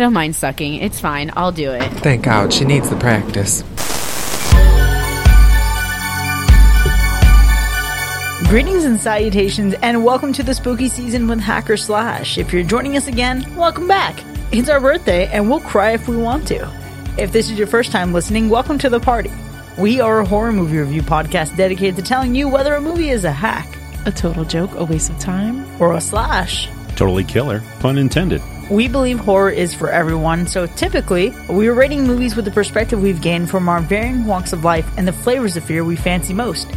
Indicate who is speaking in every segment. Speaker 1: don't mind sucking. It's fine. I'll do it.
Speaker 2: Thank God, she needs the practice.
Speaker 3: Greetings and salutations, and welcome to the spooky season with Hacker Slash. If you're joining us again, welcome back. It's our birthday, and we'll cry if we want to. If this is your first time listening, welcome to the party. We are a horror movie review podcast dedicated to telling you whether a movie is a hack
Speaker 4: A total joke, a waste of time.
Speaker 3: or a slash.
Speaker 5: Totally killer, pun intended.
Speaker 3: We believe horror is for everyone, so typically, we are rating movies with the perspective we've gained from our varying walks of life and the flavors of fear we fancy most.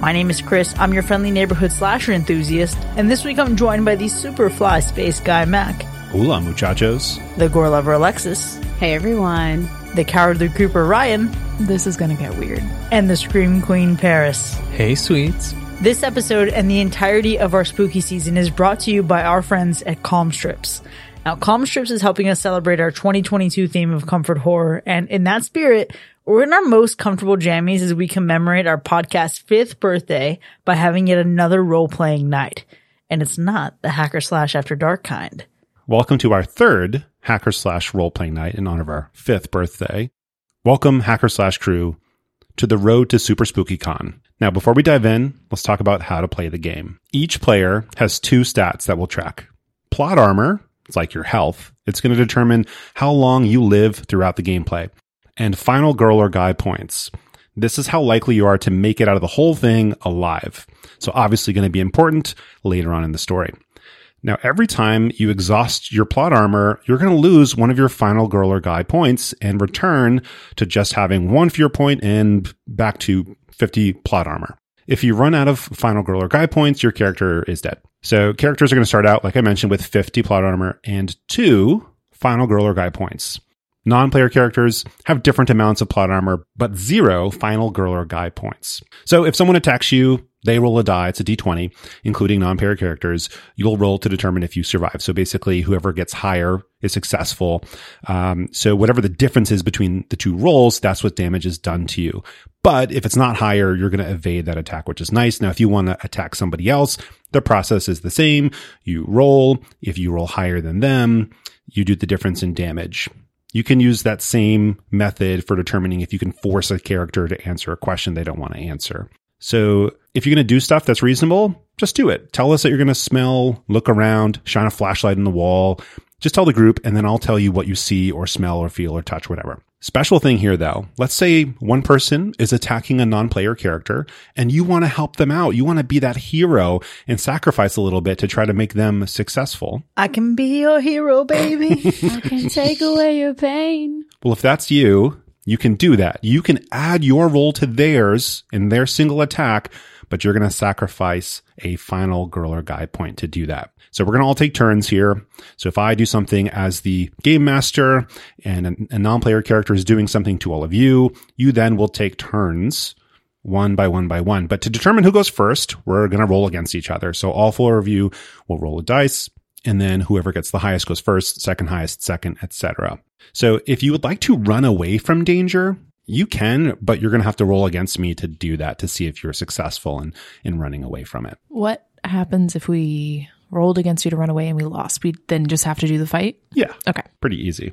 Speaker 3: My name is Chris, I'm your friendly neighborhood slasher enthusiast, and this week I'm joined by the super fly space guy Mac,
Speaker 5: Hola, muchachos.
Speaker 3: the gore lover Alexis,
Speaker 1: Hey, everyone.
Speaker 3: the cowardly creeper Ryan,
Speaker 4: This is gonna get weird.
Speaker 3: and the scream queen Paris.
Speaker 2: Hey, sweets.
Speaker 3: This episode and the entirety of our spooky season is brought to you by our friends at Calm Strips. Now, Calm Strips is helping us celebrate our 2022 theme of comfort horror, and in that spirit, we're in our most comfortable jammies as we commemorate our podcast's fifth birthday by having yet another role playing night. And it's not the hacker slash after dark kind.
Speaker 5: Welcome to our third hacker slash role playing night in honor of our fifth birthday. Welcome, hacker slash crew, to the road to Super Spooky Con. Now, before we dive in, let's talk about how to play the game. Each player has two stats that we'll track plot armor, it's like your health, it's going to determine how long you live throughout the gameplay, and final girl or guy points. This is how likely you are to make it out of the whole thing alive. So, obviously, going to be important later on in the story. Now, every time you exhaust your plot armor, you're going to lose one of your final girl or guy points and return to just having one fear point and back to 50 plot armor. If you run out of final girl or guy points, your character is dead. So characters are going to start out, like I mentioned, with 50 plot armor and two final girl or guy points. Non player characters have different amounts of plot armor, but zero final girl or guy points. So if someone attacks you, they roll a die. It's a d20, including non player characters. You'll roll to determine if you survive. So basically, whoever gets higher is successful. Um, so whatever the difference is between the two rolls, that's what damage is done to you. But if it's not higher, you're going to evade that attack, which is nice. Now, if you want to attack somebody else, the process is the same. You roll. If you roll higher than them, you do the difference in damage. You can use that same method for determining if you can force a character to answer a question they don't want to answer. So if you're going to do stuff that's reasonable, just do it. Tell us that you're going to smell, look around, shine a flashlight in the wall. Just tell the group, and then I'll tell you what you see or smell or feel or touch, whatever. Special thing here though. Let's say one person is attacking a non-player character and you want to help them out. You want to be that hero and sacrifice a little bit to try to make them successful.
Speaker 3: I can be your hero, baby.
Speaker 1: I can take away your pain.
Speaker 5: Well, if that's you, you can do that. You can add your roll to theirs in their single attack, but you're going to sacrifice a final girl or guy point to do that. So we're going to all take turns here. So if I do something as the game master and a, a non-player character is doing something to all of you, you then will take turns one by one by one. But to determine who goes first, we're going to roll against each other. So all four of you will roll a dice and then whoever gets the highest goes first, second highest, second, etc. So if you would like to run away from danger, you can, but you're going to have to roll against me to do that to see if you're successful in in running away from it.
Speaker 4: What happens if we rolled against you to run away and we lost? We then just have to do the fight?
Speaker 5: Yeah.
Speaker 4: Okay.
Speaker 5: Pretty easy.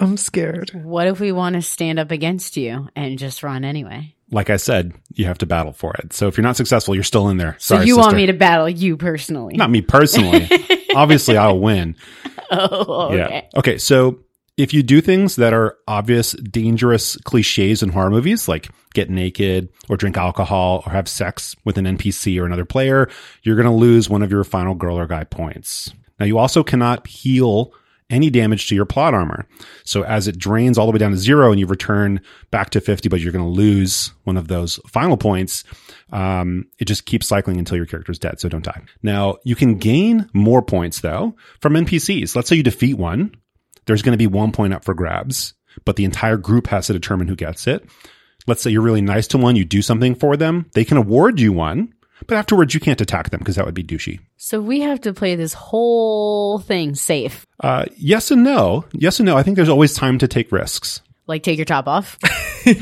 Speaker 2: I'm scared.
Speaker 1: What if we want to stand up against you and just run anyway?
Speaker 5: Like I said, you have to battle for it. So if you're not successful, you're still in there.
Speaker 1: So
Speaker 5: Sorry,
Speaker 1: you want
Speaker 5: sister.
Speaker 1: me to battle you personally?
Speaker 5: Not me personally. Obviously, I'll win.
Speaker 1: Oh,
Speaker 5: Yeah. Okay. So if you do things that are obvious, dangerous cliches in horror movies, like get naked or drink alcohol or have sex with an NPC or another player, you're going to lose one of your final girl or guy points. Now, you also cannot heal any damage to your plot armor. So as it drains all the way down to zero and you return back to 50, but you're going to lose one of those final points, um, it just keeps cycling until your character's dead. So don't die. Now you can gain more points though from NPCs. Let's say you defeat one. There's going to be one point up for grabs, but the entire group has to determine who gets it. Let's say you're really nice to one. You do something for them. They can award you one, but afterwards you can't attack them because that would be douchey.
Speaker 1: So we have to play this whole thing safe.
Speaker 5: Uh, yes and no. Yes and no. I think there's always time to take risks.
Speaker 1: Like take your top off.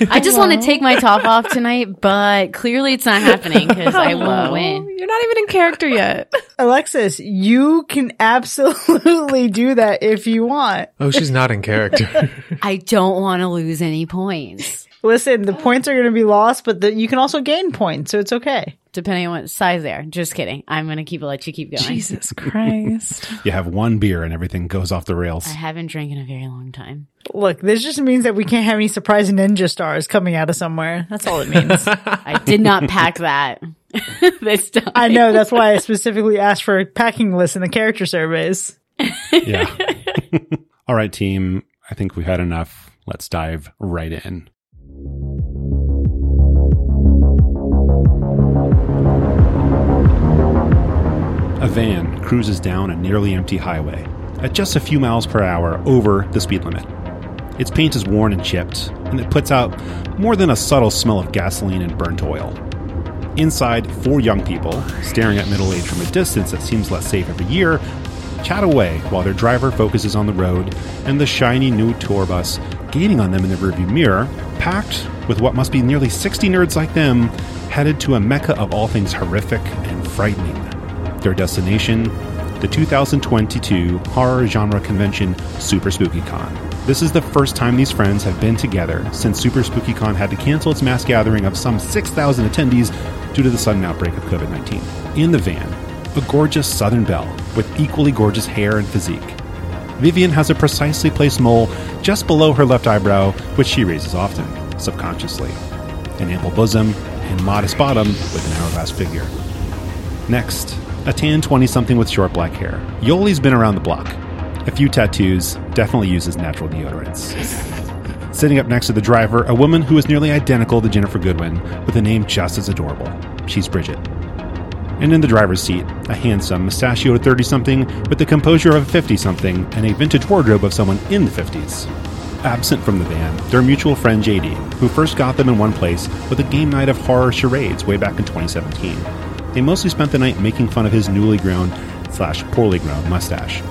Speaker 1: I just want to take my top off tonight, but clearly it's not happening because I won't win.
Speaker 4: You're not even in character yet.
Speaker 3: Alexis, you can absolutely do that if you want.
Speaker 2: Oh, she's not in character.
Speaker 1: I don't want to lose any points,
Speaker 3: Listen, the points are going to be lost, but the, you can also gain points, so it's okay.
Speaker 1: depending on what size they are. Just kidding. I'm gonna keep let you keep going.
Speaker 4: Jesus Christ.
Speaker 5: You have one beer and everything goes off the rails.
Speaker 1: I haven't drank in a very long time.
Speaker 3: Look, this just means that we can't have any surprise ninja stars coming out of somewhere. That's all it means.
Speaker 1: I did not pack that this time.
Speaker 3: I know. That's why I specifically asked for a packing list in the character surveys.
Speaker 5: Yeah. All right, team. I think we've had enough. Let's dive right in. A van cruises down a nearly empty highway at just a few miles per hour over the speed limit. Its paint is worn and chipped, and it puts out more than a subtle smell of gasoline and burnt oil. Inside, four young people, staring at middle age from a distance that seems less safe every year, chat away while their driver focuses on the road and the shiny new tour bus gaining on them in the rearview mirror, packed with what must be nearly 60 nerds like them, headed to a mecca of all things horrific and frightening. Their destination, the 2022 horror genre convention Super Spooky Con. This is the first time these friends have been together since Super Spooky Con had to cancel its mass gathering of some 6,000 attendees due to the sudden outbreak of COVID 19. In the van, a gorgeous Southern belle with equally gorgeous hair and physique. Vivian has a precisely placed mole just below her left eyebrow, which she raises often, subconsciously. An ample bosom and modest bottom with an hourglass figure. Next, a tan 20 something with short black hair. Yoli's been around the block. A few tattoos, definitely uses natural deodorants. Sitting up next to the driver, a woman who is nearly identical to Jennifer Goodwin, with a name just as adorable. She's Bridget. And in the driver's seat, a handsome, mustachioed 30 something with the composure of a 50 something and a vintage wardrobe of someone in the 50s. Absent from the van, their mutual friend JD, who first got them in one place with a game night of horror charades way back in 2017. They mostly spent the night making fun of his newly grown slash poorly grown mustache.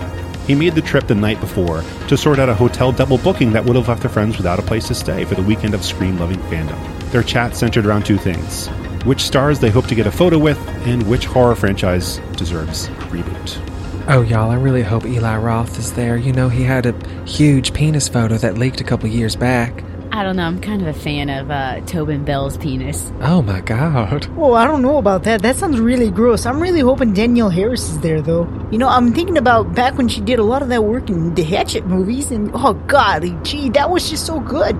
Speaker 5: He made the trip the night before to sort out a hotel double booking that would have left their friends without a place to stay for the weekend of scream loving fandom. Their chat centered around two things which stars they hope to get a photo with, and which horror franchise deserves a reboot.
Speaker 2: oh, y'all, I really hope Eli Roth is there. You know, he had a huge penis photo that leaked a couple years back.
Speaker 1: I don't know. I'm kind of a fan of uh, Tobin Bell's penis.
Speaker 2: Oh my god.
Speaker 3: Well, I don't know about that. That sounds really gross. I'm really hoping Danielle Harris is there, though. You know, I'm thinking about back when she did a lot of that work in the Hatchet movies, and oh, golly gee, that was just so good.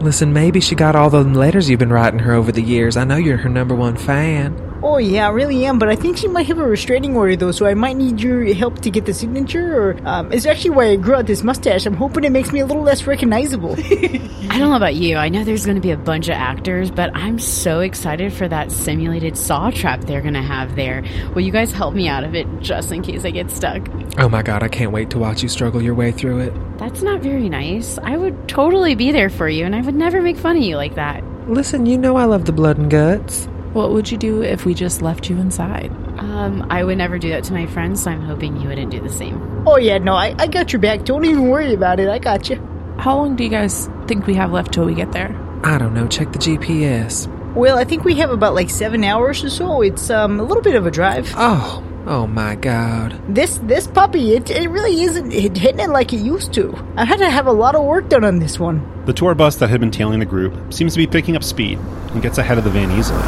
Speaker 2: Listen, maybe she got all the letters you've been writing her over the years. I know you're her number one fan.
Speaker 3: Oh, yeah, I really am, but I think she might have a restraining order, though, so I might need your help to get the signature, or, um, it's actually why I grew out this mustache. I'm hoping it makes me a little less recognizable.
Speaker 1: I don't know about you. I know there's going to be a bunch of actors, but I'm so excited for that simulated saw trap they're going to have there. Will you guys help me out of it just in case I get stuck?
Speaker 2: Oh my god, I can't wait to watch you struggle your way through it.
Speaker 1: That's not very nice. I would totally be there for you, and I would never make fun of you like that.
Speaker 2: Listen, you know I love the blood and guts.
Speaker 4: What would you do if we just left you inside?
Speaker 1: Um, I would never do that to my friends, so I'm hoping you wouldn't do the same.
Speaker 3: oh, yeah, no, I, I got your back. Don't even worry about it. I got you.
Speaker 4: How long do you guys think we have left till we get there?
Speaker 2: I don't know, check the GPS.
Speaker 3: Well, I think we have about like seven hours or so. It's um, a little bit of a drive.
Speaker 2: Oh, oh my god.
Speaker 3: This this puppy, it, it really isn't hit- hitting it like it used to. I had to have a lot of work done on this one.
Speaker 5: The tour bus that had been tailing the group seems to be picking up speed and gets ahead of the van easily.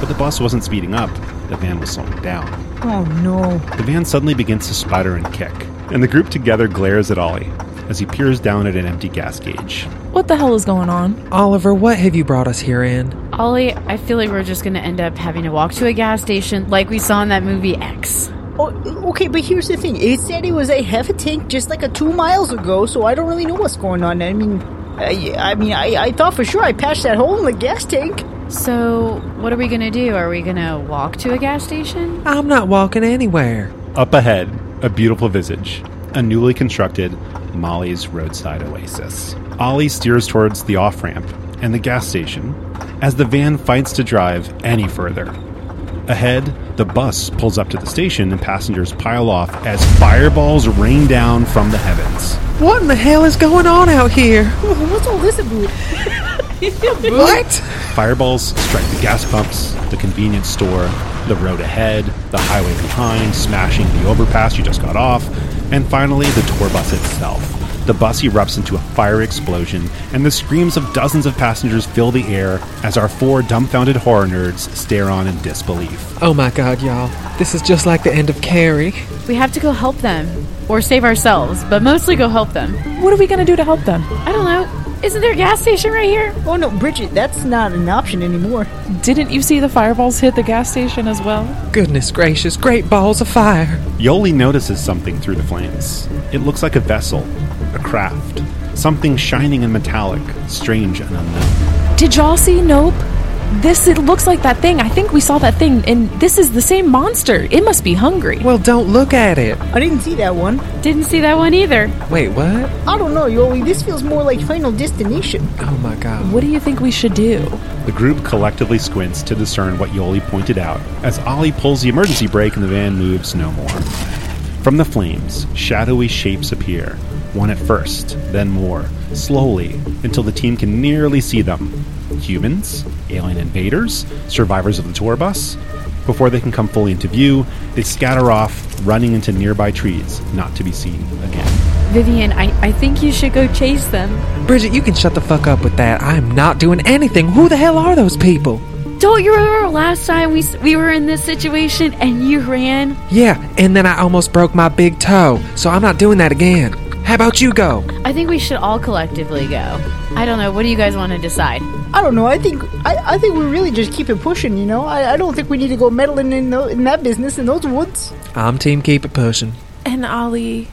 Speaker 5: But the bus wasn't speeding up, the van was slowing down.
Speaker 3: Oh no.
Speaker 5: The van suddenly begins to sputter and kick, and the group together glares at Ollie as he peers down at an empty gas gauge.
Speaker 4: What the hell is going on?
Speaker 2: Oliver, what have you brought us here in?
Speaker 1: Ollie, I feel like we're just going to end up having to walk to a gas station like we saw in that movie X.
Speaker 3: Oh, okay, but here's the thing. It said it was a half a tank just like a two miles ago, so I don't really know what's going on. I mean, I, I mean, I, I thought for sure I patched that hole in the gas tank.
Speaker 1: So, what are we going to do? Are we going to walk to a gas station?
Speaker 2: I'm not walking anywhere.
Speaker 5: Up ahead, a beautiful visage, a newly constructed Molly's roadside oasis. Ollie steers towards the off ramp and the gas station as the van fights to drive any further. Ahead, the bus pulls up to the station and passengers pile off as fireballs rain down from the heavens.
Speaker 2: What in the hell is going on out here?
Speaker 3: What's all this about?
Speaker 2: What?
Speaker 5: Fireballs strike the gas pumps, the convenience store, the road ahead, the highway behind, smashing the overpass you just got off, and finally the tour bus itself. The bus erupts into a fire explosion, and the screams of dozens of passengers fill the air as our four dumbfounded horror nerds stare on in disbelief.
Speaker 2: Oh my god, y'all. This is just like the end of Carrie.
Speaker 1: We have to go help them or save ourselves, but mostly go help them.
Speaker 4: What are we going to do to help them?
Speaker 1: I don't know. Isn't there a gas station right here?
Speaker 3: Oh no, Bridget, that's not an option anymore.
Speaker 4: Didn't you see the fireballs hit the gas station as well?
Speaker 2: Goodness gracious, great balls of fire.
Speaker 5: Yoli notices something through the flames. It looks like a vessel, a craft, something shining and metallic, strange and unknown.
Speaker 4: Did y'all see Nope? This it looks like that thing. I think we saw that thing, and this is the same monster. It must be hungry.
Speaker 2: Well, don't look at it.
Speaker 3: I didn't see that one.
Speaker 1: Didn't see that one either.
Speaker 2: Wait, what?
Speaker 3: I don't know, Yoli. This feels more like Final Destination.
Speaker 2: Oh my god.
Speaker 4: What do you think we should do?
Speaker 5: The group collectively squints to discern what Yoli pointed out as Ollie pulls the emergency brake and the van moves no more. From the flames, shadowy shapes appear, one at first, then more, slowly, until the team can nearly see them. Humans, alien invaders, survivors of the tour bus. Before they can come fully into view, they scatter off, running into nearby trees, not to be seen again.
Speaker 1: Vivian, I, I think you should go chase them.
Speaker 2: Bridget, you can shut the fuck up with that. I'm not doing anything. Who the hell are those people?
Speaker 1: Don't you remember last time we, s- we were in this situation and you ran?
Speaker 2: Yeah, and then I almost broke my big toe, so I'm not doing that again. How about you go?
Speaker 1: I think we should all collectively go. I don't know. What do you guys want to decide?
Speaker 3: I don't know. I think I, I think we really just keep it pushing. You know, I, I don't think we need to go meddling in tho- in that business in those woods.
Speaker 2: I'm team keep it pushing.
Speaker 4: And Ollie,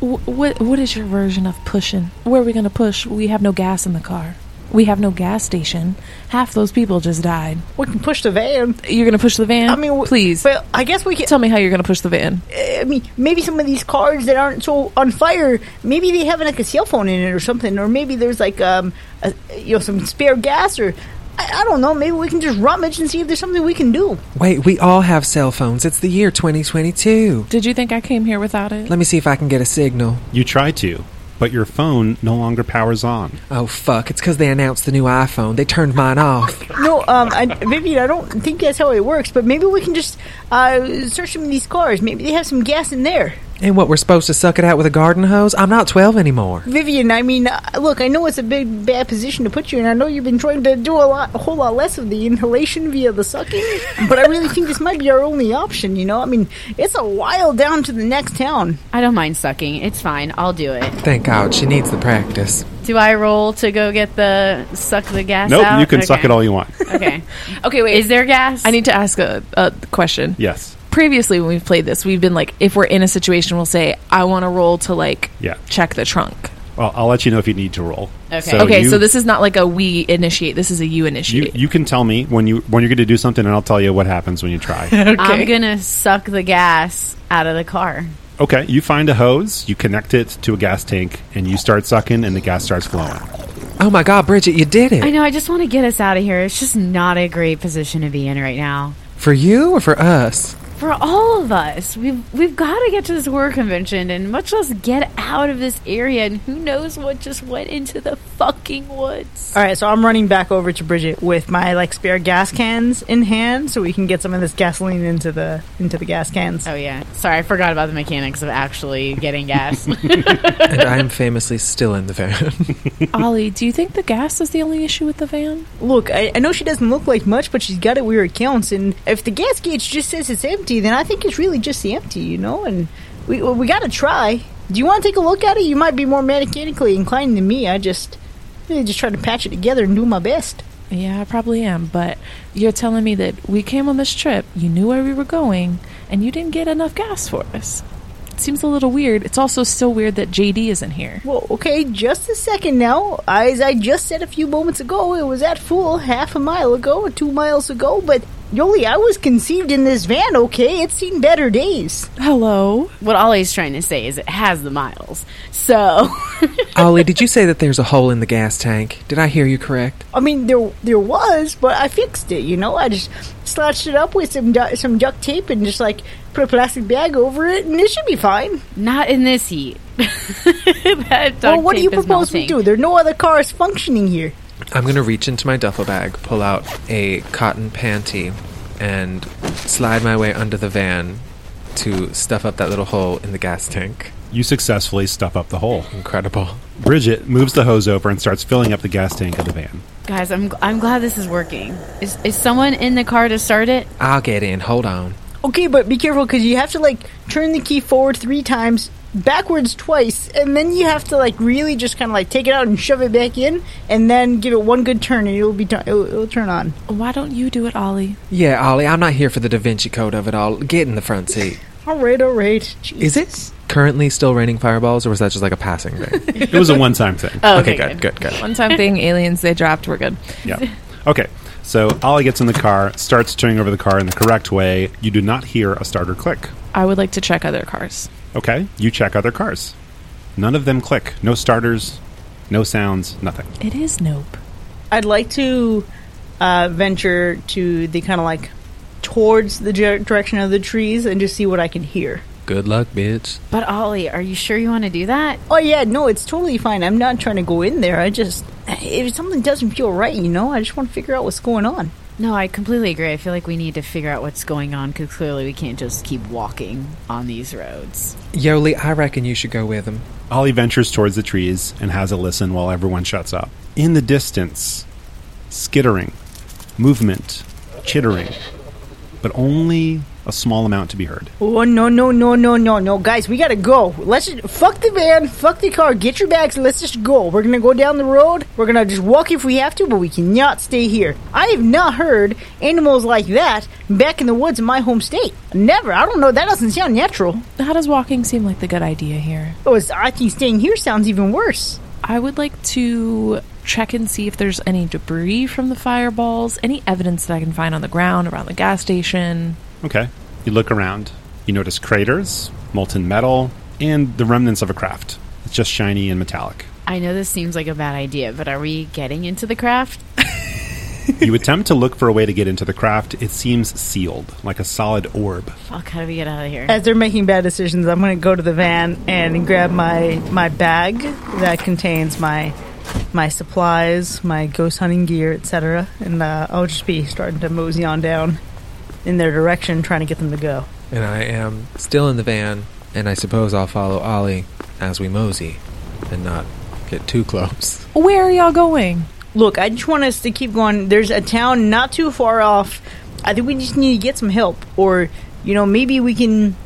Speaker 4: wh- what what is your version of pushing? Where are we gonna push? We have no gas in the car. We have no gas station. Half those people just died.
Speaker 3: We can push the van.
Speaker 4: You're gonna push the van?
Speaker 3: I mean, w-
Speaker 4: please
Speaker 3: Well, I guess we can.
Speaker 4: tell me how you're gonna push the van.
Speaker 3: I mean, maybe some of these cars that aren't so on fire, maybe they have like a cell phone in it or something, or maybe there's like um, a, you know, some spare gas or. I I don't know. Maybe we can just rummage and see if there's something we can do.
Speaker 2: Wait, we all have cell phones. It's the year 2022.
Speaker 4: Did you think I came here without it?
Speaker 2: Let me see if I can get a signal.
Speaker 5: You try to, but your phone no longer powers on.
Speaker 2: Oh fuck, it's because they announced the new iPhone. They turned mine off.
Speaker 3: No, um, I, Vivian, I don't think that's how it works. But maybe we can just uh, search some of these cars. Maybe they have some gas in there.
Speaker 2: And what, we're supposed to suck it out with a garden hose? I'm not 12 anymore.
Speaker 3: Vivian, I mean, uh, look, I know it's a big bad position to put you in. I know you've been trying to do a lot, a whole lot less of the inhalation via the sucking, but I really think this might be our only option. You know, I mean, it's a while down to the next town.
Speaker 1: I don't mind sucking. It's fine. I'll do it.
Speaker 2: Thank God, she needs the practice.
Speaker 1: Do I roll to go get the suck the gas
Speaker 5: nope,
Speaker 1: out?
Speaker 5: you can suck
Speaker 1: Okay.
Speaker 5: it all you want.
Speaker 1: Okay.
Speaker 4: Okay, wait.
Speaker 1: Is there gas?
Speaker 4: I need to ask a, a question.
Speaker 5: yes.
Speaker 4: Previously, when we've played this, we've been like, if we're in a situation, we'll say, "I want to roll to like
Speaker 5: Yeah.
Speaker 4: check the trunk."
Speaker 5: Well, I'll let you know if you need to roll.
Speaker 1: Okay.
Speaker 4: okay,
Speaker 5: Oh, you-
Speaker 4: so this is not like a we initiate. This is a you
Speaker 5: You,
Speaker 4: initiate.
Speaker 5: you can tell me when you when you're going to do something, and I'll tell you what happens when you try.
Speaker 1: I'm gonna suck the gas out of the car.
Speaker 5: okay, you find a hose, you connect it to a gas tank, and you start sucking, and the gas starts flowing.
Speaker 2: Oh my God, Bridget, you did
Speaker 1: I
Speaker 2: it.
Speaker 1: know. I just want to get us out of here. It's just not a great position to be in right now
Speaker 2: For you or for us?
Speaker 1: for all of us. We've we've got to get to this horror convention and much less get out of this area. And who knows what just went into the fucking woods?
Speaker 3: All right, so I'm running back over to Bridget with my like spare gas cans in hand, so we can get some of this gasoline into the into the gas cans.
Speaker 1: Oh yeah. Sorry, I forgot about the mechanics of actually getting gas.
Speaker 2: and I am famously still in the van.
Speaker 4: Ollie, do you think the gas is the only issue with the van?
Speaker 3: Look, I, I know she doesn't look like much, but she's got it where it counts. And if the gas gauge just says it's empty, then I think it's really just the empty, you know. And we we got to try. Do you want to take a look at it? You might be more mechanically inclined than me. I just really just try to patch it together and do my best.
Speaker 4: Yeah, I probably am, but you're telling me that we came on this trip, you knew where we were going, and you didn't get enough gas for us. It seems a little weird. It's also still weird that JD isn't here.
Speaker 3: Well, okay, just a second now. As I just said a few moments ago, it was at full half a mile ago or two miles ago, but Yoli, I was conceived in this van, okay? It's seen better days.
Speaker 4: Hello.
Speaker 1: What Ollie's trying to say is it has the miles. So
Speaker 2: Ollie, did you say that there's a hole in the gas tank? Did I hear you correct?
Speaker 3: I mean, there there was, but I fixed it. You know, I just slouched it up with some du- some duct tape and just like put a plastic bag over it, and it should be fine.
Speaker 1: not in this heat. that
Speaker 3: Well,
Speaker 1: duct
Speaker 3: what do you
Speaker 1: tape is
Speaker 3: propose we
Speaker 1: melting.
Speaker 3: do? There are no other cars functioning here.
Speaker 2: I'm gonna reach into my duffel bag, pull out a cotton panty, and slide my way under the van to stuff up that little hole in the gas tank.
Speaker 5: You successfully stuff up the hole.
Speaker 2: Incredible.
Speaker 5: Bridget moves the hose over and starts filling up the gas tank of the van.
Speaker 1: Guys, I'm I'm glad this is working. Is is someone in the car to start it?
Speaker 2: I'll get in. Hold on.
Speaker 3: Okay, but be careful because you have to like turn the key forward three times, backwards twice, and then you have to like really just kind of like take it out and shove it back in, and then give it one good turn, and it'll be tu- it'll, it'll turn on.
Speaker 4: Why don't you do it, Ollie?
Speaker 2: Yeah, Ollie, I'm not here for the Da Vinci Code of it all. Get in the front seat.
Speaker 3: All right, all right. Jeez.
Speaker 2: Is it currently still raining fireballs, or was that just like a passing thing?
Speaker 5: It was a one time thing.
Speaker 1: Oh,
Speaker 2: okay, good, good, good.
Speaker 4: One time thing, aliens they dropped. We're good.
Speaker 5: Yeah. Okay. So Ollie gets in the car, starts turning over the car in the correct way. You do not hear a starter click.
Speaker 4: I would like to check other cars.
Speaker 5: Okay. You check other cars. None of them click. No starters, no sounds, nothing.
Speaker 4: It is nope.
Speaker 3: I'd like to uh, venture to the kind of like towards the dir- direction of the trees and just see what I can hear.
Speaker 2: Good luck, bitch.
Speaker 1: But Ollie, are you sure you want to do that?
Speaker 3: Oh yeah, no, it's totally fine. I'm not trying to go in there. I just if something doesn't feel right, you know, I just want to figure out what's going on.
Speaker 1: No, I completely agree. I feel like we need to figure out what's going on because clearly we can't just keep walking on these roads.
Speaker 2: Yoli, I reckon you should go with him.
Speaker 5: Ollie ventures towards the trees and has a listen while everyone shuts up. In the distance, skittering, movement, chittering, but only a small amount to be heard.
Speaker 3: Oh no no no no no no, guys, we gotta go. Let's just, fuck the van, fuck the car, get your bags, and let's just go. We're gonna go down the road. We're gonna just walk if we have to, but we cannot stay here. I have not heard animals like that back in the woods in my home state. Never. I don't know. That doesn't sound natural.
Speaker 4: How does walking seem like the good idea here?
Speaker 3: Oh, it's, I think staying here sounds even worse.
Speaker 4: I would like to check and see if there's any debris from the fireballs, any evidence that I can find on the ground around the gas station.
Speaker 5: Okay. You look around. You notice craters, molten metal, and the remnants of a craft. It's just shiny and metallic.
Speaker 1: I know this seems like a bad idea, but are we getting into the craft?
Speaker 5: you attempt to look for a way to get into the craft. It seems sealed, like a solid orb.
Speaker 1: Fuck, how do we get out of here?
Speaker 3: As they're making bad decisions, I'm going to go to the van and grab my my bag that contains my my supplies, my ghost hunting gear, etc. And uh, I'll just be starting to mosey on down in their direction, trying to get them to go.
Speaker 2: And I am still in the van, and I suppose I'll follow Ollie as we mosey and not get too close.
Speaker 4: Where are y'all going?
Speaker 3: Look, I just want us to keep going. There's a town not too far off. I think we just need to get some help, or you know, maybe we can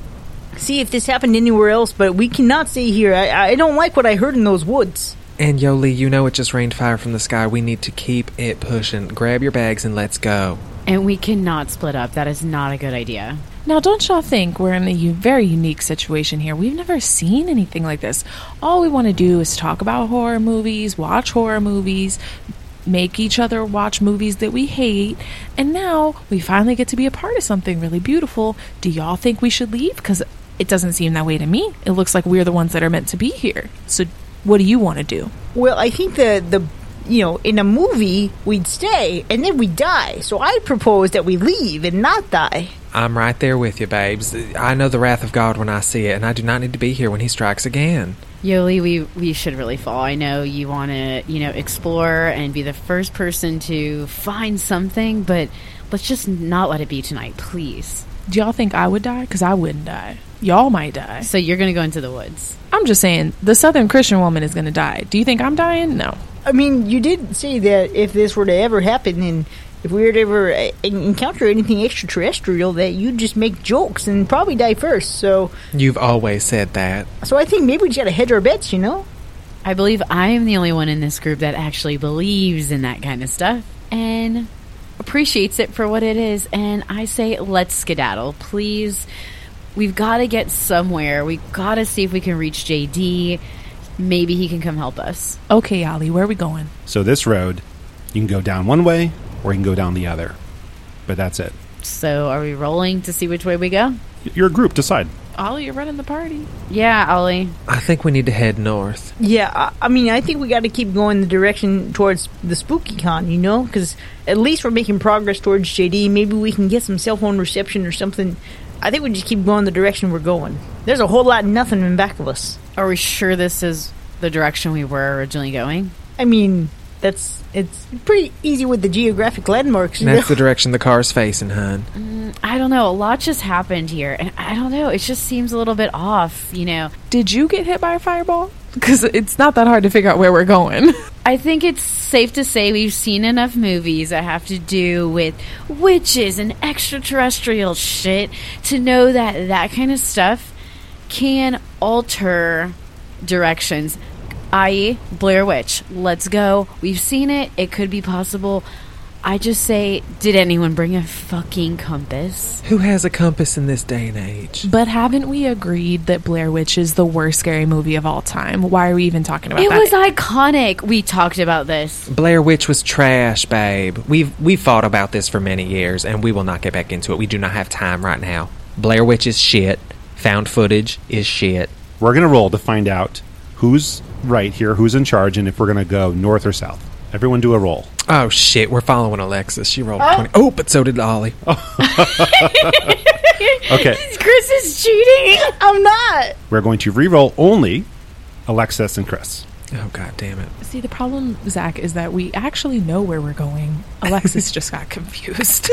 Speaker 3: see if this happened anywhere else. But we cannot stay here. I, I don't like what I heard in those woods.
Speaker 2: And Yoli, you know it just rained fire from the sky. We need to keep it pushing. Grab your bags and let's go.
Speaker 1: and we cannot split up. That is not a good idea.
Speaker 4: Now, don't y'all think we're in a u- very unique situation here? We've never seen anything like this. All we want to do is talk about horror movies, watch horror movies, make each other watch movies that we hate, and now we finally get to be a part of something really beautiful. Do y'all think we should leave? Because it doesn't seem that way to me. It looks like we're the ones that are meant to be here. So, what do you want to do?
Speaker 3: Well, I think the the you know in a movie we'd stay and then we die. So I propose that we leave and not die.
Speaker 2: I'm right there with you, babes. I know the wrath of God when I see it, and I do not need to be here when he strikes again.
Speaker 1: Yoli, we, we should really fall. I know you want to, you know, explore and be the first person to find something, but let's just not let it be tonight, please.
Speaker 4: Do y'all think I would die? Because I wouldn't die. Y'all might die.
Speaker 1: So you're going to go into the woods.
Speaker 4: I'm just saying, the Southern Christian woman is going to die. Do you think I'm dying? No.
Speaker 3: I mean, you did say that if this were to ever happen and if we were to ever uh, en- encounter anything extraterrestrial, that you'd just make jokes and probably die first. So
Speaker 2: You've always said that.
Speaker 3: so I think maybe we just gotta hedge our bets. You know.
Speaker 1: I believe I am the only one in this group that actually believes in that kind of stuff and appreciates it for what it is. And I say, let's skedaddle, please. We've got to get somewhere. We've got to see if we can reach JD. Maybe he can come help us.
Speaker 4: Okay, Ollie, where are we going?
Speaker 5: So this road, you can go down one way or you can go down the other. But that's it.
Speaker 1: So are we rolling to see which way we go?
Speaker 5: Your group decide.
Speaker 4: Ollie, you're running the party.
Speaker 1: Yeah, Ollie.
Speaker 2: I think we need to head north.
Speaker 3: Yeah, I, I mean, I think we got to keep going the direction towards the spooky con, you know, because at least we're making progress towards JD. Maybe we can get some cell phone reception or something. I think we just keep going the direction we're going. There's a whole lot of nothing in back of us.
Speaker 1: Are we sure this is the direction we were originally going?
Speaker 3: I mean, that's it's pretty easy with the geographic landmarks. you
Speaker 2: And that's
Speaker 3: know?
Speaker 2: the direction the car's facing, hon.
Speaker 1: I don't know. A lot just happened here, and I don't know. It just seems a little bit off, you know.
Speaker 4: Did you get hit by a fireball? Because it's not that hard to figure out where we're going.
Speaker 1: I think it's safe to say we've seen enough movies that have to do with witches and extraterrestrial shit to know that that kind of stuff can alter directions. I.e., Blair Witch. Let's go. We've seen it. It could be possible. I just say, did anyone bring a fucking compass?
Speaker 2: Who has a compass in this day and age?
Speaker 4: But haven't we agreed that Blair Witch is the worst scary movie of all time? Why are we even talking about
Speaker 1: It
Speaker 4: that?
Speaker 1: was iconic. We talked about this.
Speaker 2: Blair Witch was trash, babe. We've we fought about this for many years, and we will not get back into it. We do not have time right now. Blair Witch is shit. Found footage is shit.
Speaker 5: We're going to roll to find out who's right here, who's in charge, and if we're going to go north or south. Everyone do a roll.
Speaker 2: Oh shit, we're following Alexis. She rolled a twenty. Oh, but so did Ollie.
Speaker 5: Okay.
Speaker 1: Chris is cheating.
Speaker 3: I'm not.
Speaker 5: We're going to re-roll only Alexis and Chris.
Speaker 2: Oh god damn it.
Speaker 4: See, the problem, Zach, is that we actually know where we're going. Alexis just got confused.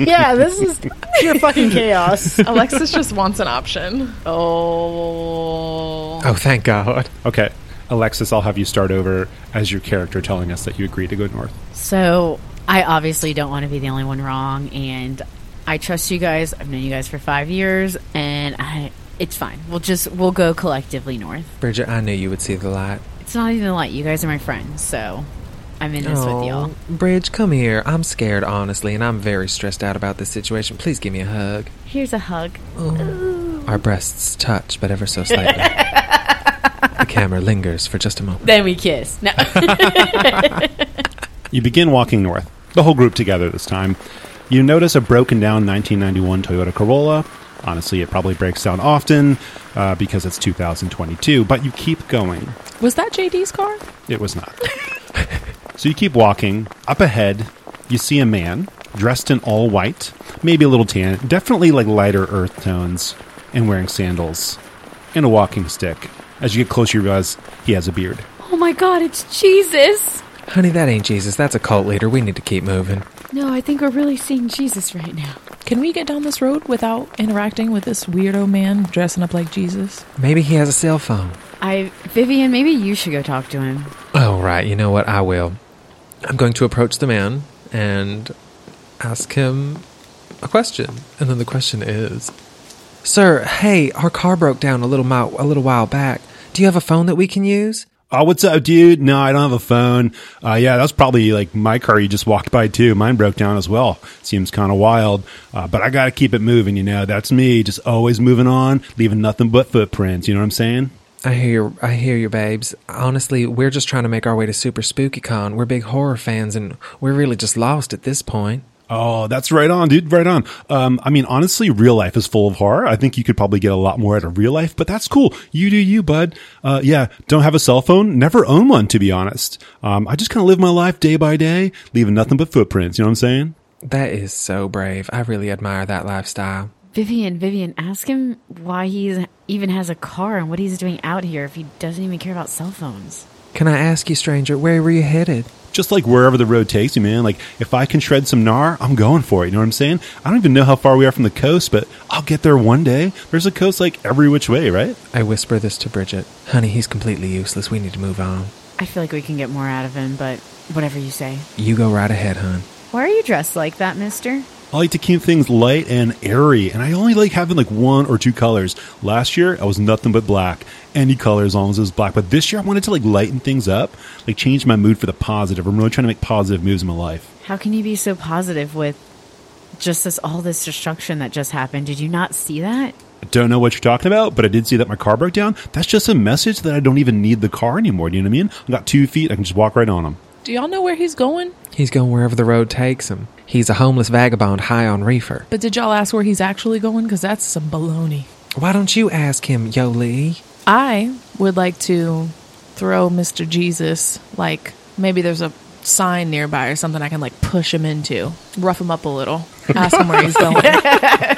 Speaker 3: yeah, this is pure fucking chaos.
Speaker 4: Alexis just wants an option. Oh.
Speaker 2: Oh thank God.
Speaker 5: Okay. Alexis, I'll have you start over as your character telling us that you agree to go north.
Speaker 1: So I obviously don't want to be the only one wrong, and I trust you guys. I've known you guys for five years, and I, it's fine. We'll just we'll go collectively north.
Speaker 2: Bridget, I knew you would see the light.
Speaker 1: It's not even a light. You guys are my friends, so I'm in this with y'all.
Speaker 2: Bridge, come here. I'm scared, honestly, and I'm very stressed out about this situation. Please give me a hug.
Speaker 1: Here's a hug.
Speaker 2: Our breasts touch, but ever so slightly. the camera lingers for just a moment.
Speaker 1: Then we kiss. No,
Speaker 5: You begin walking north, the whole group together this time. You notice a broken down 1991 Toyota Corolla. Honestly, it probably breaks down often uh, because it's 2022, but you keep going.
Speaker 4: Was that JD's car?
Speaker 5: It was not. so you keep walking. Up ahead, you see a man dressed in all white, maybe a little tan, definitely like lighter earth tones, and wearing sandals and a walking stick. As you get closer, you realize he has a beard.
Speaker 1: oh my God, it's Jesus.
Speaker 2: Honey, that ain't Jesus. That's a cult leader. We need to keep moving.
Speaker 1: No, I think we're really seeing Jesus right now.
Speaker 4: Can we get down this road without interacting with this weirdo man dressing up like Jesus?
Speaker 2: Maybe he has a cell phone.
Speaker 1: I, Vivian, maybe you should go talk to him.
Speaker 2: Oh, right. You know what? I will. I'm going to approach the man and ask him a question. And then the question is Sir, hey, our car broke down a little, mile, a little while back. Do you have a phone that we can use?
Speaker 5: Oh, what's up, dude? No, I don't have a phone. Uh, yeah, that's probably like my car you just walked by too. Mine broke down as well. Seems kind of wild, uh, but I got to keep it moving. You know, that's me. Just always moving on, leaving nothing but footprints. You know what I'm saying?
Speaker 2: I hear you, I hear you, babes. Honestly, we're just trying to make our way to Super Spooky Con. We're big horror fans, and we're really just lost at this point.
Speaker 5: Oh, that's right on, dude. Right on. Um, I mean, honestly, real life is full of horror. I think you could probably get a lot more out of real life, but that's cool. You do you, bud. Uh, yeah, don't have a cell phone. Never own one, to be honest. Um, I just kind of live my life day by day, leaving nothing but footprints. You know what I'm saying?
Speaker 2: That is so brave. I really admire that lifestyle.
Speaker 1: Vivian, Vivian, ask him why he even has a car and what he's doing out here if he doesn't even care about cell phones.
Speaker 2: Can I ask you, stranger, where were you headed?
Speaker 5: just like wherever the road takes you, man. Like if I can shred some gnar, I'm going for it. You know what I'm saying? I don't even know how far we are from the coast, but I'll get there one day. There's a coast like every which way, right?
Speaker 2: I whisper this to Bridget. Honey, he's completely useless. We need to move on.
Speaker 1: I feel like we can get more out of him, but whatever you say.
Speaker 2: You go right ahead, hun.
Speaker 1: Why are you dressed like that, mister?
Speaker 5: I like to keep things light and airy, and I only like having like one or two colors. Last year, I was nothing but black. Any color as long as it was black. But this year, I wanted to like lighten things up, like change my mood for the positive. I'm really trying to make positive moves in my life.
Speaker 1: How can you be so positive with just this all this destruction that just happened? Did you not see that?
Speaker 5: I don't know what you're talking about, but I did see that my car broke down. That's just a message that I don't even need the car anymore. Do you know what I mean? I got two feet, I can just walk right on them.
Speaker 4: Do y'all know where he's going?
Speaker 2: He's going wherever the road takes him. He's a homeless vagabond high on reefer.
Speaker 4: But did y'all ask where he's actually going? Because that's some baloney.
Speaker 2: Why don't you ask him, Yo Lee?
Speaker 4: I would like to throw Mr. Jesus, like, maybe there's a sign nearby or something I can, like, push him into, rough him up a little, ask him where he's going.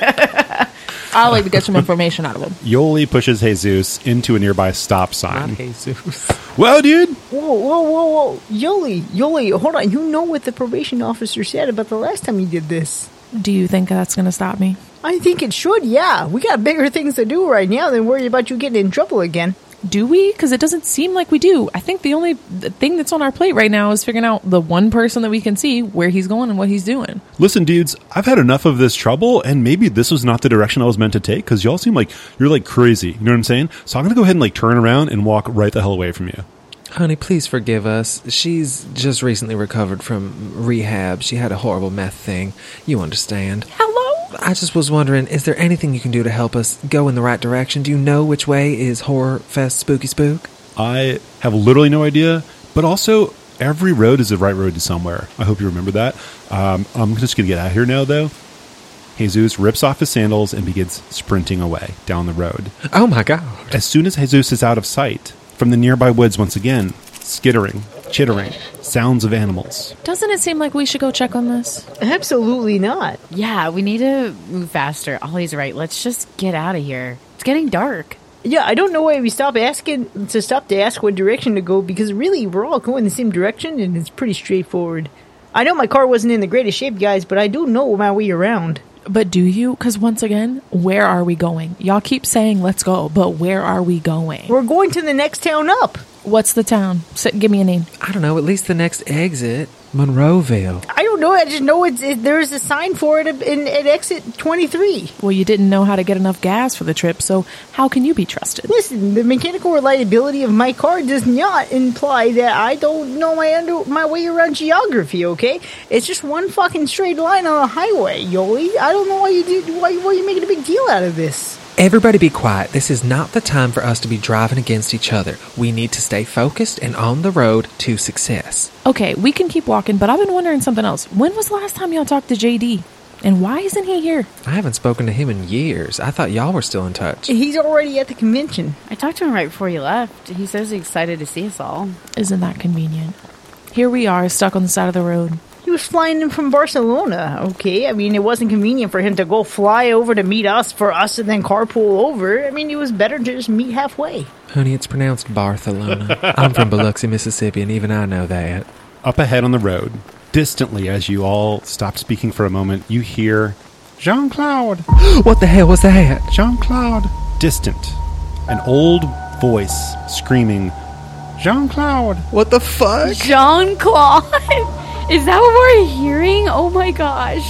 Speaker 4: I like to get some information out of him.
Speaker 5: Yoli pushes Jesus into a nearby stop sign.
Speaker 2: Jesus.
Speaker 5: Well, dude,
Speaker 3: Whoa, whoa, whoa, whoa. Yoli, Yoli, hold on. You know what the probation officer said about the last time you did this.
Speaker 4: Do you think that's going to stop me?
Speaker 3: I think it should, yeah. We got bigger things to do right now than worry about you getting in trouble again.
Speaker 4: Do we? Because it doesn't seem like we do. I think the only th- thing that's on our plate right now is figuring out the one person that we can see where he's going and what he's doing.
Speaker 5: listen, dudes, I've had enough of this trouble, and maybe this was not the direction I was meant to take because y'all seem like you're like crazy. You know what I'm saying? So I'm gonna go ahead and like turn around and walk right the hell away from you.
Speaker 2: Honey, please forgive us. She's just recently recovered from rehab. She had a horrible meth thing. You understand.
Speaker 4: Hello?
Speaker 2: I just was wondering, is there anything you can do to help us go in the right direction? Do you know which way is Horror Fest Spooky Spook?
Speaker 5: I have literally no idea, but also every road is the right road to somewhere. I hope you remember that. Um, I'm just going to get out of here now, though. Jesus rips off his sandals and begins sprinting away down the road.
Speaker 2: Oh my god.
Speaker 5: As soon as Jesus is out of sight, from the nearby woods once again, skittering, chittering, sounds of animals.
Speaker 4: Doesn't it seem like we should go check on this?
Speaker 3: Absolutely not.
Speaker 1: Yeah, we need to move faster. Ollie's right. Let's just get out of here. It's getting dark.
Speaker 3: Yeah, I don't know why we stop asking to stop to ask what direction to go because really we're all going the same direction and it's pretty straightforward. I know my car wasn't in the greatest shape, guys, but I do know my way around.
Speaker 4: But do you? Because once again, where are we going? Y'all keep saying let's go, but where are we going?
Speaker 3: We're going to the next town up.
Speaker 4: What's the town? Sit, give me a name.
Speaker 2: I don't know, at least the next exit. Monroeville.
Speaker 3: I don't know. I just know it's it, there's a sign for it in at exit 23.
Speaker 4: Well, you didn't know how to get enough gas for the trip, so how can you be trusted?
Speaker 3: Listen, the mechanical reliability of my car does not imply that I don't know my under my way around geography. Okay, it's just one fucking straight line on a highway, Yoli. I don't know why you did why why you making a big deal out of this.
Speaker 2: Everybody be quiet. This is not the time for us to be driving against each other. We need to stay focused and on the road to success.
Speaker 4: Okay, we can keep walking, but I've been wondering something else. When was the last time y'all talked to JD? And why isn't he here?
Speaker 2: I haven't spoken to him in years. I thought y'all were still in touch.
Speaker 3: He's already at the convention.
Speaker 1: I talked to him right before he left. He says he's excited to see us all.
Speaker 4: Isn't that convenient? Here we are, stuck on the side of the road.
Speaker 3: He was flying in from Barcelona. Okay, I mean it wasn't convenient for him to go fly over to meet us for us and then carpool over. I mean it was better to just meet halfway.
Speaker 2: Honey, it's pronounced Barcelona. I'm from Biloxi, Mississippi, and even I know that.
Speaker 5: Up ahead on the road, distantly as you all stop speaking for a moment, you hear Jean Claude,
Speaker 2: What the hell was that?
Speaker 5: Jean Claude. Distant, an old voice screaming, Jean Claude.
Speaker 2: What the fuck?
Speaker 1: Jean Claude? Is that what we're hearing? Oh my gosh.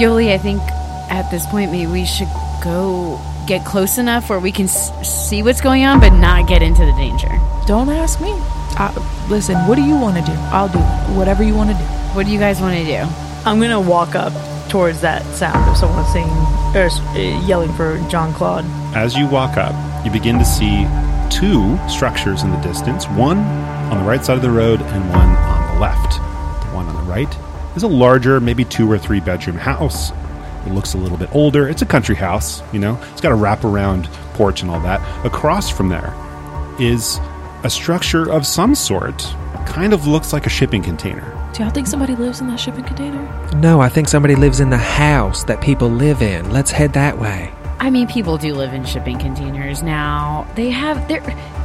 Speaker 1: Yoli, I think at this point, maybe we should go get close enough where we can s- see what's going on, but not get into the danger.
Speaker 4: Don't ask me. I, listen, what do you want to do? I'll do whatever you want to do.
Speaker 1: What do you guys want to do?
Speaker 3: I'm gonna walk up towards that sound of someone saying or uh, yelling for John Claude.
Speaker 5: As you walk up, you begin to see two structures in the distance one on the right side of the road and one on the left. The one on the right is a larger, maybe two or three bedroom house. It looks a little bit older. It's a country house, you know, it's got a wraparound porch and all that. Across from there is a structure of some sort, kind of looks like a shipping container.
Speaker 4: Do y'all think somebody lives in that shipping container?
Speaker 2: No, I think somebody lives in the house that people live in. Let's head that way.
Speaker 1: I mean, people do live in shipping containers now. They have their.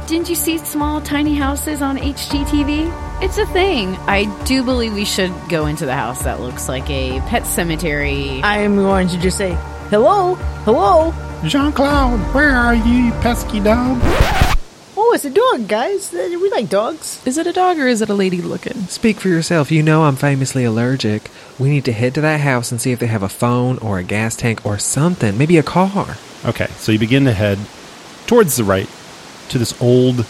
Speaker 1: Didn't you see small, tiny houses on HGTV? It's a thing. I do believe we should go into the house that looks like a pet cemetery.
Speaker 3: I am going to just say, hello, hello.
Speaker 5: Jean Claude, where are you, you pesky dog?
Speaker 3: Oh, it's a dog, guys. Uh, We like dogs.
Speaker 4: Is it a dog or is it a lady looking?
Speaker 2: Speak for yourself. You know I'm famously allergic. We need to head to that house and see if they have a phone or a gas tank or something. Maybe a car.
Speaker 5: Okay, so you begin to head towards the right to this old,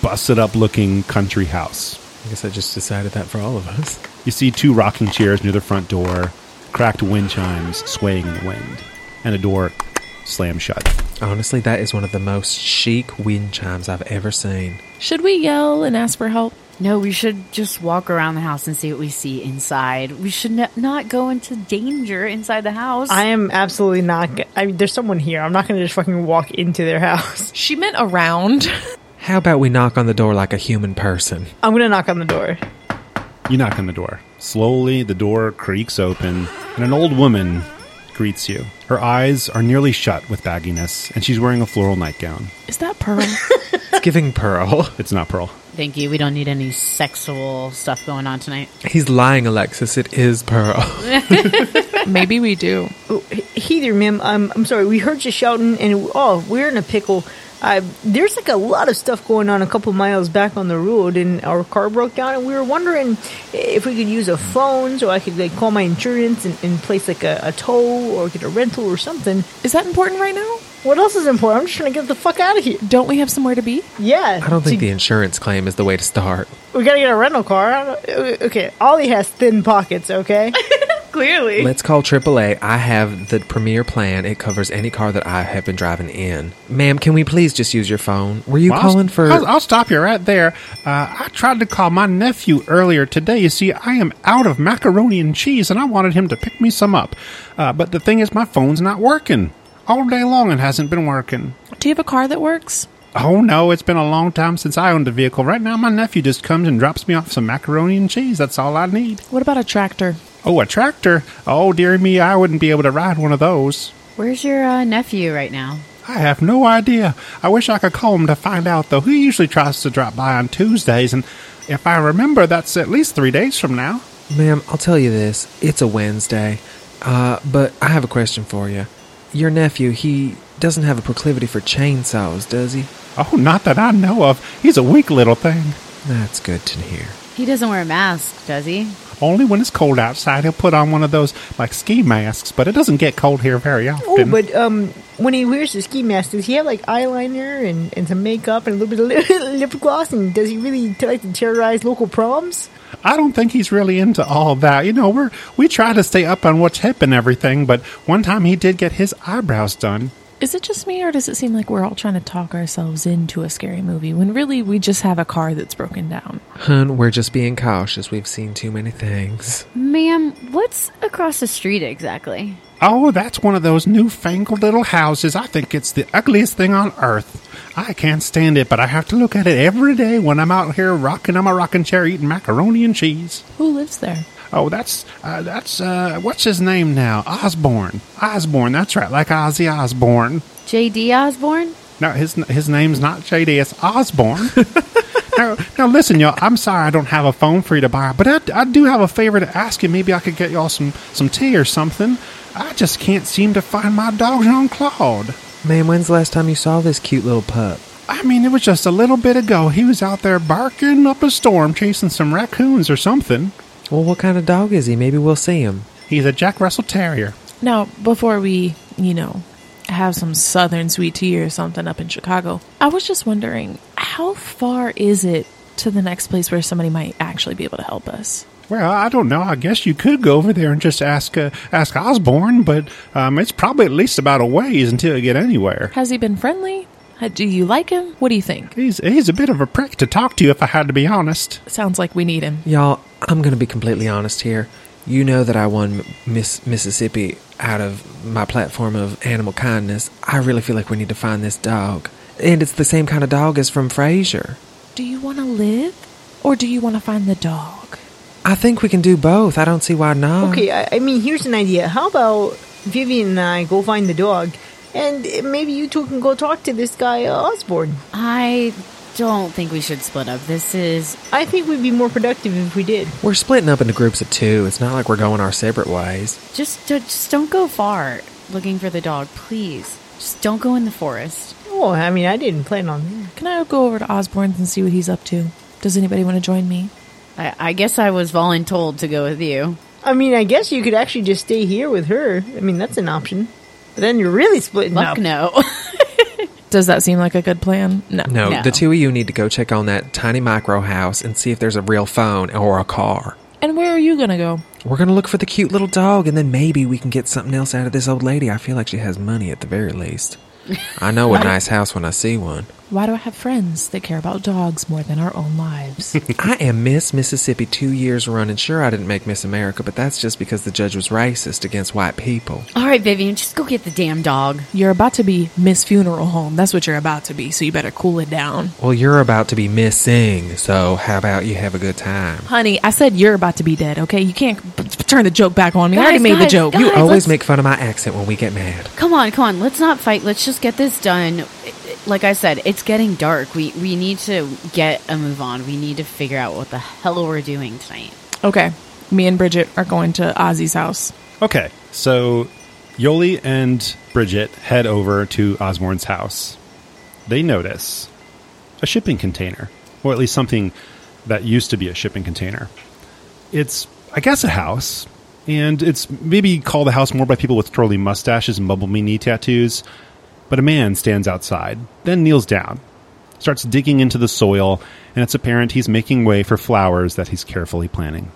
Speaker 5: busted up looking country house.
Speaker 2: I guess I just decided that for all of us.
Speaker 5: You see two rocking chairs near the front door, cracked wind chimes swaying in the wind, and a door slammed shut.
Speaker 2: Honestly, that is one of the most chic wind chimes I've ever seen.
Speaker 4: Should we yell and ask for help?
Speaker 1: No, we should just walk around the house and see what we see inside. We should n- not go into danger inside the house.
Speaker 3: I am absolutely not. g- I mean, there's someone here. I'm not going to just fucking walk into their house.
Speaker 4: She meant around.
Speaker 2: How about we knock on the door like a human person?
Speaker 3: I'm going to knock on the door.
Speaker 5: You knock on the door. Slowly, the door creaks open, and an old woman greets you. Her eyes are nearly shut with bagginess, and she's wearing a floral nightgown.
Speaker 4: Is that Pearl?
Speaker 2: It's giving Pearl.
Speaker 5: It's not Pearl.
Speaker 1: Thank you. We don't need any sexual stuff going on tonight.
Speaker 2: He's lying, Alexis. It is Pearl.
Speaker 4: Maybe we do.
Speaker 3: Oh, he- Hey there, ma'am. I'm, I'm sorry. We heard you shouting, and oh, we're in a pickle. I, there's like a lot of stuff going on a couple miles back on the road, and our car broke down, and we were wondering if we could use a phone so I could like call my insurance and, and place like a, a tow or get a rental or something.
Speaker 4: Is that important right now?
Speaker 3: What else is important? I'm just trying to get the fuck out of here.
Speaker 4: Don't we have somewhere to be?
Speaker 3: Yeah,
Speaker 2: I don't think
Speaker 3: to-
Speaker 2: the insurance claim is the way to start.
Speaker 3: we gotta get a rental car. I don't- Okay, Ollie has thin pockets. Okay,
Speaker 4: Clearly.
Speaker 2: Let's call AAA. I have the premier plan. It covers any car that I have been driving in. Ma'am, can we please just use your phone? Were you
Speaker 5: Well, I'll-
Speaker 2: calling for.
Speaker 5: I'll, I'll stop you right there. Uh, I tried to call my nephew earlier today. You see, I am out of macaroni and cheese, and I wanted him to pick me some up. Uh, but the thing is, my phone's not working. All day long, it hasn't been working.
Speaker 4: Do you have a car that works?
Speaker 5: Oh no, it's been a long time since I owned a vehicle. Right now, my nephew just comes and drops me off some macaroni and cheese. That's all I need.
Speaker 4: What about a tractor?
Speaker 5: Oh, a tractor? Oh, dear me, I wouldn't be able to ride one of those.
Speaker 1: Where's your uh, nephew right now?
Speaker 5: I have no idea. I wish I could call him to find out, though. He usually tries to drop by on Tuesdays, and if I remember, that's at least three days from now.
Speaker 2: Ma'am, I'll tell you this. It's a Wednesday. Uh, but I have a question for you. Your nephew, he doesn't have a proclivity for chainsaws, does he?
Speaker 5: Oh, not that I know of. He's a weak little thing.
Speaker 2: That's good to hear.
Speaker 1: He doesn't wear a mask, does he?
Speaker 5: Only when it's cold outside, he'll put on one of those, like, ski masks, but it doesn't get cold here very
Speaker 3: oh,
Speaker 5: often.
Speaker 3: but um, when he wears the ski mask, does he have like eyeliner and, and some makeup and a little bit of lip, lip gloss? And does he really t- like to terrorize local proms?
Speaker 5: I don't think he's really into all that. You know, we're we try to stay up on what's hip and everything, but one time he did get his eyebrows done.
Speaker 4: Is it just me, or does it seem like we're all trying to talk ourselves into a scary movie when really we just have a car that's broken down?
Speaker 2: Hun, we're just being cautious. We've seen too many things.
Speaker 1: Ma'am, what's across the street exactly?
Speaker 5: Oh, that's one of those newfangled little houses. I think it's the ugliest thing on earth. I can't stand it, but I have to look at it every day when I'm out here rocking on my rocking chair eating macaroni and cheese.
Speaker 4: Who lives there?
Speaker 5: Oh, that's uh, that's uh, what's his name now? Osborne. Osborne. That's right, like Ozzy Osborne.
Speaker 1: J.D. Osborne?
Speaker 5: No, his his name's not JD. It's Osborne. now, now listen, y'all. I'm sorry I don't have a phone for you to buy, but I, I do have a favor to ask you. Maybe I could get y'all some some tea or something. I just can't seem to find my dog Jean Claude.
Speaker 2: Ma'am, when's the last time you saw this cute little pup?
Speaker 5: I mean, it was just a little bit ago. He was out there barking up a storm, chasing some raccoons or something.
Speaker 2: Well, what kind of dog is he? Maybe we'll see him.
Speaker 5: He's a Jack Russell Terrier.
Speaker 4: Now, before we, you know, have some southern sweet tea or something up in Chicago, I was just wondering how far is it to the next place where somebody might actually be able to help us?
Speaker 5: Well, I don't know. I guess you could go over there and just ask uh, ask Osborne, but um, it's probably at least about a ways until you get anywhere.
Speaker 4: Has he been friendly? Uh, Do you like him? What do you think?
Speaker 5: He's he's a bit of a prick to talk to, if I had to be honest.
Speaker 4: Sounds like we need him.
Speaker 2: Y'all, I'm going to be completely honest here. You know that I won Miss Mississippi out of my platform of animal kindness. I really feel like we need to find this dog. And it's the same kind of dog as from Frasier.
Speaker 4: Do you want to live or do you want to find the dog?
Speaker 2: I think we can do both. I don't see why not.
Speaker 3: Okay, I, I mean, here's an idea. How about Vivian and I go find the dog, and uh, maybe you two can go talk to this guy uh, Osborne.
Speaker 1: I don't think we should split up. This is.
Speaker 3: I think we'd be more productive if we did.
Speaker 2: We're splitting up into groups of two. It's not like we're going our separate ways.
Speaker 1: Just, just don't go far looking for the dog, please. Just don't go in the forest.
Speaker 3: Oh, I mean, I didn't plan on that.
Speaker 4: Can I go over to Osborne's and see what he's up to? Does anybody want to join me?
Speaker 1: I, I guess I was voluntold to go with you.
Speaker 3: I mean, I guess you could actually just stay here with her. I mean, that's an option. But then you're really splitting
Speaker 1: Fuck
Speaker 3: up.
Speaker 1: no.
Speaker 4: Does that seem like a good plan? No.
Speaker 2: No,
Speaker 1: No.
Speaker 2: the two of you need to go check on that tiny micro house and see if there's a real phone or a car.
Speaker 4: And where are you going to go?
Speaker 2: We're going to look for the cute little dog and then maybe we can get something else out of this old lady. I feel like she has money at the very least. I know a nice house when I see one.
Speaker 4: Why do I have friends that care about dogs more than our own lives?
Speaker 2: I am Miss Mississippi two years running. Sure, I didn't make Miss America, but that's just because the judge was racist against white people.
Speaker 1: All right, Vivian, just go get the damn dog.
Speaker 4: you're about to be Miss Funeral Home. That's what you're about to be, so you better cool it down.
Speaker 2: Well, you're about to be missing, so how about you have a good time?
Speaker 4: Honey, I said you're about to be dead, okay? You can't b- b- turn the joke back on me. I already
Speaker 1: Guys,
Speaker 4: made the
Speaker 1: guys,
Speaker 4: joke.
Speaker 1: guys.
Speaker 2: You always
Speaker 1: let's-
Speaker 2: make fun of my accent when we get mad.
Speaker 1: Come on, come on. Let's not fight. Let's just get this done. Like I said, it's getting dark. We we need to get a move on. We need to figure out what the hell we're doing tonight.
Speaker 4: Okay, me and Bridget are going to Ozzy's house.
Speaker 5: Okay, so Yoli and Bridget head over to Osborne's house. They notice a shipping container, or at least something that used to be a shipping container. It's, I guess, a house, and it's maybe called a house more by people with twirly mustaches and bubble me knee tattoos. But a man stands outside, then kneels down, starts digging into the soil, and it's apparent he's making way for flowers that he's carefully planting.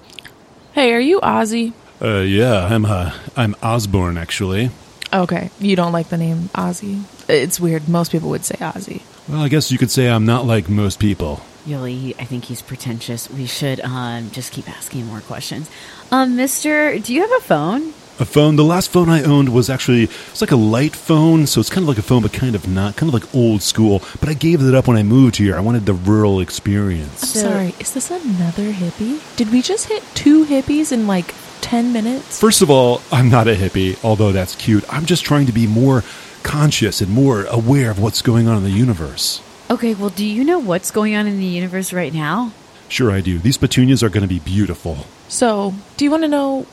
Speaker 4: Hey, are you Ozzy?
Speaker 5: Uh, yeah, I'm uh, I'm Osborne actually.
Speaker 4: Okay, you don't like the name Ozzy? It's weird. Most people would say Ozzy.
Speaker 5: Well, I guess you could say I'm not like most people.
Speaker 1: Yuli, I think he's pretentious. We should um, just keep asking more questions. Um, Mister, do you have a phone?
Speaker 5: A phone. The last phone I owned was actually it's like a light phone, so it's kind of like a phone, but kind of not, kind of like old school. But I gave it up when I moved here. I wanted the rural experience.
Speaker 1: So-
Speaker 4: Sorry, is this another hippie? Did we just hit two hippies in like 10 minutes?
Speaker 5: First of all, I'm not a hippie, although that's cute. I'm just trying to be more conscious and more aware of what's going on in the universe.
Speaker 1: Okay, well, do you know what's going on in the universe right now?
Speaker 5: Sure, I do. These petunias are going to be beautiful.
Speaker 4: So, do you want to know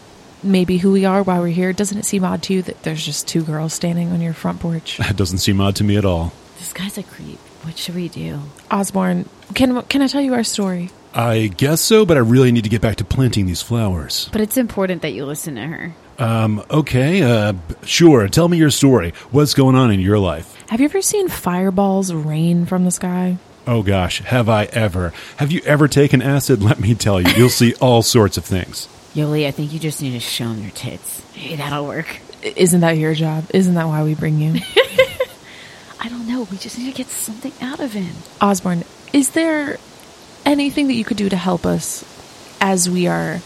Speaker 4: maybe who we are, why we're here? Doesn't it seem odd to you that there's just two girls standing on your front porch?
Speaker 5: That doesn't seem odd to me at all.
Speaker 1: This guy's a creep. What should we do?
Speaker 4: Osborne, can can I tell you our story?
Speaker 5: I guess so, but I really need to get back to planting these flowers.
Speaker 1: But it's important that you listen to her.
Speaker 5: Um, okay, uh, b- sure. Tell me your story. What's going on in your life?
Speaker 4: Have you ever seen fireballs rain from the sky?
Speaker 5: Oh gosh, have I ever? Have you ever taken acid? Let me tell you, you'll see all sorts of things.
Speaker 1: Yoli, I think you just need to show him your tits. Hey, that'll work.
Speaker 4: I- Isn't that your job? Isn't that why we bring you?
Speaker 1: I don't know. We just need to get something out of him.
Speaker 4: Osborne, is there anything that you could do to help us as we are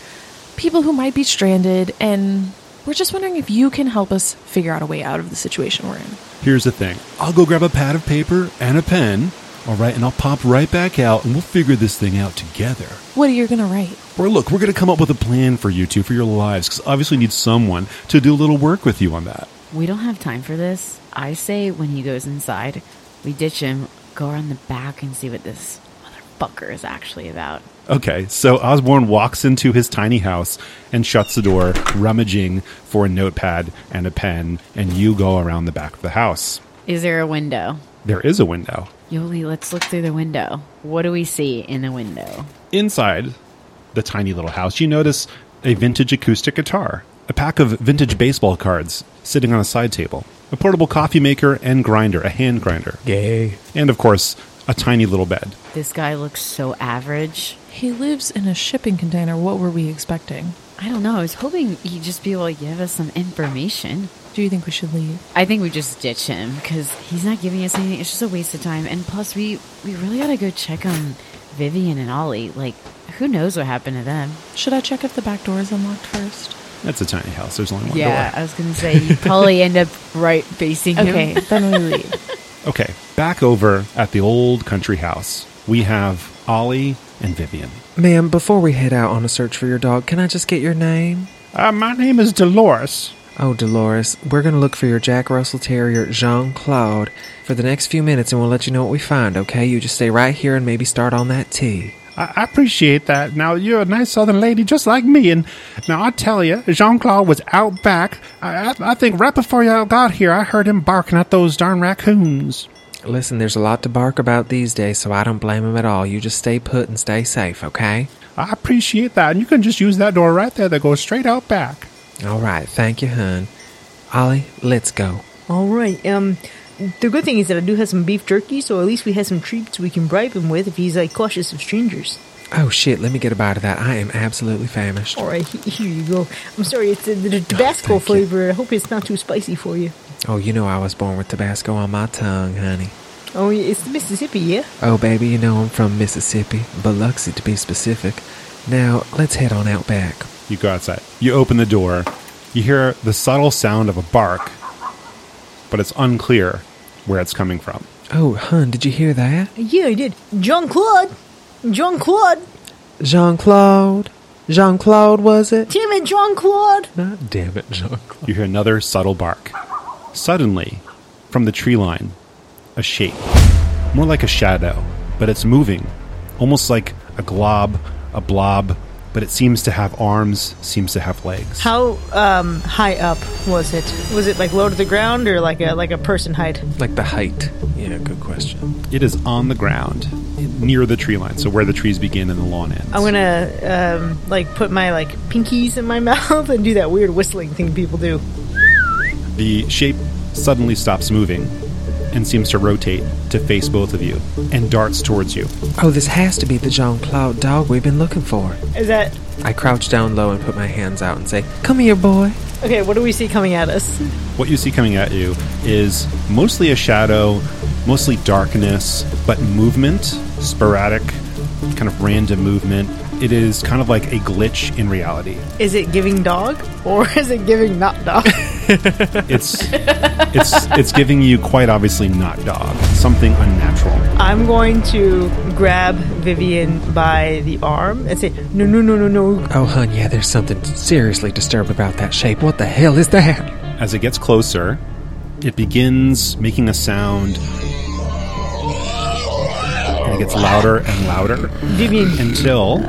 Speaker 4: people who might be stranded and we're just wondering if you can help us figure out a way out of the situation we're in.
Speaker 5: Here's the thing. I'll go grab a pad of paper and a pen. All right, and I'll pop right back out, and we'll figure this thing out together.
Speaker 4: What are you going to write?
Speaker 5: Or look, we're going to come up with a plan for you two for your lives, because obviously need someone to do a little work with you on that.
Speaker 1: We don't have time for this. I say when he goes inside, we ditch him, go around the back, and see what this motherfucker is actually about.
Speaker 5: Okay, so Osborne walks into his tiny house and shuts the door, rummaging for a notepad and a pen, and you go around the back of the house.
Speaker 1: Is there a window?
Speaker 5: There is a window.
Speaker 1: Yoli, let's look through the window. What do we see in the window?
Speaker 5: Inside the tiny little house, you notice a vintage acoustic guitar, a pack of vintage baseball cards sitting on a side table, a portable coffee maker and grinder, a hand grinder,
Speaker 2: Gay.
Speaker 5: and of course, a tiny little bed.
Speaker 1: This guy looks so average.
Speaker 4: He lives in a shipping container. What were we expecting?
Speaker 1: I don't know. I was hoping he'd just be able to give us some information.
Speaker 4: Do you think we should leave?
Speaker 1: I think we just ditch him because he's not giving us anything. It's just a waste of time. And plus, we we really gotta go check on Vivian and Ollie. Like, who knows what happened to them?
Speaker 4: Should I check if the back door is unlocked first?
Speaker 5: That's a tiny house. There's only one
Speaker 1: yeah,
Speaker 5: door.
Speaker 1: I was gonna say you probably end up right facing
Speaker 4: Okay,
Speaker 1: him.
Speaker 4: then we leave.
Speaker 5: Okay, back over at the old country house, we have Ollie and Vivian.
Speaker 2: Ma'am, before we head out on a search for your dog, can I just get your name?
Speaker 5: Uh, my name is Dolores.
Speaker 2: Oh, Dolores, we're going to look for your Jack Russell Terrier, Jean Claude, for the next few minutes and we'll let you know what we find, okay? You just stay right here and maybe start on that tea.
Speaker 5: I I appreciate that. Now, you're a nice southern lady just like me, and now I tell you, Jean Claude was out back. I, I, I think right before y'all got here, I heard him barking at those darn raccoons.
Speaker 2: Listen, there's a lot to bark about these days, so I don't blame him at all. You just stay put and stay safe, okay?
Speaker 5: I appreciate that, and you can just use that door right there that goes straight out back.
Speaker 2: All right, thank you, hun. Ollie, let's go.
Speaker 3: All right. Um, the good thing is that I do have some beef jerky, so at least we have some treats we can bribe him with if he's like cautious of strangers.
Speaker 2: Oh shit, let me get a bite of that. I am absolutely famished.
Speaker 3: All right, he- here you go. I'm sorry, it's the, the Tabasco
Speaker 2: thank you.
Speaker 3: flavor. I hope it's not too spicy for you.
Speaker 2: Oh, you know I was born with Tabasco on my tongue, honey.
Speaker 3: Oh, yeah, it's the Mississippi, yeah?
Speaker 2: Oh, birdie, you know I'm from Mississippi, Biloxi to be specific. Now, let's head on out back.
Speaker 5: You go outside. You open the door. You hear the subtle sound of a bark, but it's unclear where it's coming from.
Speaker 2: Oh, hun, did you hear that?
Speaker 3: Yeah, I did. Jean Claude! Jean Claude!
Speaker 2: Jean Claude? Jean Claude, was it?
Speaker 3: Damn it, Jean Claude!
Speaker 2: Not damn it, Jean Claude.
Speaker 5: You hear another subtle bark. Suddenly, from the tree line, a shape. More like a shadow, but it's moving. Almost like a glob, a blob, but it seems to have arms, seems to have legs.
Speaker 3: How um, high up was it? Was it like low to the ground or like a like a person height?
Speaker 2: Like the height. Yeah, good question.
Speaker 5: It is on the ground near the tree line, so where the trees begin and the lawn ends.
Speaker 3: I'm gonna um, like put my like pinkies in my mouth and do that weird whistling thing people do.
Speaker 5: The shape suddenly stops moving and seems to rotate to face both of you and darts towards you.
Speaker 2: Oh, this has to be the Jean Claude dog we've been looking for.
Speaker 3: Is that
Speaker 2: I crouch down low and put my hands out and say, Come here, boy.
Speaker 3: okay? What do we see coming at us?
Speaker 5: What you see coming at you is mostly a shadow, mostly darkness, but movement, sporadic, kind of random movement. It is kind of like a glitch in reality.
Speaker 3: Is it giving dog or is it giving not dog?
Speaker 5: It's it's it's giving you quite obviously not dog, something unnatural.
Speaker 3: I'm going to grab Vivian by the arm and say, No, no, no, no, no.
Speaker 2: Oh, hun, yeah, there's something seriously disturbed about that shape. What the hell is that?
Speaker 5: As it gets closer, it begins making a sound and it gets louder and louder
Speaker 3: Vivian,
Speaker 5: until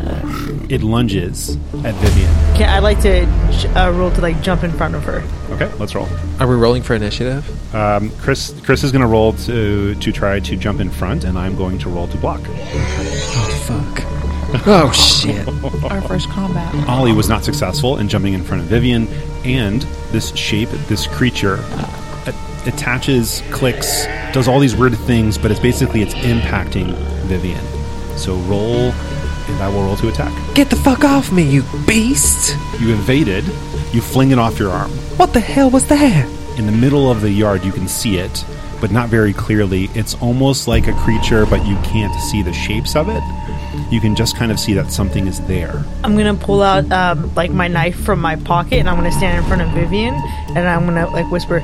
Speaker 5: it lunges at Vivian.
Speaker 3: can, I'd like to j- uh, roll to like jump in front of her.
Speaker 5: Okay, let's roll.
Speaker 2: Are we rolling for initiative?
Speaker 5: Um, Chris, Chris is going to roll to to try to jump in front, and I'm going to roll to block.
Speaker 2: Oh, fuck. Oh, shit.
Speaker 4: Our first combat.
Speaker 5: Ollie was not successful in jumping in front of Vivian, and this shape, this creature, a- attaches, clicks, does all these weird things, but it's basically it's impacting Vivian. So roll, and I will roll to attack.
Speaker 2: Get the fuck off me, you beast!
Speaker 5: You evaded. You fling it off your arm.
Speaker 2: What the hell was that?
Speaker 5: In the middle of the yard, you can see it, but not very clearly. It's almost like a creature, but you can't see the shapes of it. You can just kind of see that something is there.
Speaker 3: I'm gonna pull out um, like my knife from my pocket and I'm gonna stand in front of Vivian and I'm gonna like whisper,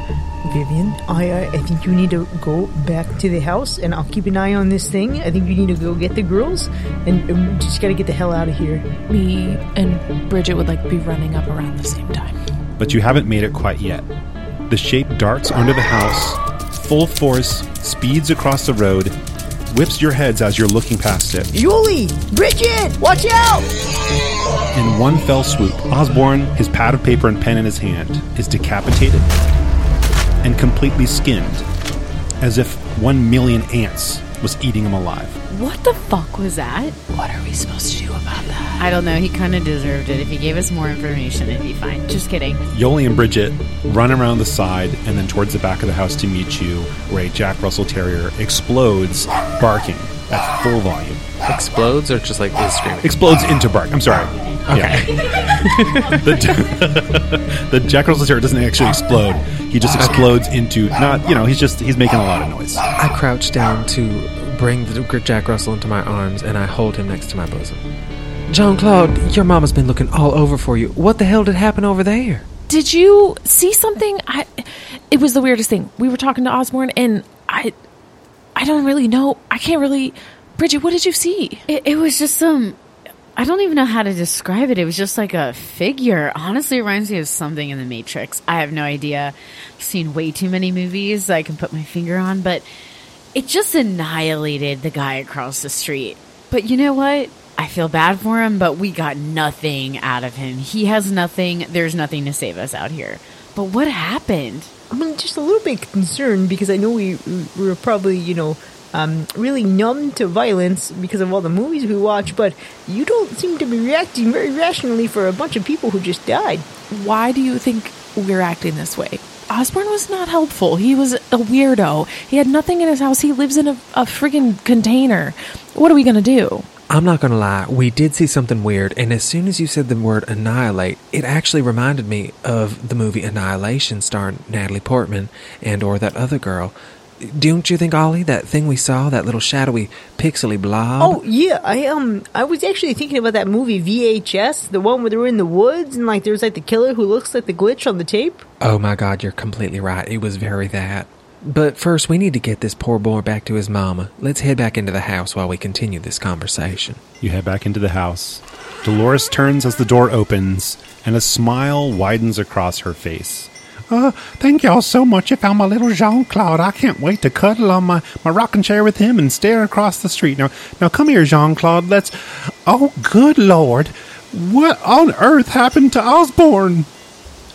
Speaker 3: Vivian, I I, I think you need to go back to the house and I'll keep an eye on this thing. I think you need to go get the girls and um, just gotta get the hell out of here.
Speaker 4: Me and Bridget would like be running up around the same time.
Speaker 5: But you haven't made it quite yet. The shape darts under the house, full force, speeds across the road, whips your heads as you're looking past it.
Speaker 3: Yuli, Bridget, watch out!
Speaker 5: In one fell swoop, Osborne, his pad of paper and pen in his hand, is decapitated and completely skinned, as if one million ants was eating him alive.
Speaker 1: What the fuck was that?
Speaker 4: What are we supposed to do about that?
Speaker 1: I don't know. He kind of deserved it. If he gave us more information, it'd be fine. Just kidding.
Speaker 5: Yoli and Bridget run around the side and then towards the back of the house to meet you, where a Jack Russell Terrier explodes, barking at full volume.
Speaker 2: Explodes or just like is screaming?
Speaker 5: Explodes into bark. I'm sorry. Yeah. the, the Jack Russell Terrier doesn't actually explode. He just explodes into not. You know, he's just he's making a lot of noise.
Speaker 2: I crouch down to bring the Jack Russell into my arms and I hold him next to my bosom. Jean Claude, your mama's been looking all over for you. What the hell did happen over there?
Speaker 4: Did you see something? I. It was the weirdest thing. We were talking to Osborne, and I. I don't really know. I can't really. Bridget, what did you see?
Speaker 1: It, it was just some. I don't even know how to describe it. It was just like a figure. Honestly, it reminds me of something in The Matrix. I have no idea. I've seen way too many movies I can put my finger on, but it just annihilated the guy across the street. But you know what? I feel bad for him, but we got nothing out of him. He has nothing. There's nothing to save us out here. But what happened?
Speaker 3: I'm just a little bit concerned because I know we, we were probably, you know, um, really numb to violence because of all the movies we watch, but you don't seem to be reacting very rationally for a bunch of people who just died.
Speaker 4: Why do you think we're acting this way? Osborne was not helpful. He was a weirdo. He had nothing in his house. He lives in a, a friggin' container. What are we gonna do?
Speaker 2: I'm not going to lie, we did see something weird, and as soon as you said the word annihilate, it actually reminded me of the movie Annihilation starring Natalie Portman and or that other girl. Don't you think, Ollie, that thing we saw, that little shadowy, pixely blob?
Speaker 3: Oh yeah, I um, I was actually thinking about that movie VHS, the one where they were in the woods and like there's like the killer who looks like the glitch on the tape.
Speaker 2: Oh my god, you're completely right. It was very that. But first, we need to get this poor boy back to his mama. Let's head back into the house while we continue this conversation.
Speaker 5: You head back into the house. Dolores turns as the door opens, and a smile widens across her face. Uh, thank y'all so much. I found my little Jean Claude. I can't wait to cuddle on my, my rocking chair with him and stare across the street. Now, now come here, Jean Claude. Let's. Oh, good lord. What on earth happened to Osborne?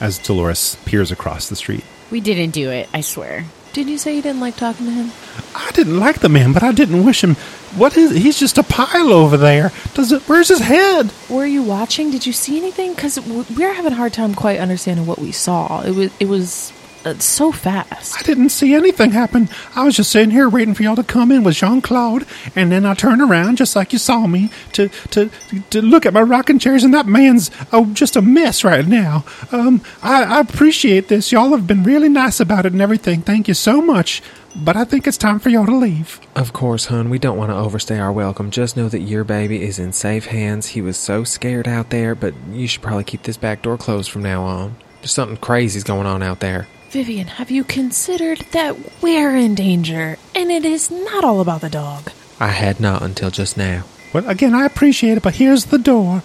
Speaker 5: As Dolores peers across the street.
Speaker 1: We didn't do it, I swear.
Speaker 4: Did you say you didn't like talking to him?
Speaker 5: I didn't like the man, but I didn't wish him. What is? He's just a pile over there. Does it? Where's his head?
Speaker 4: Were you watching? Did you see anything? Because we're having a hard time quite understanding what we saw. It was it was uh, so
Speaker 5: I
Speaker 4: fast.
Speaker 5: didn't see anything happen. I was just sitting here waiting for y'all to come in with Jean Claude, and then I turned around just like you saw me to to to look at my rocking chairs, and that man's oh just a mess right now. Um, I, I appreciate this. Y'all have been really nice about it and everything. Thank you so much. But I think it's time for y'all to leave.
Speaker 2: Of course, hun, we don't want to overstay our welcome. Just know that your baby is in safe hands. He was so scared out there, but you should probably keep this back door closed from now on. There's something crazy's going on out there.
Speaker 4: Vivian, have you considered that we're in danger and it is not all about the dog?
Speaker 2: I had not until just now.
Speaker 5: Well, again, I appreciate it, but here's the door.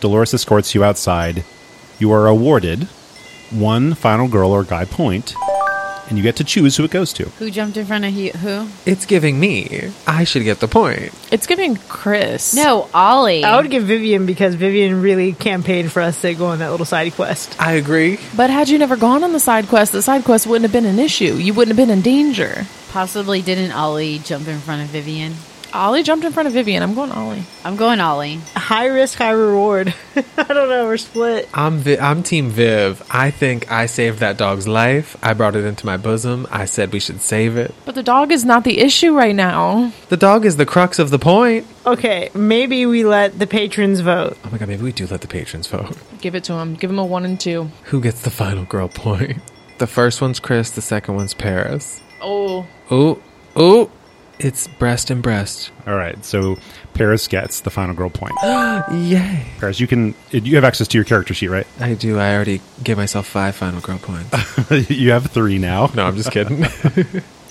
Speaker 5: Dolores escorts you outside. You are awarded one final girl or guy point, and you get to choose who it goes to.
Speaker 1: Who jumped in front of he- who?
Speaker 2: It's giving me. I should get the point.
Speaker 4: It's giving Chris.
Speaker 1: No, Ollie.
Speaker 3: I would give Vivian because Vivian really campaigned for us to go on that little side quest.
Speaker 2: I agree.
Speaker 4: But had you never gone on the side quest, the side quest wouldn't have been an issue. You wouldn't have been in danger.
Speaker 1: Possibly didn't Ollie jump in front of Vivian?
Speaker 4: Ollie jumped in front of Vivian. I'm going Ollie.
Speaker 1: I'm going Ollie.
Speaker 3: High risk, high reward. I don't know. We're split.
Speaker 2: I'm Vi- I'm Team Viv. I think I saved that dog's life. I brought it into my bosom. I said we should save it.
Speaker 4: But the dog is not the issue right now.
Speaker 2: The dog is the crux of the point.
Speaker 3: Okay, maybe we let the patrons vote.
Speaker 2: Oh my god, maybe we do let the patrons vote.
Speaker 4: Give it to him. Give him a one and two.
Speaker 2: Who gets the final girl point? The first one's Chris, the second one's Paris.
Speaker 4: Oh.
Speaker 2: Ooh, ooh. It's breast and breast.
Speaker 5: All right, so Paris gets the final girl point.
Speaker 2: Yay.
Speaker 5: Paris, you can you have access to your character sheet, right?
Speaker 2: I do. I already gave myself five final girl points.
Speaker 5: you have three now.
Speaker 2: no, I'm just kidding.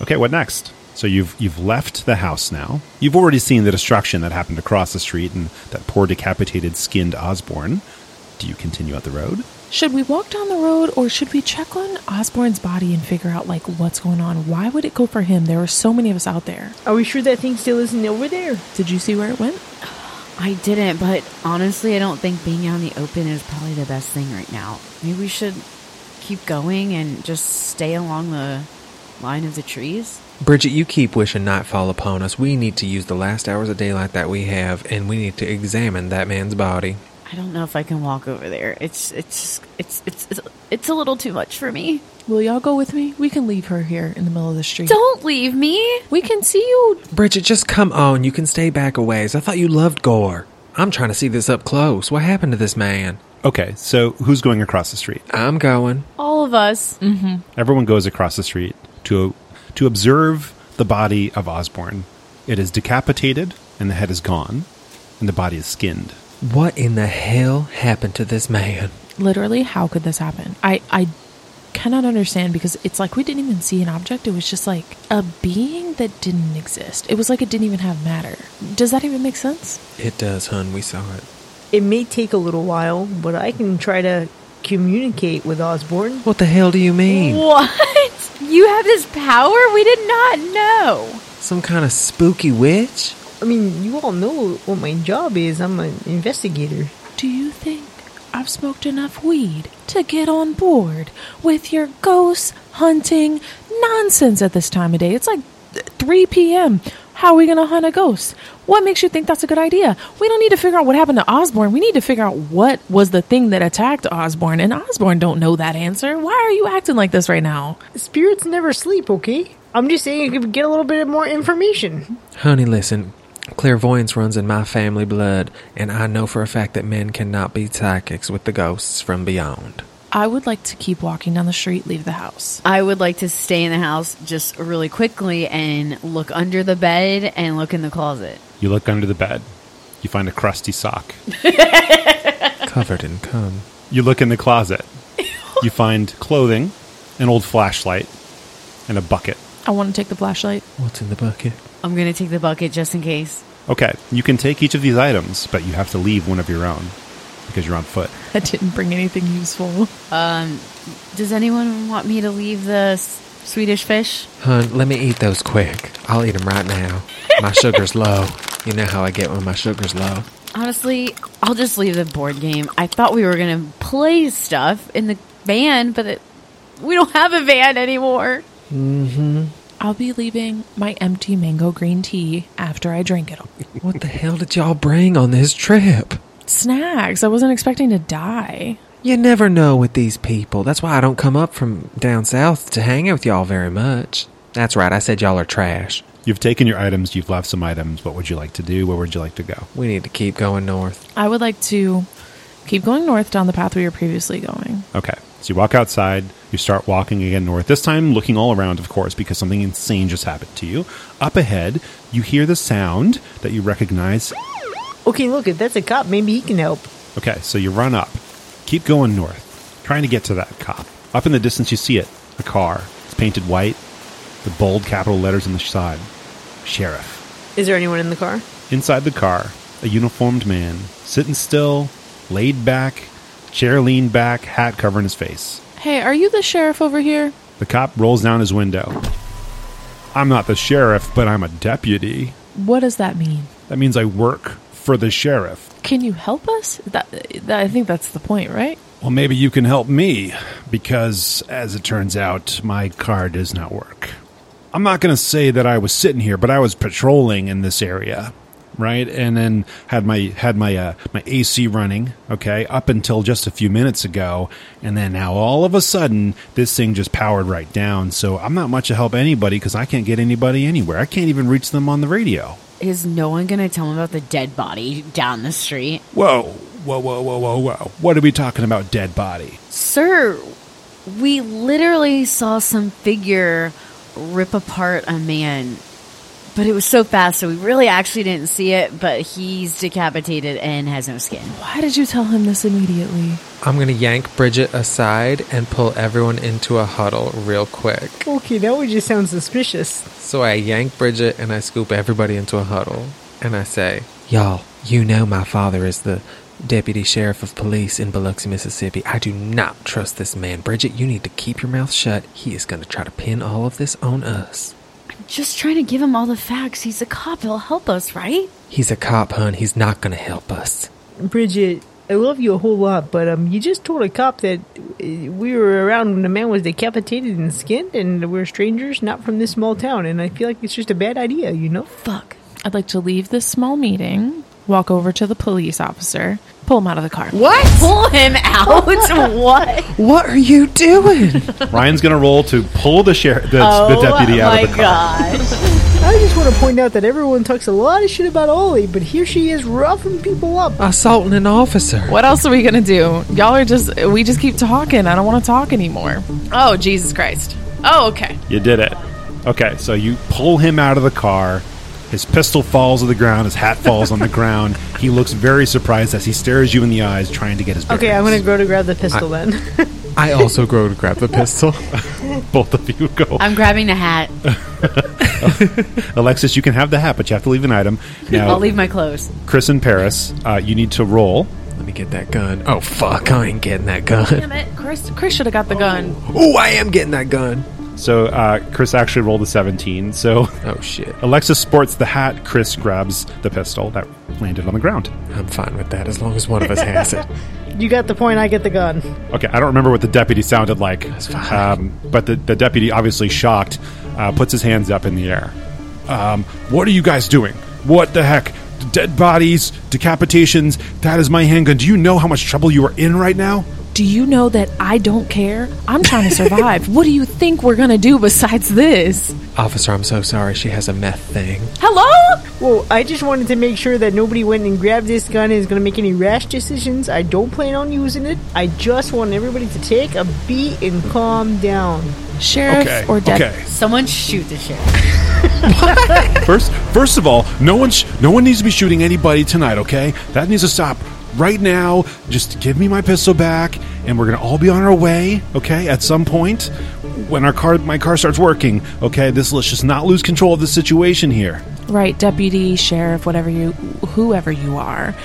Speaker 5: Okay, what next? So you've you've left the house now. You've already seen the destruction that happened across the street and that poor decapitated skinned Osborne. Do you continue out the road?
Speaker 4: Should we walk down the road or should we check on Osborne's body and figure out like what's going on? Why would it go for him? There were so many of us out there.
Speaker 3: Are we sure that thing still isn't over there?
Speaker 4: Did you see where it went?
Speaker 1: I didn't, but honestly, I don't think being out in the open is probably the best thing right now. Maybe we should keep going and just stay along the line of the trees.
Speaker 2: Bridget, you keep wishing night fall upon us. We need to use the last hours of daylight that we have, and we need to examine that man's body.
Speaker 1: I don't know if I can walk over there. It's it's it's it's it's, it's a little too much for me.
Speaker 4: Will y'all go with me? We can leave her here in the middle of the street.
Speaker 1: Don't leave me.
Speaker 4: We can see you.
Speaker 2: Bridget, just come on. You can stay back a ways. I thought you loved gore. I'm trying to see this up close. What happened to this man?
Speaker 5: Okay, so who's going across the street?
Speaker 2: I'm going.
Speaker 1: All of us.
Speaker 5: Everyone goes across the street to to observe the body of Osborne. It is decapitated and the head is gone and the body is skinned.
Speaker 2: What in the hell happened to this man?
Speaker 4: Literally, how could this happen? I I cannot understand because it's like we didn't even see an object. It was just like a being that didn't exist. It was like it didn't even have matter. Does that even make sense?
Speaker 2: It does, hun. We saw it.
Speaker 3: It may take a little while, but I can try to communicate with Osborne.
Speaker 2: What the hell do you mean?
Speaker 1: What? You have this power? We did not know.
Speaker 2: Some kind of spooky witch?
Speaker 3: I mean, you all know what my job is. I'm an investigator.
Speaker 4: Do you think I've smoked enough weed to get on board with your ghost hunting nonsense at this time of day? It's like 3 p.m. How are we going to hunt a ghost? What makes you think that's a good idea? We don't need to figure out what happened to Osborne. We need to figure out what was the thing that attacked Osborne. And Osborne don't know that answer. Why are you acting like this right now?
Speaker 3: Spirits never sleep, okay? I'm just saying you could get a little bit more information.
Speaker 2: Honey, listen. Clairvoyance runs in my family blood, and I know for a fact that men cannot be psychics with the ghosts from beyond.
Speaker 4: I would like to keep walking down the street, leave the house.
Speaker 1: I would like to stay in the house just really quickly and look under the bed and look in the closet.
Speaker 5: You look under the bed. You find a crusty sock.
Speaker 2: Covered in cum.
Speaker 5: You look in the closet. You find clothing, an old flashlight, and a bucket.
Speaker 4: I want to take the flashlight.
Speaker 2: What's in the bucket?
Speaker 1: I'm going to take the bucket just in case.
Speaker 5: Okay, you can take each of these items, but you have to leave one of your own because you're on foot.
Speaker 4: I didn't bring anything useful.
Speaker 1: Does anyone want me to leave the s- Swedish fish?
Speaker 2: Hun, let me eat those quick. I'll eat them right now. My sugar's low. You know how I get when my sugar's low.
Speaker 1: Honestly, I'll just leave the board game. I thought we were going to play stuff in the van, but it, we don't have a van anymore.
Speaker 4: I'll be leaving my empty mango green tea after I drink it. all.
Speaker 2: What the hell did y'all bring on this trip?
Speaker 4: Snacks. I wasn't expecting to die.
Speaker 2: You never know with these people. That's why I don't come up from down south to hang out with y'all very much. That's right, I said y'all are trash.
Speaker 5: You've taken your items, you've left some items. What would you like to do? Where would you like to go?
Speaker 2: We need to keep going north.
Speaker 4: I would like to keep going north down the path we were previously going.
Speaker 5: Okay, so you walk outside, you start walking again north, this time looking all around, of course, because something insane just happened to you. Up ahead, you hear the sound that you recognize
Speaker 3: Okay, look, if that's a cop, maybe he can help.
Speaker 5: Okay, so you run up, keep going north, trying to get to that cop. Up in the distance, you see it a car. It's painted white, the bold capital letters on the side Sheriff.
Speaker 3: Is there anyone in the car?
Speaker 5: Inside the car, a uniformed man, sitting still, laid back, chair leaned back, hat covering his face.
Speaker 4: Hey, are you the sheriff over here?
Speaker 5: The cop rolls down his window. I'm not the sheriff, but I'm a deputy.
Speaker 4: What does that mean?
Speaker 5: That means I work for the sheriff.
Speaker 4: Can you help us? That, that I think that's the point, right?
Speaker 5: Well, maybe you can help me because, as it turns out, my car does not work. I'm not going to say that I was sitting here, but I was patrolling in this area, right? And then had my had my uh, my AC running, okay, up until just a few minutes ago, and then now all of a sudden this thing just powered right down. So I'm not much to help anybody because I can't get anybody anywhere. I can't even reach them on the radio.
Speaker 1: Is no one going to tell him about the dead body down the street?
Speaker 5: Whoa, whoa, whoa, whoa, whoa, whoa! What are we talking about? Dead body?
Speaker 1: Sir, we literally saw some figure rip apart a man, but it was so fast, so we really actually didn't see it. But he's decapitated and has no skin.
Speaker 4: Why did you tell him this immediately?
Speaker 2: I'm gonna yank Bridget aside and pull everyone into a huddle real quick.
Speaker 3: Okay, that would just sound suspicious.
Speaker 2: So I yank Bridget and I scoop everybody into a huddle and I say, Y'all, you know my father is the deputy sheriff of police in Biloxi, Mississippi. I do not trust this man. Bridget, you need to keep your mouth shut. He is going to try to pin all of this on us.
Speaker 1: Just trying to give him all the facts. He's a cop. He'll help us, right?
Speaker 2: He's a cop, hun. He's not going to help us.
Speaker 3: Bridget, I love you a whole lot, but um, you just told a cop that uh, we were around when the man was decapitated and skinned, and we're strangers, not from this small town, and I feel like it's just a bad idea, you know?
Speaker 1: Fuck.
Speaker 4: I'd like to leave this small meeting, walk over to the police officer, pull him out of the car.
Speaker 1: What? Pull him out. what?
Speaker 2: What are you doing?
Speaker 5: Ryan's gonna roll to pull the sheriff, the,
Speaker 1: Oh
Speaker 5: the deputy out of the car.
Speaker 1: gosh.
Speaker 3: I just want to point out that everyone talks a lot of shit about Ollie, but here she is roughing people up.
Speaker 2: Assaulting an officer.
Speaker 4: What else are we gonna do? Y'all are just we just keep talking. I don't want to talk anymore. Oh Jesus Christ! Oh okay.
Speaker 5: You did it. Okay, so you pull him out of the car. His pistol falls to the ground. His hat falls on the ground. He looks very surprised as he stares you in the eyes, trying to get his. Bearings.
Speaker 3: Okay, I'm gonna go to grab the pistol then.
Speaker 2: I also grow to grab the pistol.
Speaker 5: Both of you go.
Speaker 1: I'm grabbing the hat.
Speaker 5: Alexis, you can have the hat, but you have to leave an item. Now,
Speaker 1: I'll leave my clothes.
Speaker 5: Chris and Paris, uh, you need to roll.
Speaker 2: Let me get that gun. Oh, fuck. I ain't getting that gun.
Speaker 4: Damn it, Chris! Chris should have got the gun.
Speaker 2: Oh, I am getting that gun.
Speaker 5: So uh, Chris actually rolled a 17. So
Speaker 2: Oh, shit.
Speaker 5: Alexis sports the hat. Chris grabs the pistol that landed on the ground.
Speaker 2: I'm fine with that as long as one of us has it.
Speaker 3: you got the point, I get the gun.
Speaker 5: Okay, I don't remember what the deputy sounded like,
Speaker 2: fine.
Speaker 5: um, but the, the deputy, obviously shocked, uh, puts his hands up in the air. Um, what are you guys doing? What the heck? Dead bodies, decapitations. That is my handgun. Do you know how much trouble you are in right now?
Speaker 4: Do you know that I don't care? I'm trying to survive. what do you think we're going to do besides this?
Speaker 2: Officer, I'm so sorry. She has a meth thing.
Speaker 4: Hello?
Speaker 3: Well, I just wanted to make sure that nobody went and grabbed this gun and is going to make any rash decisions. I don't plan on using it. I just want everybody to take a beat and calm down.
Speaker 4: Sheriff
Speaker 5: Okay.
Speaker 4: or death?
Speaker 5: Okay.
Speaker 1: Someone shoot the sheriff.
Speaker 5: First, first of all, no one, sh- no one needs to be shooting anybody tonight. Okay, that needs to stop right now. Just give me my pistol back, and we're gonna all be on our way. Okay, at some point when our car, my car starts working. Okay, this let's just not lose control of the situation here.
Speaker 4: Right, deputy, sheriff, whatever you whoever you are.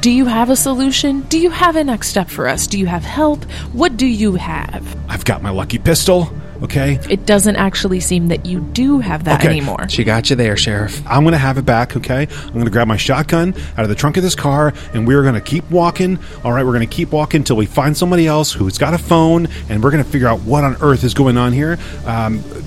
Speaker 4: Do you have a solution? Do you have a next step for us? Do you have help? What do you have?
Speaker 5: I've got my lucky pistol. Okay,
Speaker 4: It doesn't actually seem that you do have that
Speaker 5: Okay.
Speaker 4: anymore.
Speaker 2: She got you there, Sheriff.
Speaker 5: I'm gonna have it back, okay? I'm gonna grab my shotgun out of the trunk of this car, and we're gonna keep walking. All right, we're gonna keep walking until we find somebody else who's got a phone, and we're gonna figure out what on earth is going on here,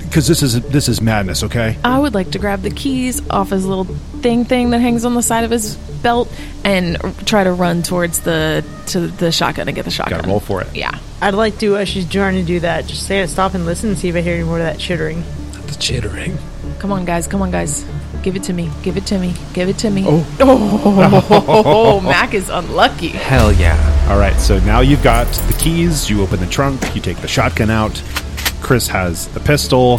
Speaker 5: because this is this is madness, okay?
Speaker 4: I would like to grab the keys off his little thing thing that hangs on the side of his belt and try to run towards the to the shotgun and get the shotgun.
Speaker 5: roll for it.
Speaker 4: Yeah.
Speaker 3: I'd like to, as she's trying to do that, just stand, stop and listen and see if I hear any more of that chittering.
Speaker 2: The chittering.
Speaker 4: Come on, guys. Come on, guys. Give it to me. Give it to me. Give it to me.
Speaker 2: Oh.
Speaker 4: oh Mac is unlucky.
Speaker 2: Hell yeah.
Speaker 5: All right, so now you've got the keys. You open the trunk. You take the shotgun out. Chris has the pistol,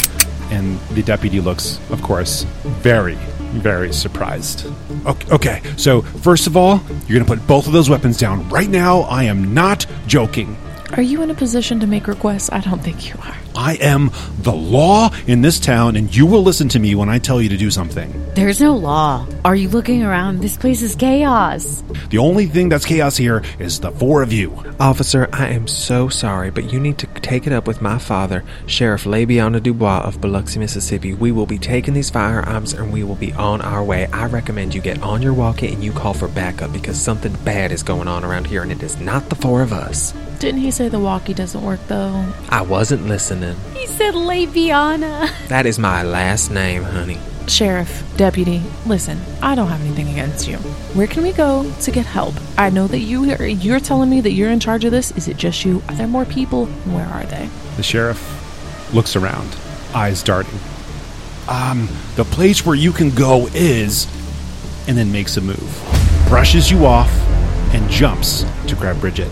Speaker 5: and the deputy looks, of course, very, very surprised. Okay, okay, so first of all, you're going to put both of those weapons down right now. I am not joking.
Speaker 4: Are you in a position to make requests? I don't think you are.
Speaker 5: I am the law in this town, and you will listen to me when I tell you to do something.
Speaker 1: There's no law. Are you looking around? This place is chaos.
Speaker 5: The only thing that's chaos here is the four of you.
Speaker 2: Officer, I am so sorry, but you need to take it up with my father, Sheriff Labiana Dubois of Biloxi, Mississippi. We will be taking these firearms and we will be on our way. I recommend you get on your walkie and you call for backup because something bad is going on around here and it is not the four of us.
Speaker 4: Didn't he say the walkie doesn't work though?
Speaker 2: I wasn't listening.
Speaker 1: He said Labiana.
Speaker 2: That is my last name, honey.
Speaker 4: Sheriff, deputy, listen, I don't have anything against you. Where can we go to get help? I know that you are, you're telling me that you're in charge of this. Is it just you? Are there more people? Where are they?
Speaker 5: The sheriff looks around, eyes darting. Um, the place where you can go is. And then makes a move, brushes you off, and jumps to grab Bridget.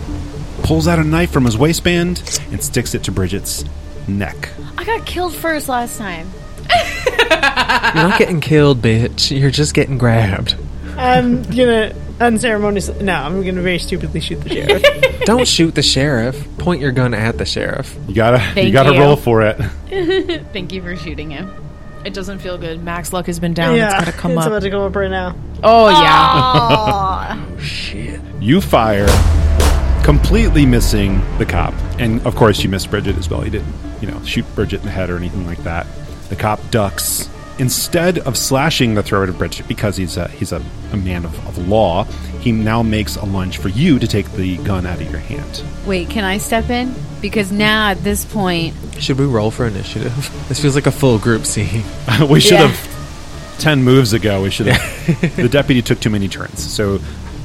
Speaker 5: Pulls out a knife from his waistband and sticks it to Bridget's neck.
Speaker 1: I got killed first last time.
Speaker 2: You're not getting killed, bitch. You're just getting grabbed.
Speaker 3: I'm gonna unceremoniously. No, I'm gonna very stupidly shoot the sheriff.
Speaker 2: Don't shoot the sheriff. Point your gun at the sheriff.
Speaker 5: You gotta,
Speaker 1: Thank gotta you. roll
Speaker 5: for it.
Speaker 1: Thank you for shooting him.
Speaker 4: It doesn't feel good. Max luck has been down. it's gotta come
Speaker 3: it's
Speaker 4: up.
Speaker 3: about to come up right now.
Speaker 4: oh
Speaker 2: Ah,
Speaker 4: yeah.
Speaker 2: Shit.
Speaker 5: You fire, completely missing the cop. And of course, you missed Bridget as well. You didn't, you know, shoot Bridget in the head or anything like that. The cop ducks. Instead of slashing the throat of Bridget because he's a, he's a, a man of, of law, he now makes a lunge for you to take the gun out of your hand.
Speaker 1: Wait, can I step in? Because now at this point,
Speaker 2: Should we roll for initiative? This feels like a full group scene.
Speaker 5: we should
Speaker 1: Yeah.
Speaker 5: have 10 moves ago. We should have. the deputy took too many turns. So,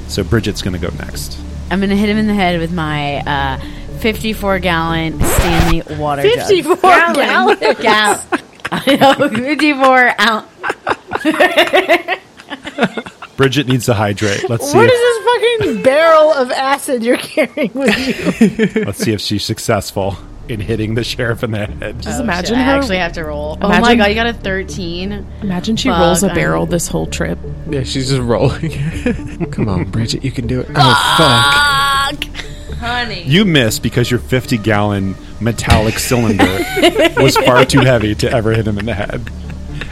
Speaker 5: so Bridget's going to go next.
Speaker 1: I'm gonna hit him in the head with my uh, 54 gallon Stanley water jug.
Speaker 3: 54
Speaker 1: gallon gal. I know 54 ounce.
Speaker 5: Bridget needs to hydrate. Let's see.
Speaker 3: What
Speaker 5: if-
Speaker 3: is this fucking barrel of acid you're carrying with you?
Speaker 5: Let's see if she's successful in hitting the sheriff in the
Speaker 3: Uh,
Speaker 5: head.
Speaker 4: Just imagine
Speaker 1: I
Speaker 4: her.
Speaker 1: actually have to roll. oh my
Speaker 4: Imagine-
Speaker 1: god, you got a 13.
Speaker 4: imagine she
Speaker 1: Fuck,
Speaker 4: rolls a
Speaker 1: I'm-
Speaker 4: barrel this whole trip.
Speaker 2: Yeah, she's just rolling. Come on, Bridget, you can do it. Oh,
Speaker 1: Honey.
Speaker 5: You missed because your 50 gallon metallic cylinder was far too heavy to ever hit him in the head.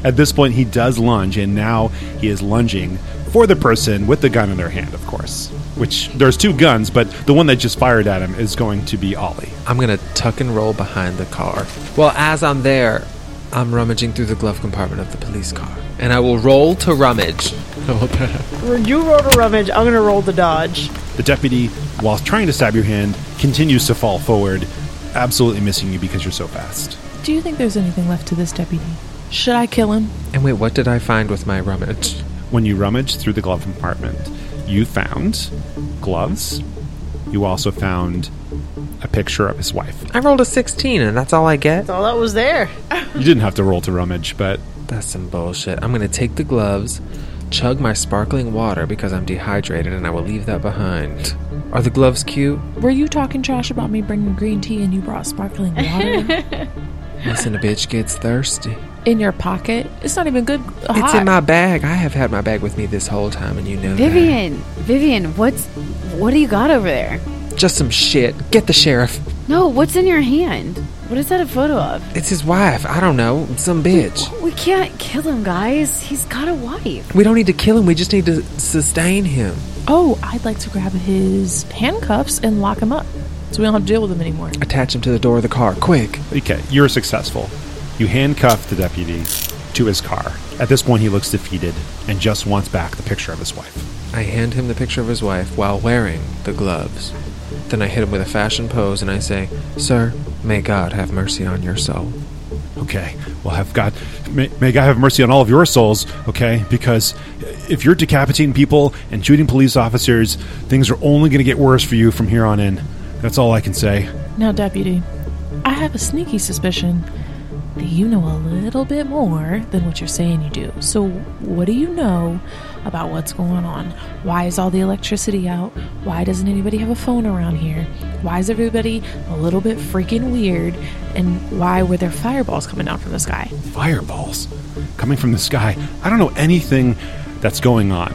Speaker 5: At this point, he does lunge, and now he is lunging for the person with the gun in their hand, of course. Which, there's two guns, but the one that just fired at him is going to be Ollie.
Speaker 2: fuck. I'm going to tuck and roll behind the car. Well, as I'm there, I'm rummaging through the glove compartment of the police car. And I will roll to rummage. How about that?
Speaker 3: You roll to rummage. I'm gonna roll the dodge.
Speaker 5: The deputy, while trying to stab your hand, continues to fall forward, absolutely missing you because you're so fast.
Speaker 4: Do you think there's anything left to this deputy? Should I kill him?
Speaker 2: And wait, what did I find with my rummage?
Speaker 5: When you rummaged through the glove compartment, you found gloves. You also found a picture of his wife.
Speaker 2: I rolled a 16 and that's all I get?
Speaker 3: All that was there.
Speaker 5: You didn't have to roll to rummage, but
Speaker 2: That's some bullshit. I'm gonna take the gloves, chug my sparkling water because I'm dehydrated, and I will leave that behind. Are the gloves cute?
Speaker 4: Were you talking trash about me bringing green tea and you brought sparkling water
Speaker 2: Listen, a bitch gets thirsty.
Speaker 4: in your pocket? It's not even good. Hot.
Speaker 2: It's in my bag. I have had my bag with me this whole time, and you know
Speaker 1: Vivian, Vivian, what's what do you got over there?
Speaker 2: that. Just some shit. Get the sheriff.
Speaker 1: No, what's in your hand? What is that a photo of?
Speaker 2: It's his wife. I don't know. Some bitch.
Speaker 1: We can't kill him, guys. He's got a wife.
Speaker 2: We don't need to kill him. We just need to sustain him.
Speaker 4: Oh, I'd like to grab his handcuffs and lock him up so we don't have to deal with him anymore.
Speaker 2: Attach him to the door of the car. Quick.
Speaker 5: okay, you're successful. You handcuff the deputy to his car. At this point, he looks defeated and just wants back the picture of his wife.
Speaker 2: I hand him the picture of his wife while wearing the gloves. Then I hit him with a fashion pose and I say, Sir, may God have mercy on your soul.
Speaker 5: Okay, well, have God, may, may God have mercy on all of your souls, okay? Because if you're decapitating people and shooting police officers, things are only going to get worse for you from here on in. That's all I can say.
Speaker 4: Now, deputy, I have a sneaky suspicion that you know a little bit more than what you're saying you do. So, what do you know about what's going on? Why is all the electricity out? Why doesn't anybody have a phone around here? Why is everybody a little bit freaking weird? And why were there fireballs coming down from the sky?
Speaker 5: fireballs coming from the sky. I don't know anything that's going on,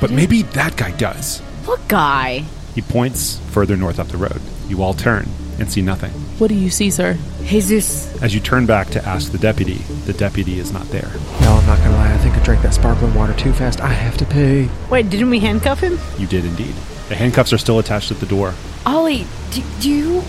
Speaker 5: but maybe that guy does.
Speaker 1: What guy?
Speaker 5: He points further north up the road. You all turn and see nothing.
Speaker 4: What do you see, sir?
Speaker 1: Jesus.
Speaker 5: As you turn back to ask the deputy, the deputy is not there.
Speaker 2: No, I'm not gonna lie. I think I drank that sparkling water too fast. I have to pee.
Speaker 3: Wait, didn't we handcuff him?
Speaker 5: You did indeed. The handcuffs are still attached at the door.
Speaker 1: Ollie, do, do you?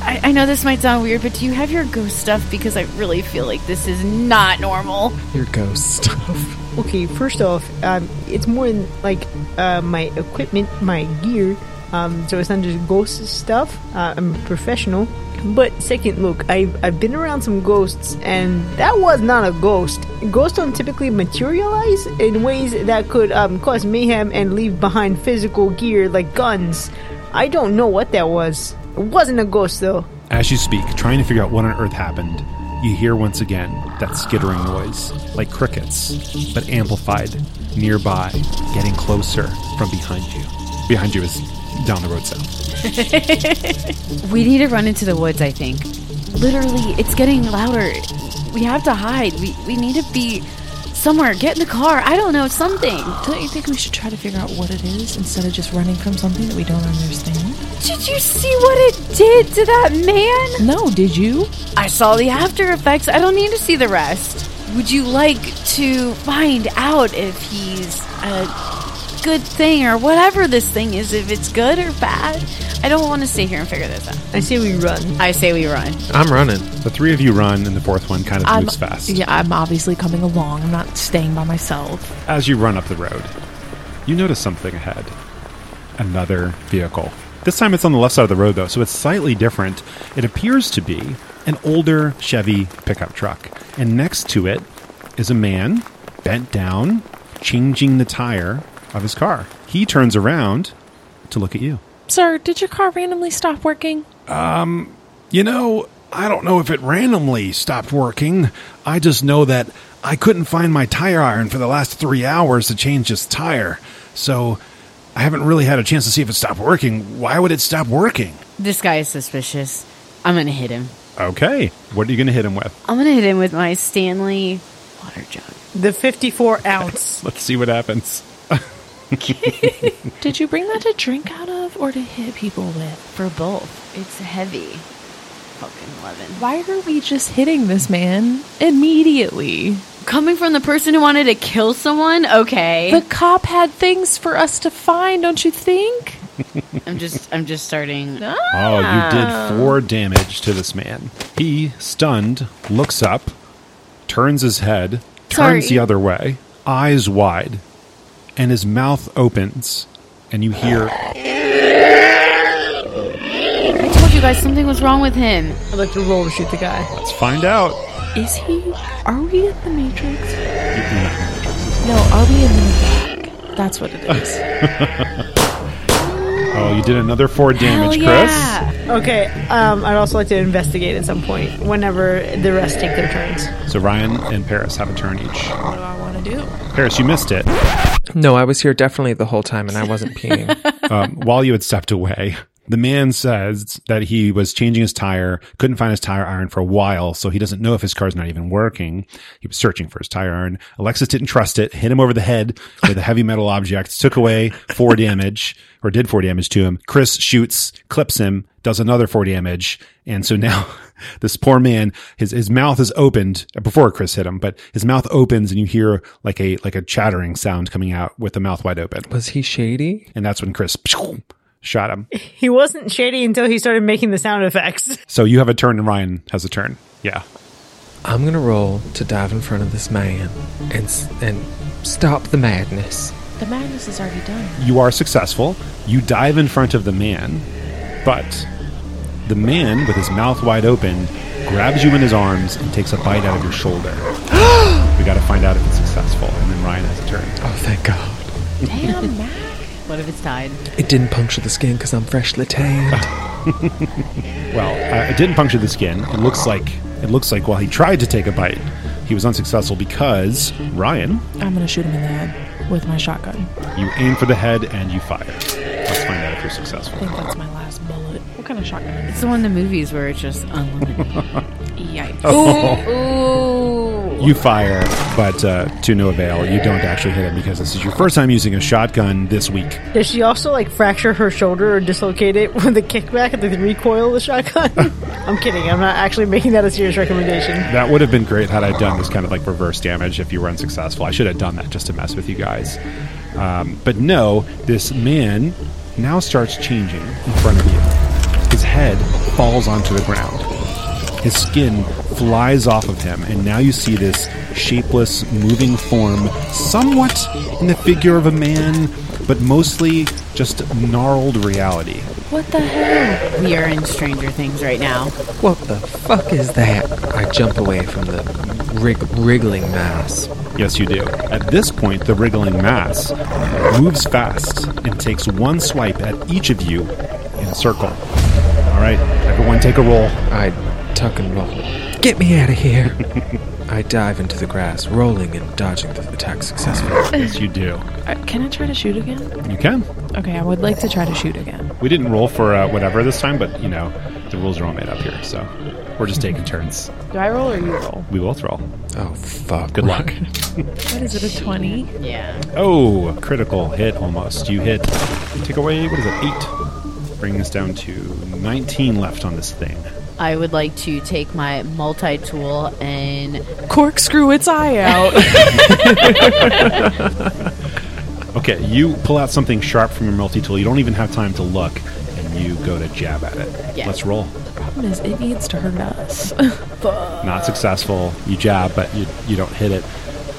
Speaker 1: I, I know this might sound weird, but do you have your ghost stuff? Because I really feel like this is not normal.
Speaker 2: Your ghost stuff.
Speaker 3: Okay, first off, um, it's more than like uh, my equipment, my gear. Um, so it's not just ghost stuff. Uh, I'm a professional. But second, look, I've, I've been around some ghosts, and that was not a ghost. Ghosts don't typically materialize in ways that could um, cause mayhem and leave behind physical gear like guns. I don't know what that was. It wasn't a ghost, though.
Speaker 5: As you speak, trying to figure out what on earth happened, you hear once again that skittering noise, like crickets, but amplified, nearby, getting closer from behind you. Behind you is down the road south.
Speaker 1: We need to run into the woods. I think. Literally, it's getting louder. We have to hide. We we need to be somewhere. Get in the car. I don't know something.
Speaker 4: Don't you think we should try to figure out what it is instead of just running from something that we don't understand?
Speaker 1: Did you see what it did to that man?
Speaker 4: No, did you?
Speaker 1: I saw the after effects. I don't need to see the rest. Would you like to find out if he's a good thing or whatever this thing is, if it's good or bad? I don't want to stay here and figure this out.
Speaker 3: I say we run.
Speaker 1: I say we run.
Speaker 2: I'm running.
Speaker 5: The three of you run, and the fourth one kind of moves fast.
Speaker 4: Yeah, I'm obviously coming along. I'm not staying by myself.
Speaker 5: As you run up the road, you notice something ahead. Another vehicle. This time it's on the left side of the road, though, so it's slightly different. It appears to be an older Chevy pickup truck. And next to it is a man bent down, changing the tire of his car. He turns around to look at you.
Speaker 4: Sir, did your car randomly stop working?
Speaker 5: You know, I don't know if it randomly stopped working. I just know that I couldn't find my tire iron for the last three hours to change this tire. So I haven't really had a chance to see if it stopped working. Why would it stop working?
Speaker 1: This guy is suspicious. I'm going to hit him.
Speaker 5: Okay. What are you going to hit him with?
Speaker 1: I'm going to hit him with my Stanley water jug.
Speaker 3: The 54 ounce.
Speaker 5: Let's see what happens.
Speaker 4: Did you bring that to drink out of or to hit people with?
Speaker 1: For both. It's heavy. Fucking loving.
Speaker 4: Why are we just hitting this man immediately?
Speaker 1: Coming from the person who wanted to kill someone? Okay.
Speaker 4: The cop had things for us to find, don't you think?
Speaker 1: I'm just I'm just starting.
Speaker 5: Oh, you did four damage to this man. He, stunned, looks up, turns his head, turns
Speaker 1: Sorry.
Speaker 5: the other way, eyes wide, and his mouth opens, and you hear
Speaker 1: I told you guys something was wrong with him.
Speaker 3: I'd like to roll to shoot the guy.
Speaker 5: Let's find out.
Speaker 4: Is he? Are we in the Matrix?
Speaker 5: No.
Speaker 4: No, are we in the back? That's what it is.
Speaker 5: Oh, you did another four damage, Chris.
Speaker 3: Okay, um, I'd also like to investigate at some point whenever the rest take their turns.
Speaker 5: So Ryan and Paris have a turn each.
Speaker 4: What do I want to do?
Speaker 5: Paris, you missed it.
Speaker 2: No, I was here definitely the whole time and I wasn't peeing.
Speaker 5: um, while you had stepped away, the man says that he was changing his tire, couldn't find his tire iron for a while, so he doesn't know if his car's not even working. He was searching for his tire iron. Alexis didn't trust it, hit him over the head with a heavy metal object, took away four damage, or did four damage to him. Chris shoots, clips him, does another four damage, and so now this poor man, his his mouth is opened before Chris hit him, but his mouth opens and you hear like a like a chattering sound coming out with the mouth wide open.
Speaker 2: was he shady?
Speaker 5: And that's when Chris shot him.
Speaker 3: He wasn't shady until he started making the sound effects.
Speaker 5: So you have a turn and Ryan has a turn. Yeah.
Speaker 2: I'm going to roll to dive in front of this man and s- and stop the madness.
Speaker 4: The madness is already done.
Speaker 5: You are successful. You dive in front of the man, but the man, with his mouth wide open, grabs you in his arms and takes a bite out of your shoulder. we got to find out if it's successful. And then Ryan has a turn.
Speaker 2: Oh, thank God.
Speaker 4: Damn, Mac.
Speaker 1: What if it's tied?
Speaker 2: It didn't puncture the skin because I'm freshly tanned.
Speaker 5: Well, uh, it didn't puncture the skin. It looks like it looks like while he tried to take a bite, he was unsuccessful because Ryan,
Speaker 4: I'm going to shoot him in the head with my shotgun. I
Speaker 5: you aim for the head and you fire. Let's find out if you're successful.
Speaker 4: think that's my last bullet. What kind of shotgun is
Speaker 1: It's the one in the movies where it's just unlimited.
Speaker 4: Yikes.
Speaker 1: Ooh.
Speaker 5: You fire, but uh, to no avail. You don't actually hit him because this is your first time using a shotgun this week.
Speaker 3: Does she also like fracture her shoulder or dislocate it with a kickback at the recoil of the shotgun? I'm kidding. I'm not actually making that a serious recommendation.
Speaker 5: That would have been great had I done this kind of like reverse damage if you were unsuccessful. I should have done that just to mess with you guys. Um, but no, this man now starts changing in front of you. His head falls onto the ground. His skin flies off of him, and now you see this shapeless, moving form, somewhat in the figure of a man, but mostly just gnarled reality.
Speaker 4: What the hell?
Speaker 1: We are in Stranger Things right now.
Speaker 2: What the fuck is that? I jump away from the wrig- wriggling mass.
Speaker 5: Yes, you do. At this point, the wriggling mass moves fast and takes one swipe at each of you in a circle. All right, everyone take a roll.
Speaker 2: I tuck and roll. Get me out of here! I dive into the grass, rolling and dodging the attack successfully.
Speaker 5: Yes, you do.
Speaker 4: Uh, Can I try to shoot again?
Speaker 5: You can.
Speaker 4: Okay, I would like to try to shoot again.
Speaker 5: We didn't roll for uh, whatever this time, but you know, the rules are all made up here, so we're just taking turns.
Speaker 4: Do I roll or you roll?
Speaker 5: We both roll.
Speaker 2: Oh, fuck.
Speaker 5: Good luck.
Speaker 4: What is it, a 20?
Speaker 1: Yeah.
Speaker 5: Oh, a critical hit almost. You hit. Take away, what is it, eight? Bring this down to 19 left on this thing.
Speaker 1: I would like to take my multi tool and
Speaker 4: Corkscrew its eye out.
Speaker 5: Okay, you pull out something sharp from your multi tool. You don't even have time to look, and you go to jab at it.
Speaker 1: Yeah.
Speaker 5: Let's roll.
Speaker 4: Problem is, it needs to hurt us.
Speaker 5: Not successful. You jab, but you, you don't hit it.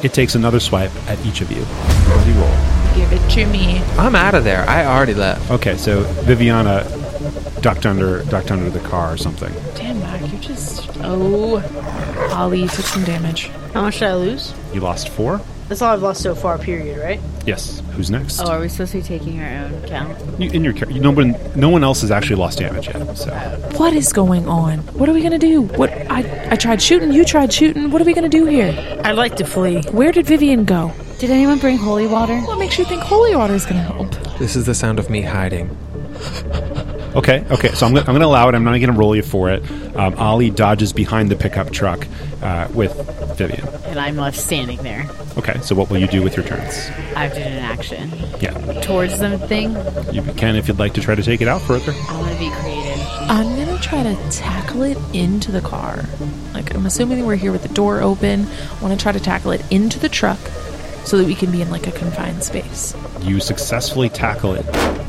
Speaker 5: It takes another swipe at each of you. What do you roll?
Speaker 4: Give it to me.
Speaker 2: I'm out of there. I already left.
Speaker 5: Okay, so Viviana ducked under ducked under the car or something.
Speaker 4: Damn, Mac, you just. Oh. Ollie took some damage.
Speaker 3: How much did I lose?
Speaker 5: You lost four?
Speaker 3: That's all I've lost so far. Period. Right?
Speaker 5: Yes. Who's next?
Speaker 1: Oh, are we supposed to be taking our own count?
Speaker 5: You, in your car- you, no one no one else has actually lost damage yet.
Speaker 1: Oh.
Speaker 5: So
Speaker 4: What is going on? What are we gonna do? What I I tried shooting, you tried shooting. What are we gonna do here?
Speaker 3: I'd like to flee.
Speaker 4: Where did Vivian go?
Speaker 1: Did anyone bring holy water?
Speaker 4: What makes you think holy water is gonna help?
Speaker 2: This is the sound of me hiding.
Speaker 5: okay, okay. So I'm gonna, I'm going to allow it. I'm not going to roll you for it. Um, Ollie dodges behind the pickup truck uh, with Vivian.
Speaker 1: And I'm left standing there.
Speaker 5: Okay, so what will you do with your turns?
Speaker 1: I have to do an action.
Speaker 5: Yeah,
Speaker 1: Towards the thing,
Speaker 5: you can if you'd like to try to take it out further.
Speaker 1: I want to be creative.
Speaker 4: I'm gonna try to tackle it into the car. Like I'm assuming we're here with the door open. I want to try to tackle it into the truck so that we can be in like a confined space.
Speaker 5: You successfully tackle it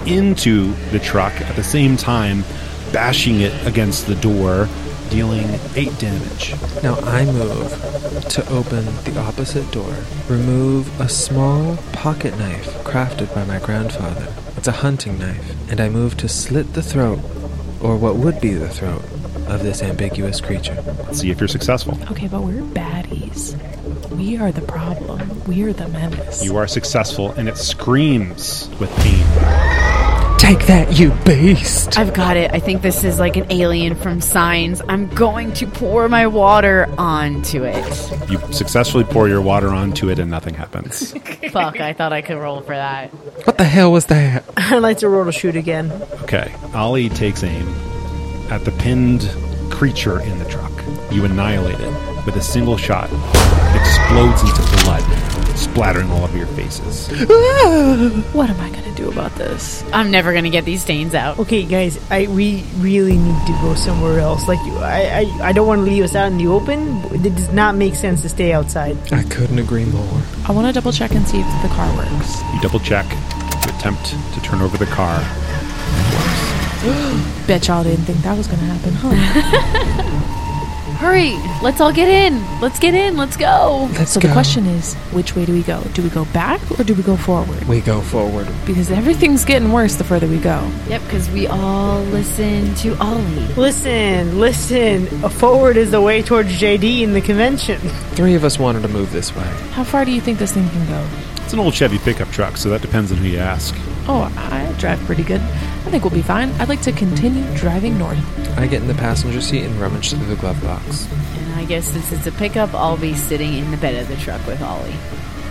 Speaker 5: into the truck at the same time, bashing it against the door, dealing eight damage.
Speaker 2: Now I move to open the opposite door, remove a small pocket knife crafted by my grandfather. It's a hunting knife, and I move to slit the throat, or what would be the throat, of this ambiguous creature.
Speaker 5: Let's see if you're successful.
Speaker 4: Okay, but we're baddies. We are the problem. We are the menace.
Speaker 5: You are successful, and it screams with pain.
Speaker 2: Take that, you beast!
Speaker 1: I've got it. I think this is like an alien from Signs. I'm going to pour my water onto it.
Speaker 5: You successfully pour your water onto it and nothing happens.
Speaker 1: Fuck, I thought I could roll for that.
Speaker 2: What the hell was that?
Speaker 3: I'd like to roll to shoot again.
Speaker 5: Okay. Ollie takes aim at the pinned creature in the truck. You annihilate it with a single shot. It explodes into blood, splattering all over your faces.
Speaker 4: What am I going to do about this?
Speaker 1: I'm never going to get these stains out.
Speaker 3: Okay, guys, I we really need to go somewhere else. Like, I I, I don't want to leave us out in the open. It does not make sense to stay outside.
Speaker 2: I couldn't agree more.
Speaker 4: I want to double check and see if the car works.
Speaker 5: You double check to attempt to turn over the car.
Speaker 4: Bet y'all didn't think that was going to happen, huh?
Speaker 1: Hurry, let's all get in. Let's get in. Let's go.
Speaker 2: Let's
Speaker 4: so
Speaker 2: go.
Speaker 4: the question is, which way do we go? Do we go back or do we go forward?
Speaker 2: we go forward.
Speaker 4: Because everything's getting worse the further we go.
Speaker 1: Yep, because we all listen to Ollie.
Speaker 3: Listen, listen. A forward is the way towards JD in the convention.
Speaker 2: Three of us wanted to move this way.
Speaker 4: How far do you think this thing can go?
Speaker 5: It's an old Chevy pickup truck, so that depends on who you ask.
Speaker 4: Oh, I drive pretty good. I think we'll be fine. I'd like to continue driving north.
Speaker 2: I get in the passenger seat and rummage through the glove box.
Speaker 1: And I guess since it's a pickup, I'll be sitting in the bed of the truck with Ollie.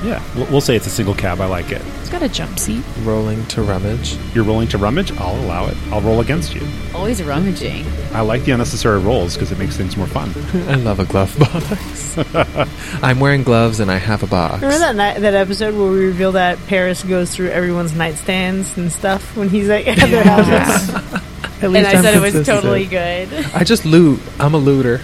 Speaker 5: Yeah, we'll, we'll say it's a single cab. I like it.
Speaker 4: It's got a jump seat.
Speaker 2: Rolling to rummage.
Speaker 5: You're willing to rummage? I'll allow it. I'll roll against you.
Speaker 1: Always rummaging.
Speaker 5: I like the unnecessary rolls because it makes things more fun.
Speaker 2: I love a glove box. I'm wearing gloves and I have a box.
Speaker 3: Remember that night, that episode where we reveal that Paris goes through everyone's nightstands and stuff when he's like at their houses?
Speaker 2: At
Speaker 1: And
Speaker 2: least
Speaker 1: I
Speaker 2: I'm
Speaker 1: said it was
Speaker 2: consistent.
Speaker 1: totally good.
Speaker 2: I just loot. I'm a looter.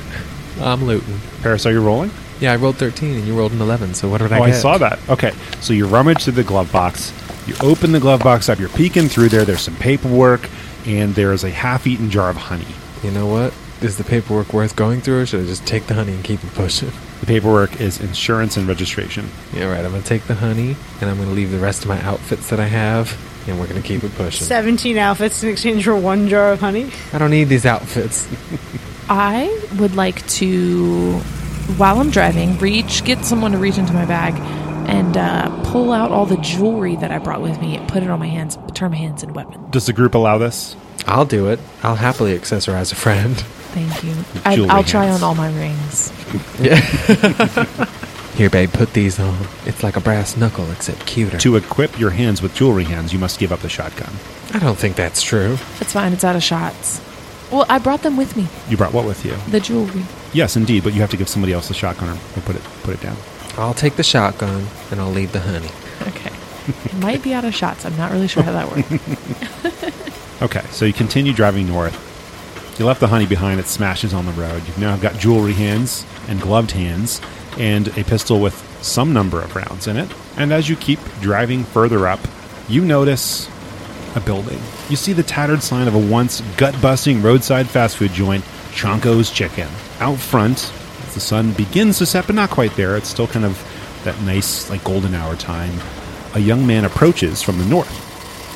Speaker 2: I'm looting.
Speaker 5: Paris, are you rolling?
Speaker 2: Yeah, I rolled 13 and you rolled an 11, so what did I
Speaker 5: oh,
Speaker 2: get?
Speaker 5: I saw that. Okay, so you rummage through the glove box. You open the glove box up. You're peeking through there. There's some paperwork, and there is a half-eaten jar of honey.
Speaker 2: You know what? Is the paperwork worth going through or should I just take the honey and keep it pushing?
Speaker 5: The paperwork is insurance and registration.
Speaker 2: Yeah, right. I'm going to take the honey and I'm going to leave the rest of my outfits that I have and we're going to keep it pushing.
Speaker 3: 17 outfits in exchange for one jar of honey.
Speaker 2: I don't need these outfits.
Speaker 4: I would like to, while I'm driving, reach, get someone to reach into my bag and uh, pull out all the jewelry that I brought with me and put it on my hands, turn my hands into weapons.
Speaker 5: Does the group allow this?
Speaker 2: I'll do it. I'll happily accessorize a friend.
Speaker 4: Thank you. I,
Speaker 5: Jewelry
Speaker 4: I'll try
Speaker 5: hands.
Speaker 4: on all my rings.
Speaker 2: Yeah. Here, babe, put these on. It's like a brass knuckle, except cuter.
Speaker 5: To equip your hands with jewelry hands, you must give up the shotgun.
Speaker 2: I don't think that's true.
Speaker 4: It's fine. It's out of shots. Well, I brought them with me.
Speaker 5: You brought what with you?
Speaker 4: The jewelry.
Speaker 5: Yes, indeed, but you have to give somebody else the shotgun or, or put it put it down.
Speaker 2: I'll take the shotgun and I'll leave the honey.
Speaker 4: Okay. it might be out of shots. I'm not really sure how that worked.
Speaker 5: Okay, so you continue driving north. You left the honey behind. It smashes on the road. You've now got jewelry hands and gloved hands and a pistol with some number of rounds in it. And as you keep driving further up, you notice a building. You see the tattered sign of a once gut busting roadside fast food joint, Chonko's Chicken. Out front, as the sun begins to set, but not quite there. It's still kind of that nice, like, golden hour time. A young man approaches from the north.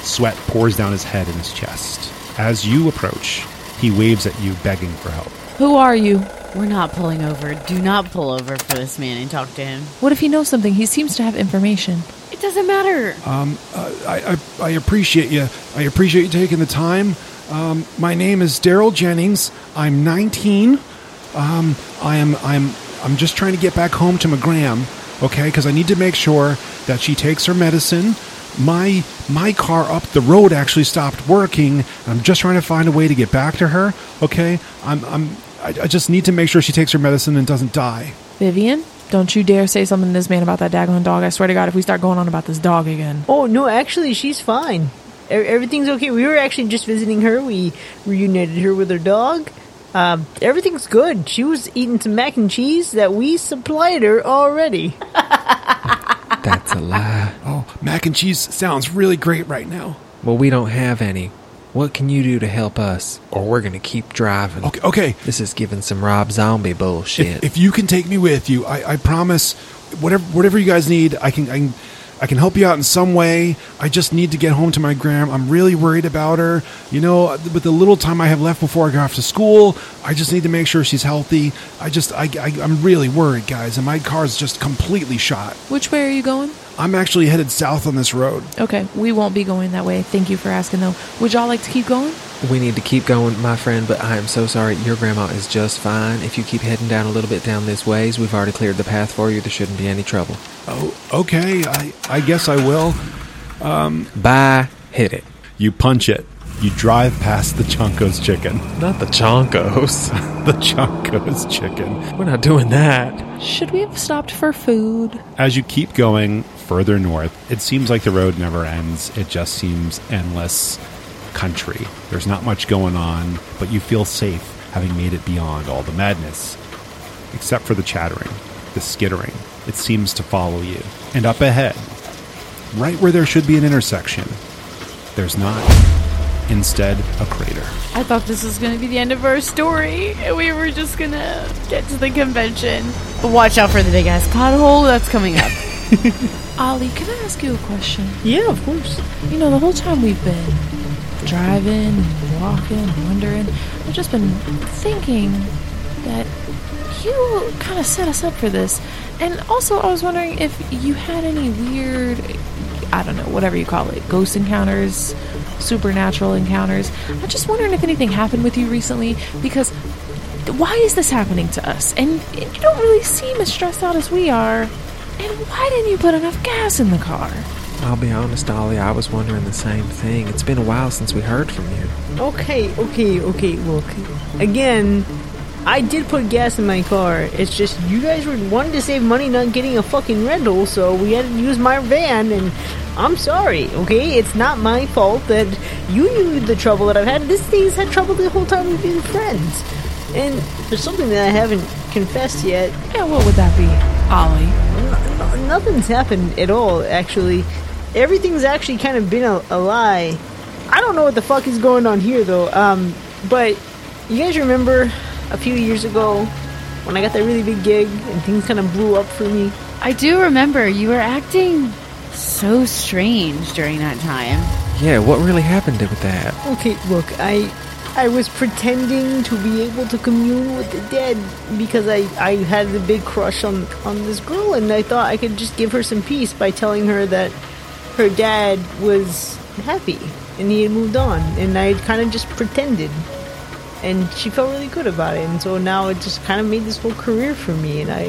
Speaker 5: Sweat pours down his head and his chest. As you approach, he waves at you, begging for help.
Speaker 4: Who are you?
Speaker 1: We're not pulling over. Do not pull over for this man and talk to him.
Speaker 4: What if he knows something? He seems to have information.
Speaker 1: It doesn't matter.
Speaker 5: I, I, I appreciate you. I appreciate you taking the time. Um, my name is Daryl Jennings. I'm 19. Um, I am I'm I'm just trying to get back home to my gram, okay? Because I need to make sure that she takes her medicine. My my car up the road actually stopped working. I'm just trying to find a way to get back to her, okay? I'm I'm I, I just need to make sure she takes her medicine and doesn't die.
Speaker 4: Vivian, don't you dare say something to this man about that daggone dog. I swear to God, if we start going on about this dog again.
Speaker 3: Oh, no, actually, she's fine. E- Everything's okay. We were actually just visiting her. We reunited her with her dog. Um, everything's good. She was eating some mac and cheese that we supplied her already.
Speaker 2: That's a lie.
Speaker 5: Oh, mac and cheese sounds really great right now.
Speaker 2: Well, we don't have any. What can you do to help us? Or we're going to keep driving.
Speaker 5: Okay, okay.
Speaker 2: This is giving some Rob Zombie bullshit.
Speaker 5: If, if you can take me with you, I, I promise, whatever whatever you guys need, I can, I can I can help you out in some way. I just need to get home to my gram. I'm really worried about her. You know, with the little time I have left before I go off to school, I just need to make sure she's healthy. I just I, I I'm really worried, guys, and my car's just completely shot.
Speaker 4: Which way are you going?
Speaker 5: I'm actually headed south on this road.
Speaker 4: Okay, we won't be going that way. Thank you for asking, though. Would y'all like to keep going?
Speaker 2: We need to keep going, my friend, but I am so sorry. Your grandma is just fine. If you keep heading down a little bit down this ways, we've already cleared the path for you. There shouldn't be any trouble.
Speaker 5: Oh, okay. I, I guess I will.
Speaker 2: Bye. Hit it.
Speaker 5: You punch it. You drive past the Chonko's chicken.
Speaker 2: Not the chonkos.
Speaker 5: The Chonko's chicken.
Speaker 2: We're not doing that.
Speaker 4: Should we have stopped for food?
Speaker 5: As you keep going further north, it seems like the road never ends. It just seems endless country. There's not much going on, but you feel safe having made it beyond all the madness. Except for the chattering, the skittering. It seems to follow you. And up ahead, right where there should be an intersection, there's not. Instead, a crater.
Speaker 1: I thought this was going to be the end of our story, and we were just going to get to the convention. But watch out for the big ass pothole that's coming up.
Speaker 4: Ollie, can I ask you a question?
Speaker 3: Yeah, of course.
Speaker 4: You know, the whole time we've been driving, and walking, and wondering, I've just been thinking that you kind of set us up for this. And also, I was wondering if you had any weird, I don't know, whatever you call it, ghost encounters, supernatural encounters. I'm just wondering if anything happened with you recently because why is this happening to us? And you don't really seem as stressed out as we are. And why didn't you put enough gas in the car?
Speaker 2: I'll be honest, Ollie, I was wondering the same thing. It's been a while since we heard from you.
Speaker 3: Okay, okay, okay. Look, again, I did put gas in my car. It's just you guys were wanting to save money not getting a fucking rental, so we had to use my van. And I'm sorry, okay? It's not my fault that you knew the trouble that I've had. This thing's had trouble the whole time we've been friends. And there's something that I haven't confessed yet.
Speaker 4: Yeah, what would that be, Ollie?
Speaker 3: N- n- nothing's happened at all, actually. Everything's actually kind of been a, a lie. I don't know what the fuck is going on here, though. Um, but you guys remember a few years ago when I got that really big gig and things kind of blew up for me?
Speaker 1: I do remember you were acting so strange during that time.
Speaker 2: Yeah, what really happened with that?
Speaker 3: Okay, look, I I was pretending to be able to commune with the dead because I, I had the big crush on on this girl and I thought I could just give her some peace by telling her that her dad was happy and he had moved on and I had kind of just pretended and she felt really good about it and so now it just kind of made this whole career for me and I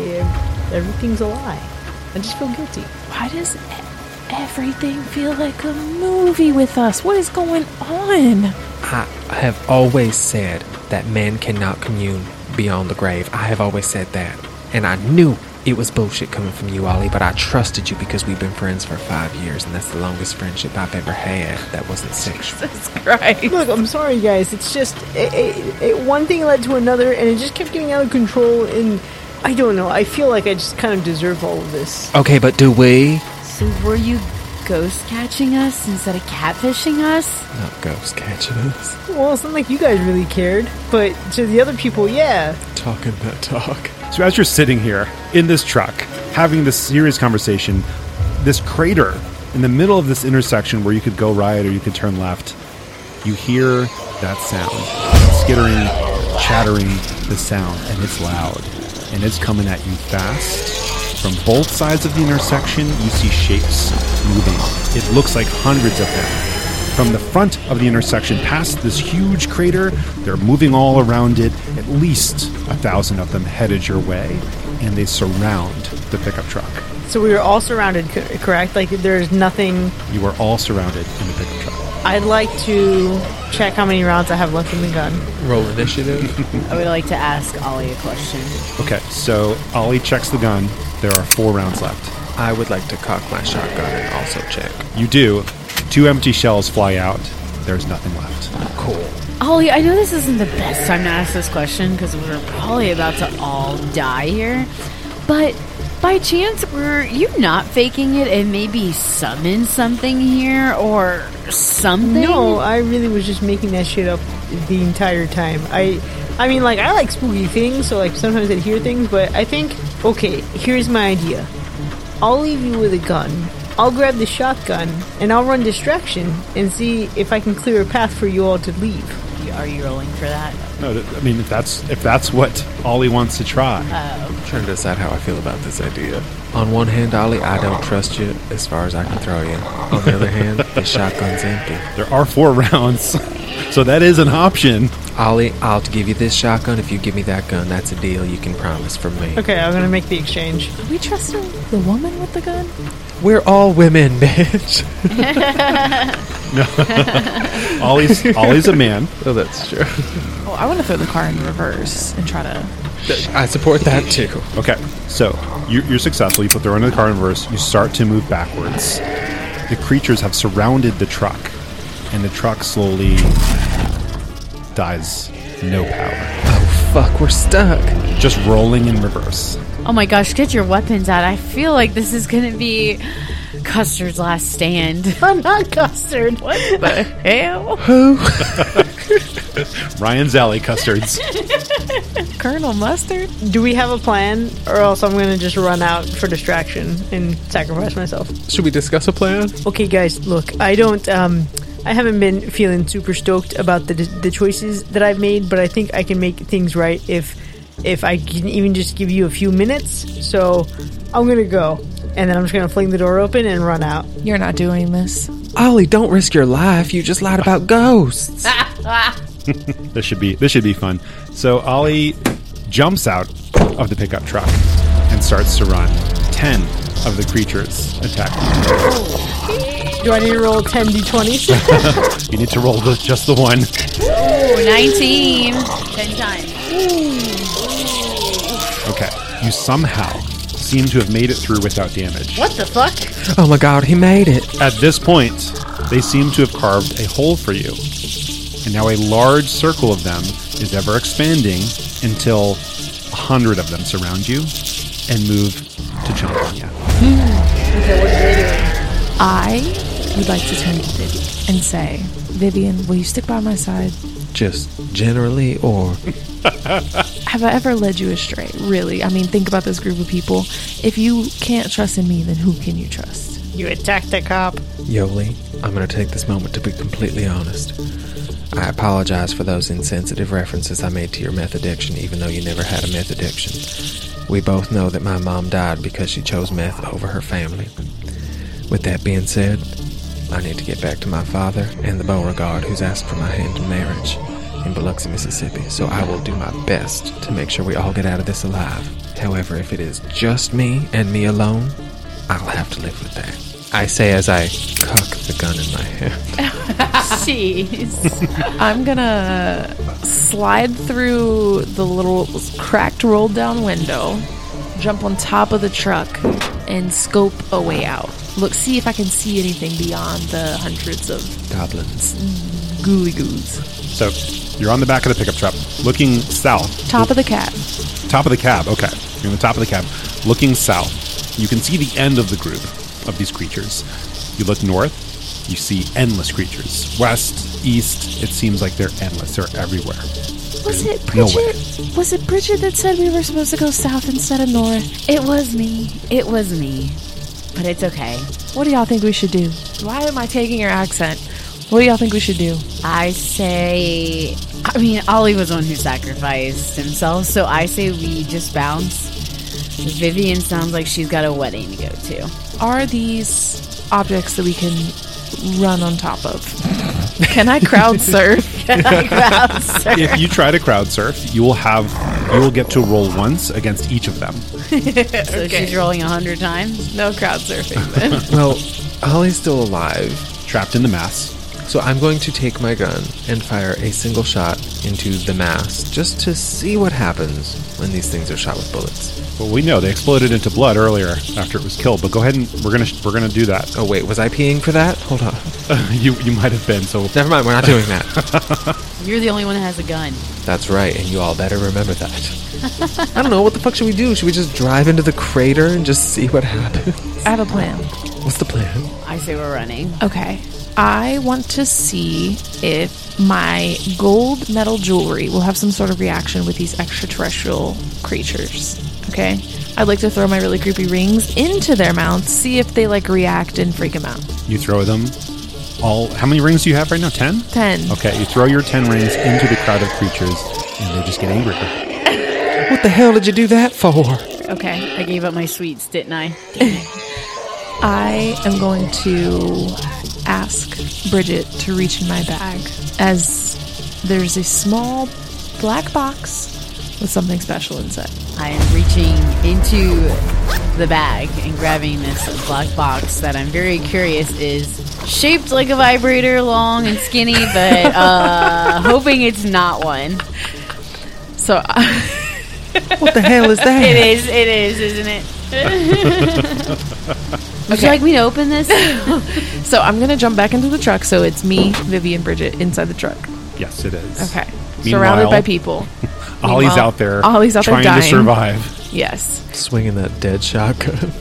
Speaker 3: everything's a lie. I just feel guilty.
Speaker 4: Why does e- everything feel like a movie with us? What is going on?
Speaker 2: I have always said that man cannot commune beyond the grave. I have always said that. And I knew it was bullshit coming from you, Ollie, but I trusted you because we've been friends for five years, and that's the longest friendship I've ever had that wasn't sexual.
Speaker 4: Right.
Speaker 3: Look, I'm sorry, guys. It's just it, it, it, one thing led to another, and it just kept getting out of control. And I don't know. I feel like I just kind of deserve all of this.
Speaker 2: Okay, but do we?
Speaker 1: So were you ghost catching us instead of catfishing us?
Speaker 2: Not ghost catching us.
Speaker 3: Well, it's not like you guys really cared, but to the other people, yeah.
Speaker 2: Talking that talk.
Speaker 5: So as you're sitting here in this truck, having this serious conversation, this crater in the middle of this intersection where you could go right or you could turn left, you hear that sound. Skittering, chattering, the sound, and it's loud. And it's coming at you fast. From both sides of the intersection, you see shapes moving. It looks like hundreds of them. From the front of the intersection, past this huge crater, they're moving all around it, at least a thousand of them headed your way, and they surround the pickup truck.
Speaker 3: So we were all surrounded, co- correct? Like there's nothing.
Speaker 5: You are all surrounded in the pickup truck.
Speaker 3: I'd like to check how many rounds I have left in the gun.
Speaker 2: Roll initiative.
Speaker 1: I would like to ask Ollie a question.
Speaker 5: Okay, so Ollie checks the gun. There are four rounds left.
Speaker 2: I would like to cock my shotgun and also check.
Speaker 5: You do. Two empty shells fly out. There's nothing left.
Speaker 2: Cool.
Speaker 1: Ollie, I know this isn't the best time to ask this question because we're probably about to all die here. But by chance, were you not faking it and maybe summon something here or something?
Speaker 3: No, I really was just making that shit up the entire time. I I mean like I like spooky things, so like sometimes I'd hear things, but I think okay, here's my idea. I'll leave you with a gun. I'll grab the shotgun and I'll run distraction and see if I can clear a path for you all to leave. you, are you rolling for that?
Speaker 5: No, th- I mean if that's if that's what Ollie wants to try.
Speaker 2: trying to decide how I feel about this idea. On one hand, Ollie, I don't trust you as far as I can throw you. On the other hand, the shotgun's empty.
Speaker 5: there are four rounds, so that is an option.
Speaker 2: Ollie, I'll give you this shotgun if you give me that gun. That's a deal you can promise from me.
Speaker 3: Okay, I'm gonna make the exchange.
Speaker 4: Are we trusting the woman with the gun?
Speaker 2: We're all women, bitch.
Speaker 5: Ollie's Ollie's a man.
Speaker 2: oh, that's true.
Speaker 4: Oh, I want to throw the car in reverse and try to.
Speaker 2: I support that too.
Speaker 5: Okay, so you, you're successful. You put the run in the car in reverse. You start to move backwards. The creatures have surrounded the truck, and the truck slowly dies. No power.
Speaker 2: Fuck, we're stuck.
Speaker 5: Just rolling in reverse.
Speaker 1: Oh my gosh, get your weapons out. I feel like this is going to be Custard's last stand.
Speaker 3: I'm not custard. What?
Speaker 1: But hell?
Speaker 5: Ryan's Alley custards.
Speaker 4: Colonel Mustard?
Speaker 3: Do we have a plan, or else I'm gonna just run out for distraction and sacrifice myself?
Speaker 2: Should we discuss a plan?
Speaker 3: Okay, guys, look, I don't. Um, I haven't been feeling super stoked about the the choices that I've made, but I think I can make things right if if I can even just give you a few minutes. So I'm gonna go, and then I'm just gonna fling the door open and run out.
Speaker 4: You're not doing this.
Speaker 2: Ollie, don't risk your life. You just lied about ghosts.
Speaker 5: This should be this should be fun. So Ollie jumps out of the pickup truck and starts to run. Ten of the creatures attack. him.
Speaker 3: Do I need to roll ten d20?
Speaker 5: You need to roll the, just the one.
Speaker 1: Ooh, 19. 10 times.
Speaker 5: Okay, you somehow seem to have made it through without damage.
Speaker 3: what the fuck?
Speaker 2: Oh my god, he made it.
Speaker 5: At this point, they seem to have carved a hole for you. And now a large circle of them is ever expanding until a hundred of them surround you and move to jump on you.
Speaker 4: I would like to turn to Vivian and say, Vivian, will you stick by my side?
Speaker 2: Just generally, or
Speaker 4: Have I ever led you astray? Really? I mean, think about this group of people. If you can't trust in me, then who can you trust?
Speaker 3: You attacked the cop.
Speaker 2: Yoli, I'm going to take this moment to be completely honest. I apologize for those insensitive references I made to your meth addiction, even though you never had a meth addiction. We both know that my mom died because she chose meth over her family. With that being said, I need to get back to my father and the Beauregard who's asked for my hand in marriage in Biloxi, Mississippi, so I will do my best to make sure we all get out of this alive. However, if it is just me and me alone, I'll have to live with that. I say as I cock the gun in my hand.
Speaker 1: Jeez.
Speaker 4: I'm gonna slide through the little cracked rolled down window, jump on top of the truck, and scope a way out. Look, see if I can see anything beyond the hundreds of
Speaker 2: Goblins.
Speaker 4: gooey goos.
Speaker 5: So you're on the back of the pickup truck, looking south.
Speaker 4: Top of the cab.
Speaker 5: Top of the cab. Okay, you're in the top of the cab, looking south. You can see the end of the group of these creatures. You look north, you see endless creatures. West, east, it seems like they're endless. They're everywhere.
Speaker 4: Was it
Speaker 5: No
Speaker 4: Bridget? was it Bridget that said we were supposed to go south instead of north?
Speaker 1: it was me. It was me. But it's okay.
Speaker 4: What do y'all think we should do? Why am I taking your accent? What do y'all think we should do?
Speaker 1: I say, I mean, Ollie was one who sacrificed himself, so I say we just bounce. Vivian sounds like she's got a wedding to go to.
Speaker 4: Are these objects that we can run on top of? can I crowd surf?
Speaker 5: if you try to crowd surf, you will have you will get to roll once against each of them.
Speaker 1: So she's rolling a hundred times.
Speaker 4: no crowd surfing. Then.
Speaker 2: Well, Ollie's still alive,
Speaker 5: Trapped in the mass.
Speaker 2: So I'm going to take my gun and fire a single shot into the mass just to see what happens when these things are shot with bullets.
Speaker 5: Well, we know they exploded into blood earlier after it was killed. But go ahead and we're gonna we're gonna do that.
Speaker 2: Oh wait, was I peeing for that? Hold on.
Speaker 5: you you might have been so.
Speaker 2: Never mind, we're not doing that.
Speaker 1: You're the only one that has a gun.
Speaker 2: That's right, and you all better remember that. I don't know, what the fuck should we do? Should we just drive into the crater and just see what happens?
Speaker 4: I have a plan.
Speaker 2: What's the plan?
Speaker 1: I say we're running.
Speaker 4: Okay. I want to see if my gold metal jewelry will have some sort of reaction with these extraterrestrial creatures. Okay. I'd like to throw my really creepy rings into their mouths, see if they like react and freak them out.
Speaker 5: You throw them, all. How many rings do you have right now? Ten?
Speaker 4: 10.
Speaker 5: Okay, you throw your ten rings into the crowd of creatures, and they just get angrier.
Speaker 2: What the hell did you do that for?
Speaker 4: Okay.
Speaker 1: I gave up my sweets, didn't I?
Speaker 4: I am going to ask Bridget to reach in my bag as there's a small black box with something special inside.
Speaker 1: I am reaching into the bag and grabbing this black box that I'm very curious is shaped like a vibrator, long and skinny, but uh, hoping it's not one.
Speaker 4: So I,
Speaker 2: What the hell is that?
Speaker 1: It is, it is, isn't it? Would you like me to open this?
Speaker 4: so I'm going to jump back into the truck so it's me, Vivi, and Bridget inside the truck.
Speaker 5: Yes, it is.
Speaker 4: Okay. Surrounded
Speaker 5: Meanwhile-
Speaker 4: by people.
Speaker 5: Ollie's
Speaker 4: Meanwhile-
Speaker 5: out there.
Speaker 4: Ollie's out there
Speaker 5: trying to
Speaker 4: dying.
Speaker 5: survive.
Speaker 4: Yes.
Speaker 2: Swinging that dead shotgun.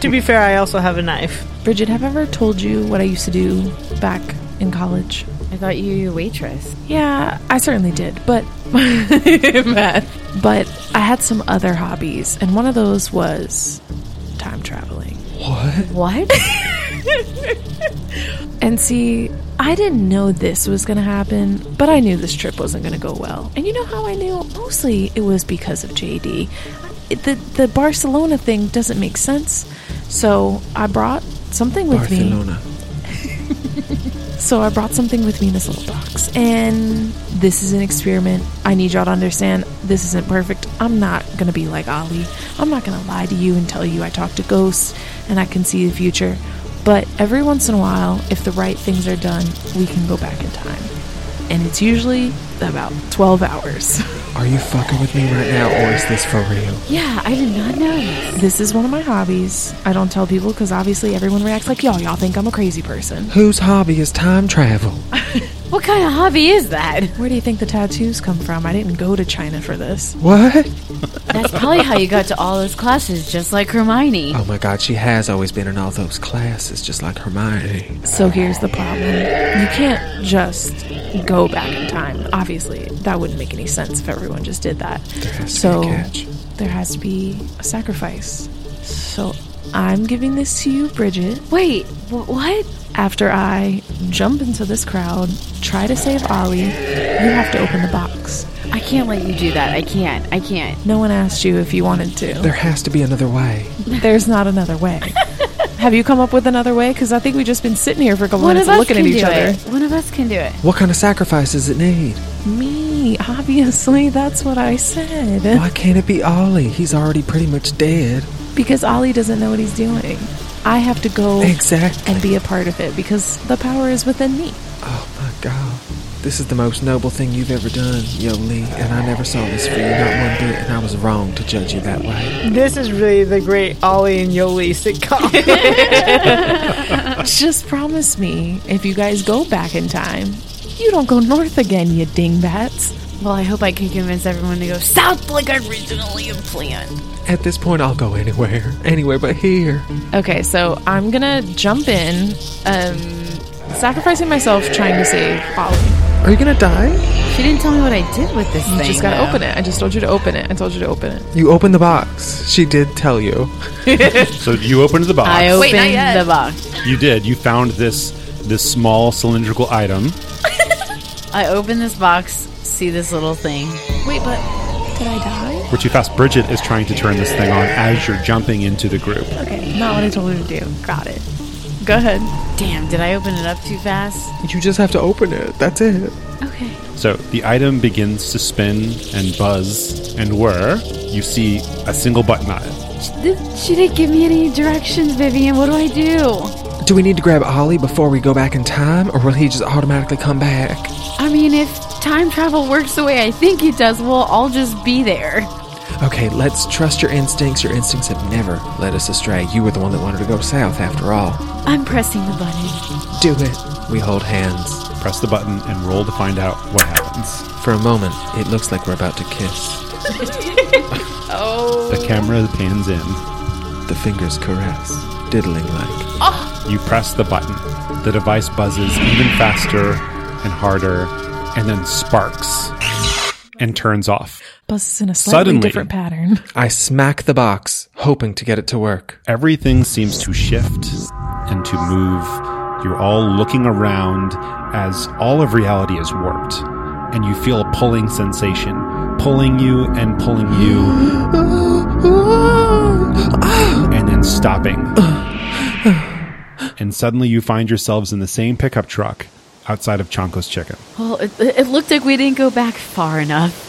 Speaker 3: to be fair, I also have a knife.
Speaker 4: Bridget, have I ever told you what I used to do back in college?
Speaker 1: I thought you were a waitress.
Speaker 4: Yeah, I certainly did, but math. But I had some other hobbies, and one of those was time traveling.
Speaker 1: What?
Speaker 4: And see, I didn't know this was going to happen, but I knew this trip wasn't going to go well. And you know how I knew? Mostly it was because of JD. It, the the Barcelona thing doesn't make sense. So, I brought something with me.
Speaker 2: Barcelona.
Speaker 4: So I brought something with me in this little box. And this is an experiment. I need y'all to understand this isn't perfect. I'm not going to be like Ali. I'm not going to lie to you and tell you I talk to ghosts and I can see the future. But every once in a while, if the right things are done, we can go back in time. And it's usually about 12 hours.
Speaker 2: Are you fucking with me right now, or is this for real?
Speaker 1: yeah, I did not know this.
Speaker 4: this is one of my hobbies. I don't tell people because obviously everyone reacts like y'all. Y'all think I'm a crazy person.
Speaker 2: Whose hobby is time travel?
Speaker 1: What kind of hobby is that?
Speaker 4: Where do you think the tattoos come from? I didn't go to China for this.
Speaker 2: What?
Speaker 1: That's probably how you got to all those classes, just like Hermione.
Speaker 2: Oh my god, she has always been in all those classes, just like Hermione.
Speaker 4: So here's the problem. You can't just go back in time. Obviously, that wouldn't make any sense if everyone just did that.
Speaker 2: has to
Speaker 4: so
Speaker 2: be a catch.
Speaker 4: there has to be a sacrifice. So I'm giving this to you, Bridget.
Speaker 1: Wait, wh- what?
Speaker 4: After I jump into this crowd, try to save Ollie, you have to open the box.
Speaker 1: I can't let you do that. I can't. I can't.
Speaker 4: No one asked you if you wanted to.
Speaker 2: There has to be another way.
Speaker 4: There's not another way. have you come up with another way? Because I think we've just been sitting here for a couple
Speaker 1: One
Speaker 4: minutes
Speaker 1: of us
Speaker 4: looking
Speaker 1: can
Speaker 4: at each
Speaker 1: do
Speaker 4: other.
Speaker 1: it. One of us can do it.
Speaker 2: What kind of sacrifice does it need?
Speaker 4: Me, obviously, that's what I said.
Speaker 2: Why can't it be Ollie? He's already pretty much dead.
Speaker 4: because Ollie doesn't know what he's doing. I have to go
Speaker 2: Exactly.
Speaker 4: and be a part of it because the power is within me.
Speaker 2: Oh my god. This is the most noble thing you've ever done, Yo Lee, and I never saw this for you, not one bit, and I was wrong to judge you that way.
Speaker 3: This is really the great Ollie and Yoli sitcom.
Speaker 4: Just promise me if you guys go back in time, you don't go north again, you dingbats.
Speaker 1: Well, I hope I can convince everyone to go south like I originally planned.
Speaker 2: At this point, I'll go anywhere. Anywhere but here.
Speaker 4: Okay, so I'm gonna jump in, um, sacrificing myself trying to save Ollie.
Speaker 2: Are you gonna die?
Speaker 1: She didn't tell me what I did with this
Speaker 4: You
Speaker 1: thing.
Speaker 4: just gotta
Speaker 1: though.
Speaker 4: open it. I just told you to open it. I told you to open it.
Speaker 2: You opened the box. She did tell you.
Speaker 5: So you opened the box.
Speaker 1: I opened
Speaker 4: Wait, not yet.
Speaker 1: the box.
Speaker 5: you did. You found this this small cylindrical item.
Speaker 1: I opened this box. See this little thing.
Speaker 4: Wait, but did I die?
Speaker 5: We're too fast. Bridget is trying to turn this thing on as you're jumping into the group.
Speaker 4: Okay, not what I told you to do. Got it. Go ahead.
Speaker 1: Damn, did I open it up too fast?
Speaker 2: You just have to open it. That's it.
Speaker 1: Okay.
Speaker 5: So the item begins to spin and buzz, and where you see a single button on it.
Speaker 1: This, she didn't give me any directions, Vivian. What do I do?
Speaker 2: Do we need to grab Ollie before we go back in time, or will he just automatically come back?
Speaker 1: I mean, if time travel works the way I think it does, we'll all just be there.
Speaker 2: Okay, let's trust your instincts. Your instincts have never led us astray. You were the one that wanted to go south, after all.
Speaker 1: I'm pressing the button.
Speaker 2: Do it. We hold hands.
Speaker 5: Press the button and roll to find out what happens.
Speaker 2: For a moment, it looks like we're about to kiss.
Speaker 5: The camera pans in.
Speaker 2: The fingers caress, diddling like.
Speaker 5: You press the button. The device buzzes even faster and harder, and then sparks and turns off.
Speaker 4: Buzzes in a slightly
Speaker 5: Suddenly.
Speaker 4: different pattern.
Speaker 2: I smack the box, hoping to get it to work.
Speaker 5: Everything seems to shift and to move You're all looking around as all of reality is warped, and you feel a pulling sensation, pulling you and pulling you, and then stopping. and suddenly you find yourselves in the same pickup truck outside of Chonko's Chicken.
Speaker 1: Well, it, it looked like we didn't go back far enough.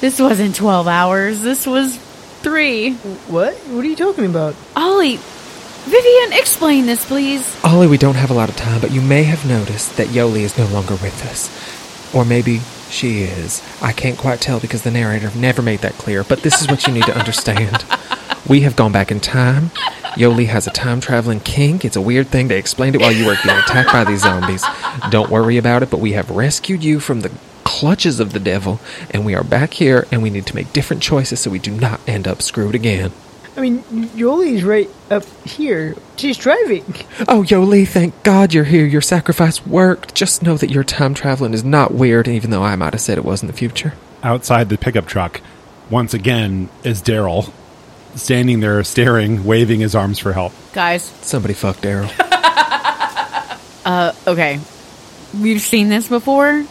Speaker 1: This wasn't 12 hours. This was three.
Speaker 3: What? What are you talking about?
Speaker 1: Ollie, Vivian, explain this, please.
Speaker 2: Ollie, we don't have a lot of time, but you may have noticed that Yoli is no longer with us. Or maybe she is. I can't quite tell because the narrator never made that clear, but this is what you need to understand. We have gone back in time. Yoli has a time traveling kink. It's a weird thing. They explained it while you were being attacked by these zombies. Don't worry about it, but we have rescued you from the clutches of the devil, and we are back here, and we need to make different choices so we do not end up screwed again.
Speaker 3: I mean, Yoli's right up here. She's driving.
Speaker 2: Oh, Yoli, thank God you're here. Your sacrifice worked. Just know that your time traveling is not weird, even though I might have said it was in the future.
Speaker 5: outside the pickup truck, once again, is Daryl standing there staring, waving his arms for help.
Speaker 1: Guys,
Speaker 2: Somebody fucked Daryl.
Speaker 1: okay. We've seen this before.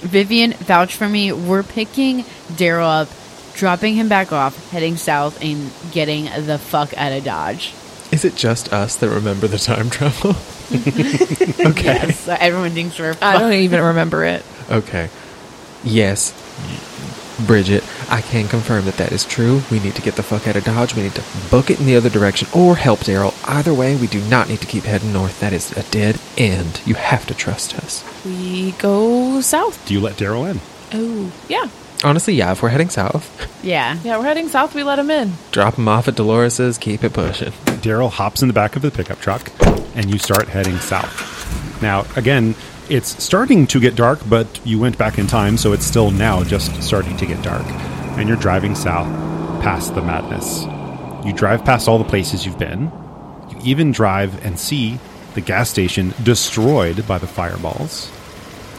Speaker 1: Vivian, vouch for me. We're picking Daryl up, dropping him back off, heading south, and getting the fuck out of Dodge.
Speaker 2: is it just us that remember the time travel?
Speaker 1: Okay. So everyone thinks we're
Speaker 4: I
Speaker 1: fucked.
Speaker 4: don't even remember it.
Speaker 2: okay. Yes, Bridget, I can confirm that that is true. We need to get the fuck out of Dodge. We need to book it in the other direction or help Daryl. Either way, we do not need to keep heading north. That is a dead end. You have to trust us.
Speaker 4: We go south.
Speaker 5: Do you let Daryl in?
Speaker 4: Oh, yeah.
Speaker 2: Honestly, yeah, if we're heading south,
Speaker 1: Yeah.
Speaker 4: Yeah, we're heading south. We let him in.
Speaker 2: drop him off at Dolores's, keep it pushing.
Speaker 5: Daryl hops in the back of the pickup truck, and you start heading south. Now, again, it's starting to get dark, but you went back in time, so it's still now just starting to get dark. And you're driving south past the madness. You drive past all the places you've been. You even drive and see the gas station destroyed by the fireballs.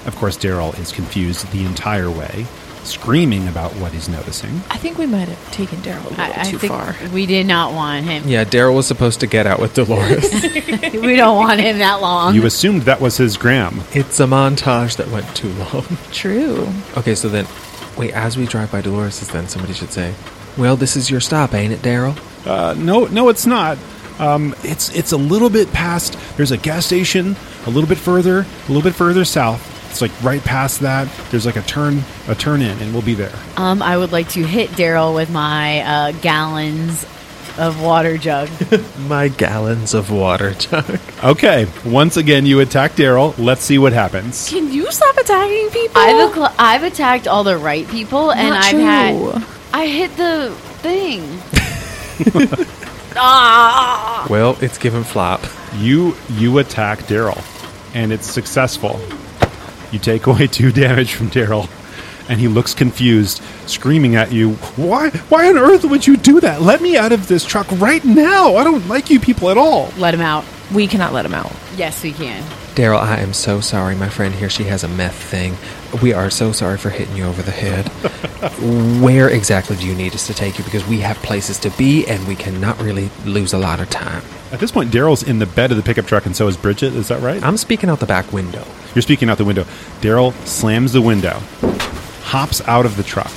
Speaker 5: Of course, Daryl is confused the entire way, screaming about what he's noticing.
Speaker 4: I think we might have taken Daryl a little
Speaker 1: I, I
Speaker 4: too
Speaker 1: think
Speaker 4: far.
Speaker 1: we did not want him.
Speaker 2: Yeah, Daryl was supposed to get out with Dolores.
Speaker 1: We don't want him that long.
Speaker 5: You assumed that was his gram.
Speaker 2: It's a montage that went too long.
Speaker 4: True.
Speaker 2: Okay, so then, wait, as we drive by Dolores's, then somebody should say, Well, this is your stop, ain't it, Daryl?
Speaker 5: Uh, no, no, it's not. Um, it's it's a little bit past. There's a gas station a little bit further, a little bit further south. It's like right past that. There's like a turn, a turn in, and we'll be there.
Speaker 1: Um, I would like to hit Daryl with my uh, gallons of water jug.
Speaker 2: My gallons of water jug.
Speaker 5: Okay. Once again, you attack Daryl. Let's see what happens.
Speaker 4: Can you stop attacking people?
Speaker 1: I've ac- I've attacked all the right people, and
Speaker 4: Not
Speaker 1: I've
Speaker 4: true.
Speaker 1: had I hit the thing. ah!
Speaker 2: Well, it's given flop.
Speaker 5: You you attack Daryl, and it's successful. You take away two damage from Daryl, and he looks confused, screaming at you. Why why on earth would you do that? Let me out of this truck right now. I don't like you people at all.
Speaker 1: Let him out.
Speaker 4: we cannot let him out.
Speaker 1: Yes, we can.
Speaker 2: Daryl, I am so sorry. My friend here, she has a meth thing. We are so sorry for hitting you over the head. Where exactly do you need us to take you? Because we have places to be and we cannot really lose a lot of time.
Speaker 5: At this point, Daryl's in the bed of the pickup truck, and so is Bridget. Is that right?
Speaker 2: I'm speaking out the back window.
Speaker 5: You're speaking out the window. Daryl slams the window, hops out of the truck,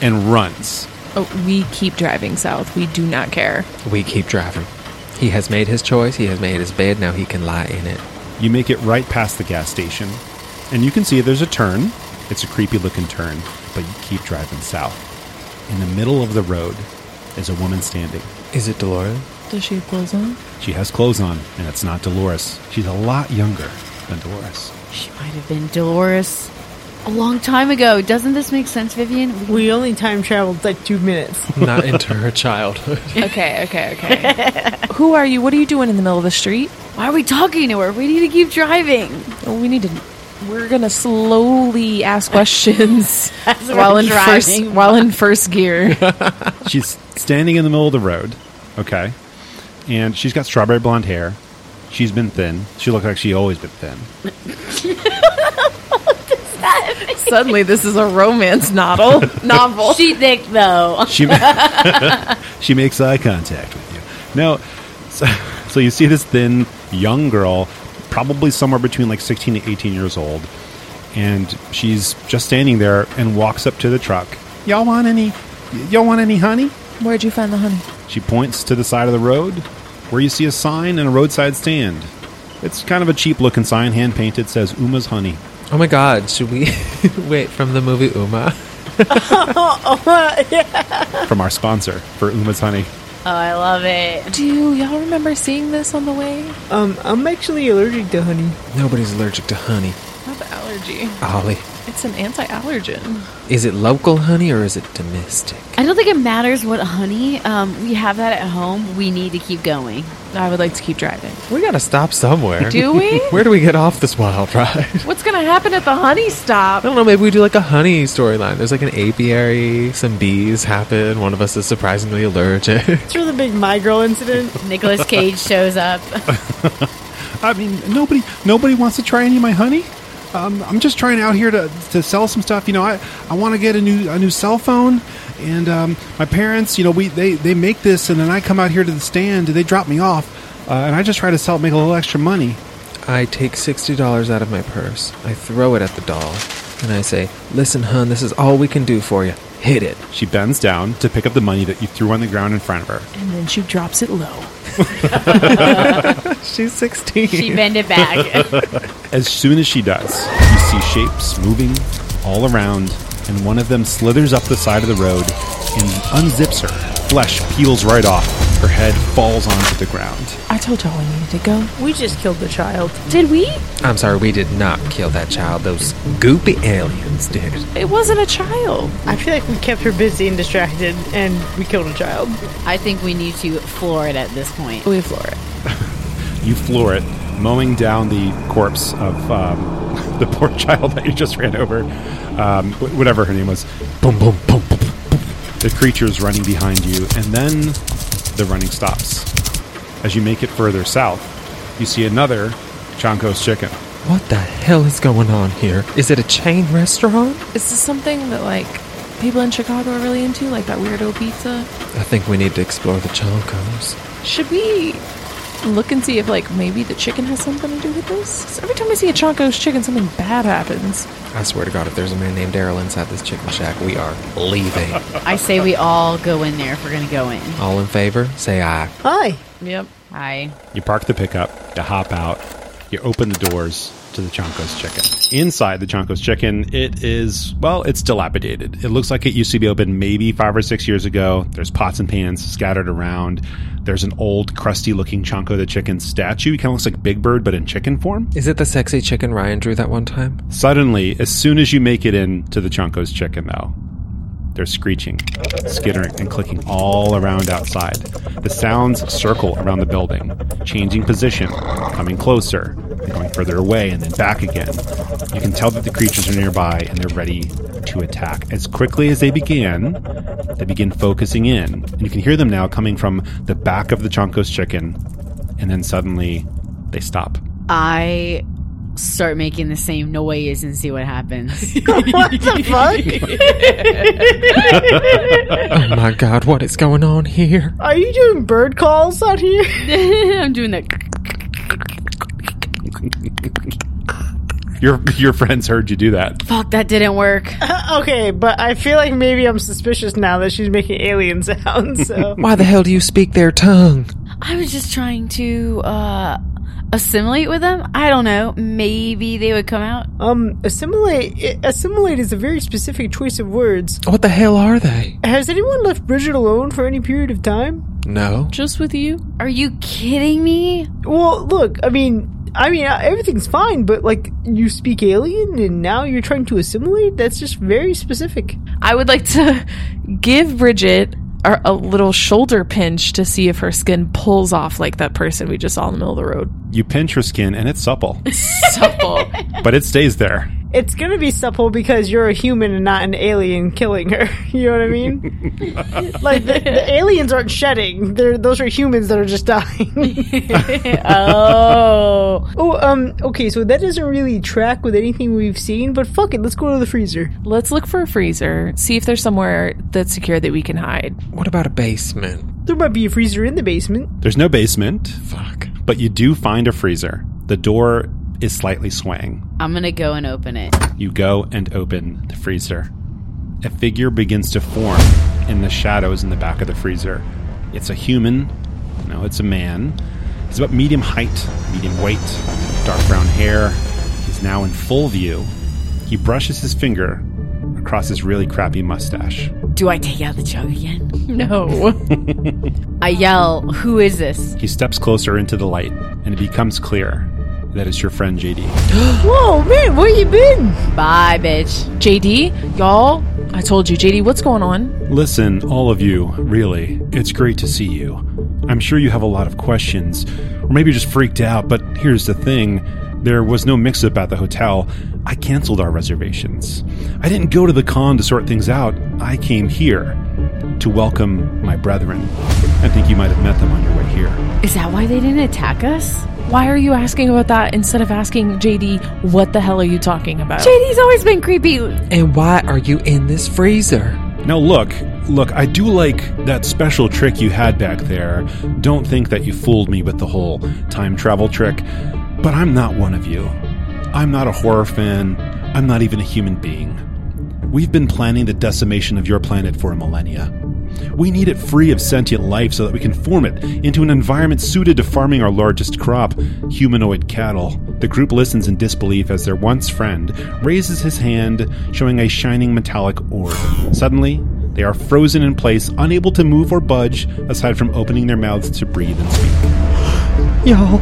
Speaker 5: and runs.
Speaker 4: Oh, we keep driving south. We do not care.
Speaker 2: We keep driving. He has made his choice, he has made his bed, now he can lie in it.
Speaker 5: You make it right past the gas station, and you can see there's a turn. It's a creepy looking turn, but you keep driving south. In the middle of the road is a woman standing.
Speaker 2: Is it Dolores?
Speaker 4: Does she have clothes on?
Speaker 5: She has clothes on, and it's not Dolores. She's a lot younger than Dolores.
Speaker 1: She might have been Dolores a long time ago. Doesn't this make sense, Vivian?
Speaker 3: We only time traveled like two minutes.
Speaker 2: Not into her childhood.
Speaker 4: Okay, okay, okay. Who are you? What are you doing in the middle of the street?
Speaker 1: Why are we talking to her? We need to keep driving.
Speaker 4: Oh, we need to. We're gonna slowly ask questions
Speaker 1: we're
Speaker 4: while in first
Speaker 1: driving.
Speaker 4: while in first gear.
Speaker 5: She's standing in the middle of the road, okay, and she's got strawberry blonde hair. She's been thin. She looks like she always been thin.
Speaker 4: Suddenly, this is a romance novel. Novel.
Speaker 1: She thick though.
Speaker 5: She ma- she makes eye contact with you. No, so, so you see this thin young girl probably somewhere between like 16 to 18 years old. And she's just standing there and walks up to the truck. Y'all want any? y- Y'all want any honey?
Speaker 4: Where'd you find the honey?
Speaker 5: She points to the side of the road where you see a sign and a roadside stand. It's kind of a cheap looking sign, hand painted, says Uma's Honey.
Speaker 2: Oh my god, should we wait from the movie Uma?
Speaker 3: Oh,
Speaker 5: from our sponsor for Uma's Honey.
Speaker 1: Oh, I love it.
Speaker 4: Do y'all remember seeing this on the way?
Speaker 3: Um, I'm actually allergic to honey.
Speaker 2: Nobody's allergic to honey.
Speaker 4: Not the allergy.
Speaker 2: Ollie,
Speaker 4: It's an anti-allergen.
Speaker 2: is it local honey or is it domestic?
Speaker 1: I don't think it matters what honey. Um, we have that at home. We need to keep going.
Speaker 4: I would like to keep driving.
Speaker 2: We gotta stop somewhere.
Speaker 4: Do we?
Speaker 2: Where do we get off this wild ride?
Speaker 4: What's gonna happen at the honey
Speaker 2: I
Speaker 4: stop?
Speaker 2: don't know, maybe we do like a honey storyline. There's like an apiary, some bees happen, one of us is surprisingly allergic.
Speaker 3: It's really big my girl incident.
Speaker 1: Nicolas Cage shows up.
Speaker 5: I mean, nobody nobody wants to try any of my honey. Um, I'm just trying out here to, to sell some stuff. You know, I, I want to get a new a new cell phone, and um, my parents, you know, we they, they make this, and then I come out here to the stand, and they drop me off, uh, and I just try to sell, make a little extra money.
Speaker 2: I take $60 out of my purse, I throw it at the doll, and I say, Listen, hun, this is all we can do for you. Hit it.
Speaker 5: She bends down to pick up the money that you threw on the ground in front of her.
Speaker 4: And then she drops it low.
Speaker 2: She's 16.
Speaker 1: she bend it back.
Speaker 5: As soon as she does, you see shapes moving all around, and one of them slithers up the side of the road and unzips her. Flesh peels right off. Her head falls onto the ground.
Speaker 4: I told y'all we needed to go.
Speaker 3: We just killed the child.
Speaker 1: Did we?
Speaker 2: I'm sorry, we did not kill that child. Those goopy aliens did.
Speaker 4: It wasn't a child.
Speaker 3: I feel like we kept her busy and distracted, and we killed a child.
Speaker 1: I think we need to floor it at this point.
Speaker 4: We floor it.
Speaker 5: You floor it, mowing down the corpse of um, the poor child that you just ran over. Um, wh- whatever her name was. Boom, boom, boom, boom, boom, boom. The creature's running behind you, and then the running stops. As you make it further south, you see another Chonko's chicken.
Speaker 2: What the hell is going on here? Is it a chain restaurant?
Speaker 4: Is this something that like people in Chicago are really into, like that weirdo pizza?
Speaker 2: I think we need to explore the Choncos.
Speaker 4: Should we look and see if like maybe the chicken has something to do with this? 'Cause every time I see a Chonko's chicken, something bad happens.
Speaker 2: I swear to God, if there's a man named Daryl inside this chicken shack, we are leaving.
Speaker 1: I say we all go in there if we're going to go in.
Speaker 2: All in favor? Say aye.
Speaker 3: Hi.
Speaker 4: Yep.
Speaker 1: I
Speaker 5: You park the pickup, you hop out, you open the doors to the Chonko's Chicken. Inside the Chonko's Chicken, it is, well, it's dilapidated. It looks like it used to be open maybe five or six years ago. There's pots and pans scattered around. There's an old, crusty looking Chonko the Chicken statue. He kind of looks like Big Bird, but in chicken form.
Speaker 2: Is it the sexy chicken Ryan drew that one time?
Speaker 5: Suddenly, as soon as you make it in to the Chonko's Chicken, though, they're screeching, skittering, and clicking all around outside. The sounds circle around the building, changing position, coming closer, and going further away, and then back again. You can tell that the creatures are nearby and they're ready to attack. As quickly as they began, they begin focusing in, and you can hear them now coming from the back of the Chonko's Chicken, and then suddenly they stop.
Speaker 1: I start making the same noise and see what happens.
Speaker 3: What the fuck?
Speaker 2: Oh my God, what is going on here?
Speaker 3: Are you doing bird calls out here?
Speaker 1: I'm doing that.
Speaker 5: Your, your friends heard you do that.
Speaker 1: Fuck, that didn't work.
Speaker 3: okay, but I feel like maybe I'm suspicious now that she's making alien sounds. So
Speaker 2: Why the hell do you speak their tongue?
Speaker 1: I was just trying to uh assimilate with them. I don't know. Maybe they would come out.
Speaker 3: um, assimilate i- assimilate is a very specific choice of words.
Speaker 2: What the hell are they?
Speaker 3: Has anyone left Bridget alone for any period of time?
Speaker 2: No.
Speaker 4: Just with you?
Speaker 1: Are you kidding me?
Speaker 3: Well, look, I mean. I mean, uh, everything's fine, but like, you speak alien and now you're trying to assimilate? That's just very specific.
Speaker 4: I would like to give Bridget a, a little shoulder pinch to see if her skin pulls off like that person we just saw in the middle of the road.
Speaker 5: You pinch her skin and it's supple,
Speaker 4: Supple.
Speaker 5: but it stays there.
Speaker 3: It's gonna be supple because you're a human and not an alien killing her. You know what I mean? like, the, the aliens aren't shedding, They're, those are humans that are just dying.
Speaker 1: Oh.
Speaker 3: Oh, um, okay, so that doesn't really track with anything we've seen, but fuck it, let's go to the freezer.
Speaker 4: Let's look for a freezer. See if there's somewhere that's secure that we can hide.
Speaker 2: What about a basement?
Speaker 3: There might be a freezer in the basement.
Speaker 5: There's no basement,
Speaker 2: Fuck.
Speaker 5: but you do find a freezer. The door is slightly swaying.
Speaker 1: I'm going to go and open it.
Speaker 5: You go and open the freezer. A figure begins to form in the shadows in the back of the freezer. It's a human. No, it's a man. He's about medium height, medium weight, dark brown hair. He's now in full view. He brushes his finger across his really crappy mustache.
Speaker 1: Do I take out the jug again?
Speaker 4: No.
Speaker 1: I yell, Who is this?
Speaker 5: He steps closer into the light, and it becomes clear that it's your friend JD.
Speaker 3: Whoa, man, where you been?
Speaker 1: Bye, bitch.
Speaker 4: JD, y'all, I told you, JD, what's going on?
Speaker 5: Listen, all of you, really, it's great to see you. I'm sure you have a lot of questions, or maybe you're just freaked out, but here's the thing there was no mix up at the hotel. I canceled our reservations. I didn't go to the con to sort things out, I came here to welcome my brethren. I think you might have met them on your way here.
Speaker 1: Is that why they didn't attack us?
Speaker 4: Why are you asking about that instead of asking JD, what the hell are you talking about?
Speaker 1: JD's always been creepy.
Speaker 2: And why are you in this freezer?
Speaker 5: Now, look, look, I do like that special trick you had back there. Don't think that you fooled me with the whole time travel trick, but I'm not one of you. I'm not a horror fan. I'm not even a human being. We've been planning the decimation of your planet for a millennia. We need it free of sentient life so that we can form it into an environment suited to farming our largest crop, humanoid cattle. The group listens in disbelief as their once friend raises his hand, showing a shining metallic orb. Suddenly, they are frozen in place, unable to move or budge, aside from opening their mouths to breathe and speak.
Speaker 2: Y'all,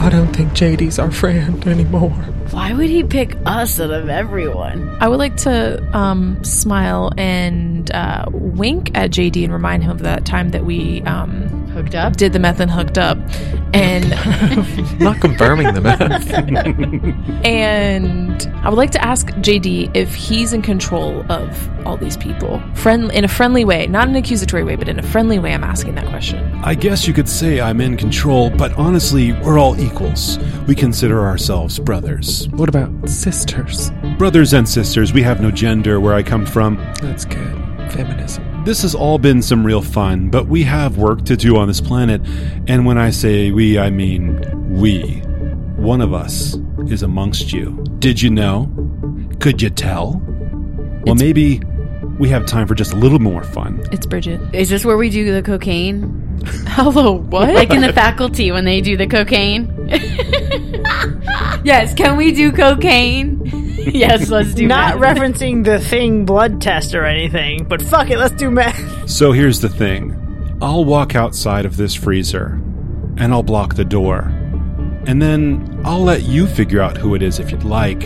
Speaker 2: I don't think JD's our friend anymore.
Speaker 1: Why would he pick us out of everyone?
Speaker 4: I would like to um, smile and uh, wink at JD and remind him of that time that we um,
Speaker 1: Hooked up?
Speaker 4: did the meth and hooked up, and
Speaker 2: Not confirming the math.
Speaker 4: and I would like to ask JD if he's in control of all these people, friend in a friendly way, not an accusatory way, but in a friendly way. I'm asking that question.
Speaker 5: I guess you could say I'm in control, but honestly, we're all equals. We consider ourselves brothers.
Speaker 2: What about sisters?
Speaker 5: Brothers and sisters, we have no gender where I come from.
Speaker 2: That's good. Feminism.
Speaker 5: This has all been some real fun, but we have work to do on this planet. And when I say we, I mean we. One of us is amongst you. Did you know? Could you tell? Well, maybe we have time for just a little more fun.
Speaker 4: It's Bridget.
Speaker 1: Is this where we do the cocaine?
Speaker 4: Hello, what?
Speaker 1: Like in the faculty when they do the cocaine? yes, can we do cocaine? yes, let's do
Speaker 3: Not
Speaker 1: meth.
Speaker 3: referencing the thing blood test or anything, but fuck it, let's do math.
Speaker 5: So here's the thing I'll walk outside of this freezer and I'll block the door. And then I'll let you figure out who it is if you'd like,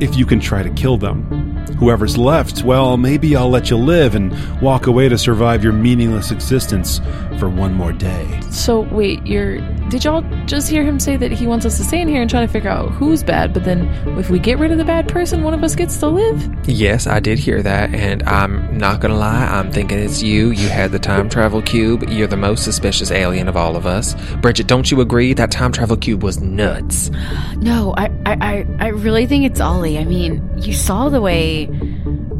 Speaker 5: if you can try to kill them. Whoever's left, well, maybe I'll let you live and walk away to survive your meaningless existence for one more day.
Speaker 4: So wait, you're did y'all just hear him say that he wants us to stay in here and try to figure out who's bad, but then if we get rid of the bad person, one of us gets to live?
Speaker 2: Yes, I did hear that, and I'm not gonna lie, I'm thinking it's you. You had the time travel cube. You're the most suspicious alien of all of us. Bridget, don't you agree? That time travel cube was nuts.
Speaker 1: No, I, I, I, I really think it's Ollie. I mean, you saw the way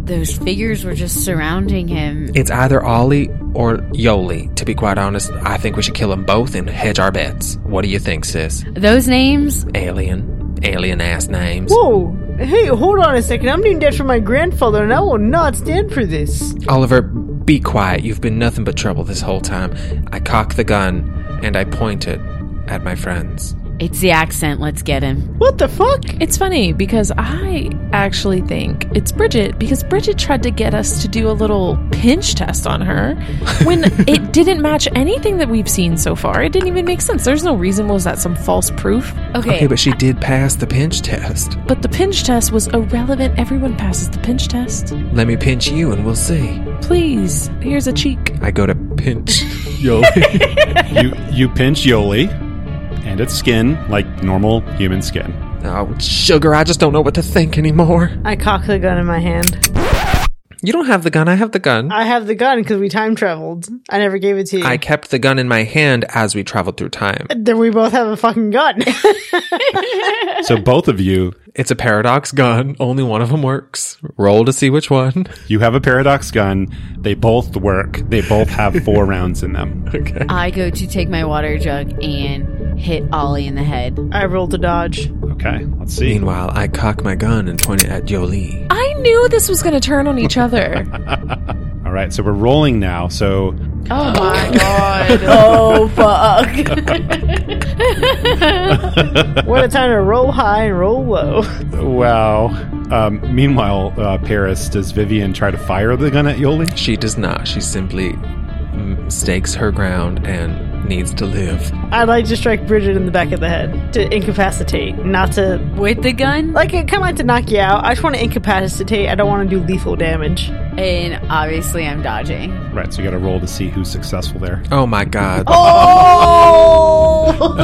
Speaker 1: those figures were just surrounding him.
Speaker 2: It's either Ollie or Yoli. To be quite honest, I think we should kill them both and hedge our bets. What do you think, sis?
Speaker 1: Those names?
Speaker 2: Alien. Alien ass names.
Speaker 3: Whoa, hey, hold on a second. I'm named after my grandfather, and I will not stand for this.
Speaker 2: Oliver, be quiet. You've been nothing but trouble this whole time. I cock the gun and I point it at my friends.
Speaker 1: It's the accent. Let's get him.
Speaker 3: What the fuck?
Speaker 4: It's funny because I actually think it's Bridget because Bridget tried to get us to do a little pinch test on her when it didn't match anything that we've seen so far. It didn't even make sense. There's no reason. Was that some false proof?
Speaker 1: Okay.
Speaker 2: Okay, but she did pass the pinch test.
Speaker 4: But the pinch test was irrelevant. Everyone passes the pinch test.
Speaker 2: Let me pinch you and we'll see.
Speaker 4: Please, here's a cheek.
Speaker 2: I go to pinch Yoli.
Speaker 5: you, you pinch Yoli and its skin like normal human skin.
Speaker 2: oh, sugar, I just don't know what to think anymore.
Speaker 3: I cock the gun in my hand.
Speaker 2: You don't have the gun. I have the gun. I,
Speaker 3: I have the gun because we time traveled. I never gave it to you.
Speaker 2: kept the gun in my hand as we traveled through time.
Speaker 3: then we both have a fucking gun.
Speaker 5: So both of you,
Speaker 2: It's a paradox gun. Only one of them works. Roll to see which one.
Speaker 5: you have a paradox gun. They both work. They both have four rounds in them.
Speaker 2: okay.
Speaker 1: I go to take my water jug and hit Ollie in the head.
Speaker 3: I rolled a dodge.
Speaker 5: Okay, let's see.
Speaker 2: Meanwhile, I cock my gun and point it at Jolie.
Speaker 4: I knew this was going to turn on each other.
Speaker 5: All right, so we're rolling now. So
Speaker 4: Oh my god.
Speaker 1: Oh fuck!
Speaker 3: What a time to roll high and roll low.
Speaker 5: Wow. Um, meanwhile, uh, Paris, does Vivian try to fire the gun at Yoli?
Speaker 2: She does not. She simply mm, stakes her ground and needs to live.
Speaker 3: I'd like to strike Bridget in the back of the head to incapacitate, not to
Speaker 1: With the gun,
Speaker 3: like kind of like to knock you out. I just want to incapacitate. I don't want to do lethal damage.
Speaker 1: and obviously I'm dodging.
Speaker 5: Right, so you got to roll to see who's successful there.
Speaker 2: Oh my god.
Speaker 3: Oh!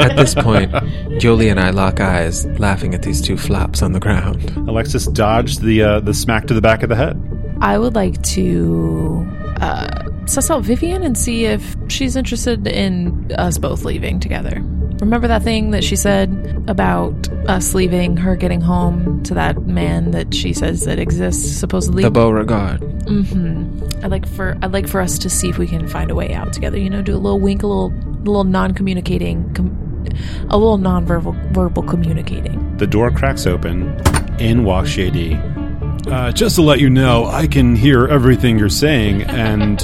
Speaker 2: At this point, Jolie and I lock eyes, laughing at these two flops on the ground.
Speaker 5: Alexis dodged the uh, the smack to the back of the head.
Speaker 4: I would like to uh, suss out Vivian and see if she's interested in us both leaving together. Remember that thing that she said about us leaving, her getting home to that man that she says that exists supposedly. Mm-hmm.
Speaker 2: The Beauregard.
Speaker 4: I'd like for I'd like for us to see if we can find a way out together. You know, do a little wink, a little a little non-communicating, com- a little non-verbal verbal communicating.
Speaker 5: The door cracks open. In walks JD. Uh, just to let you know, I can hear everything you're saying, and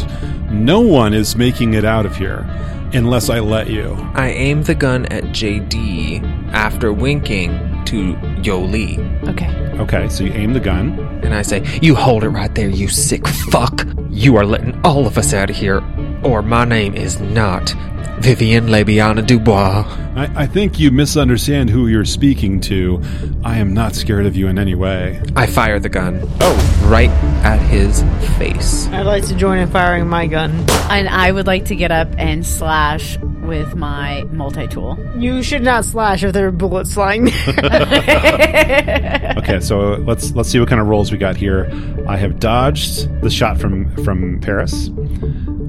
Speaker 5: no one is making it out of here unless I let you.
Speaker 2: I aim the gun at JD after winking to Jolie.
Speaker 4: Okay.
Speaker 5: Okay, so you aim the gun.
Speaker 2: And I say, You hold it right there, you sick fuck. You are letting all of us out of here, or my name is not Vivian Labiana Dubois.
Speaker 5: I, I think you misunderstand who you're speaking to. I am not scared of you in any way.
Speaker 2: I fire the gun. Oh. Right at his face.
Speaker 3: I'd like to join in firing my gun.
Speaker 1: And I would like to get up and slash with my multi tool.
Speaker 3: You should not slash if there are bullets flying.
Speaker 5: Okay, so let's let's see what kind of rolls we got here. I have dodged the shot from from Paris.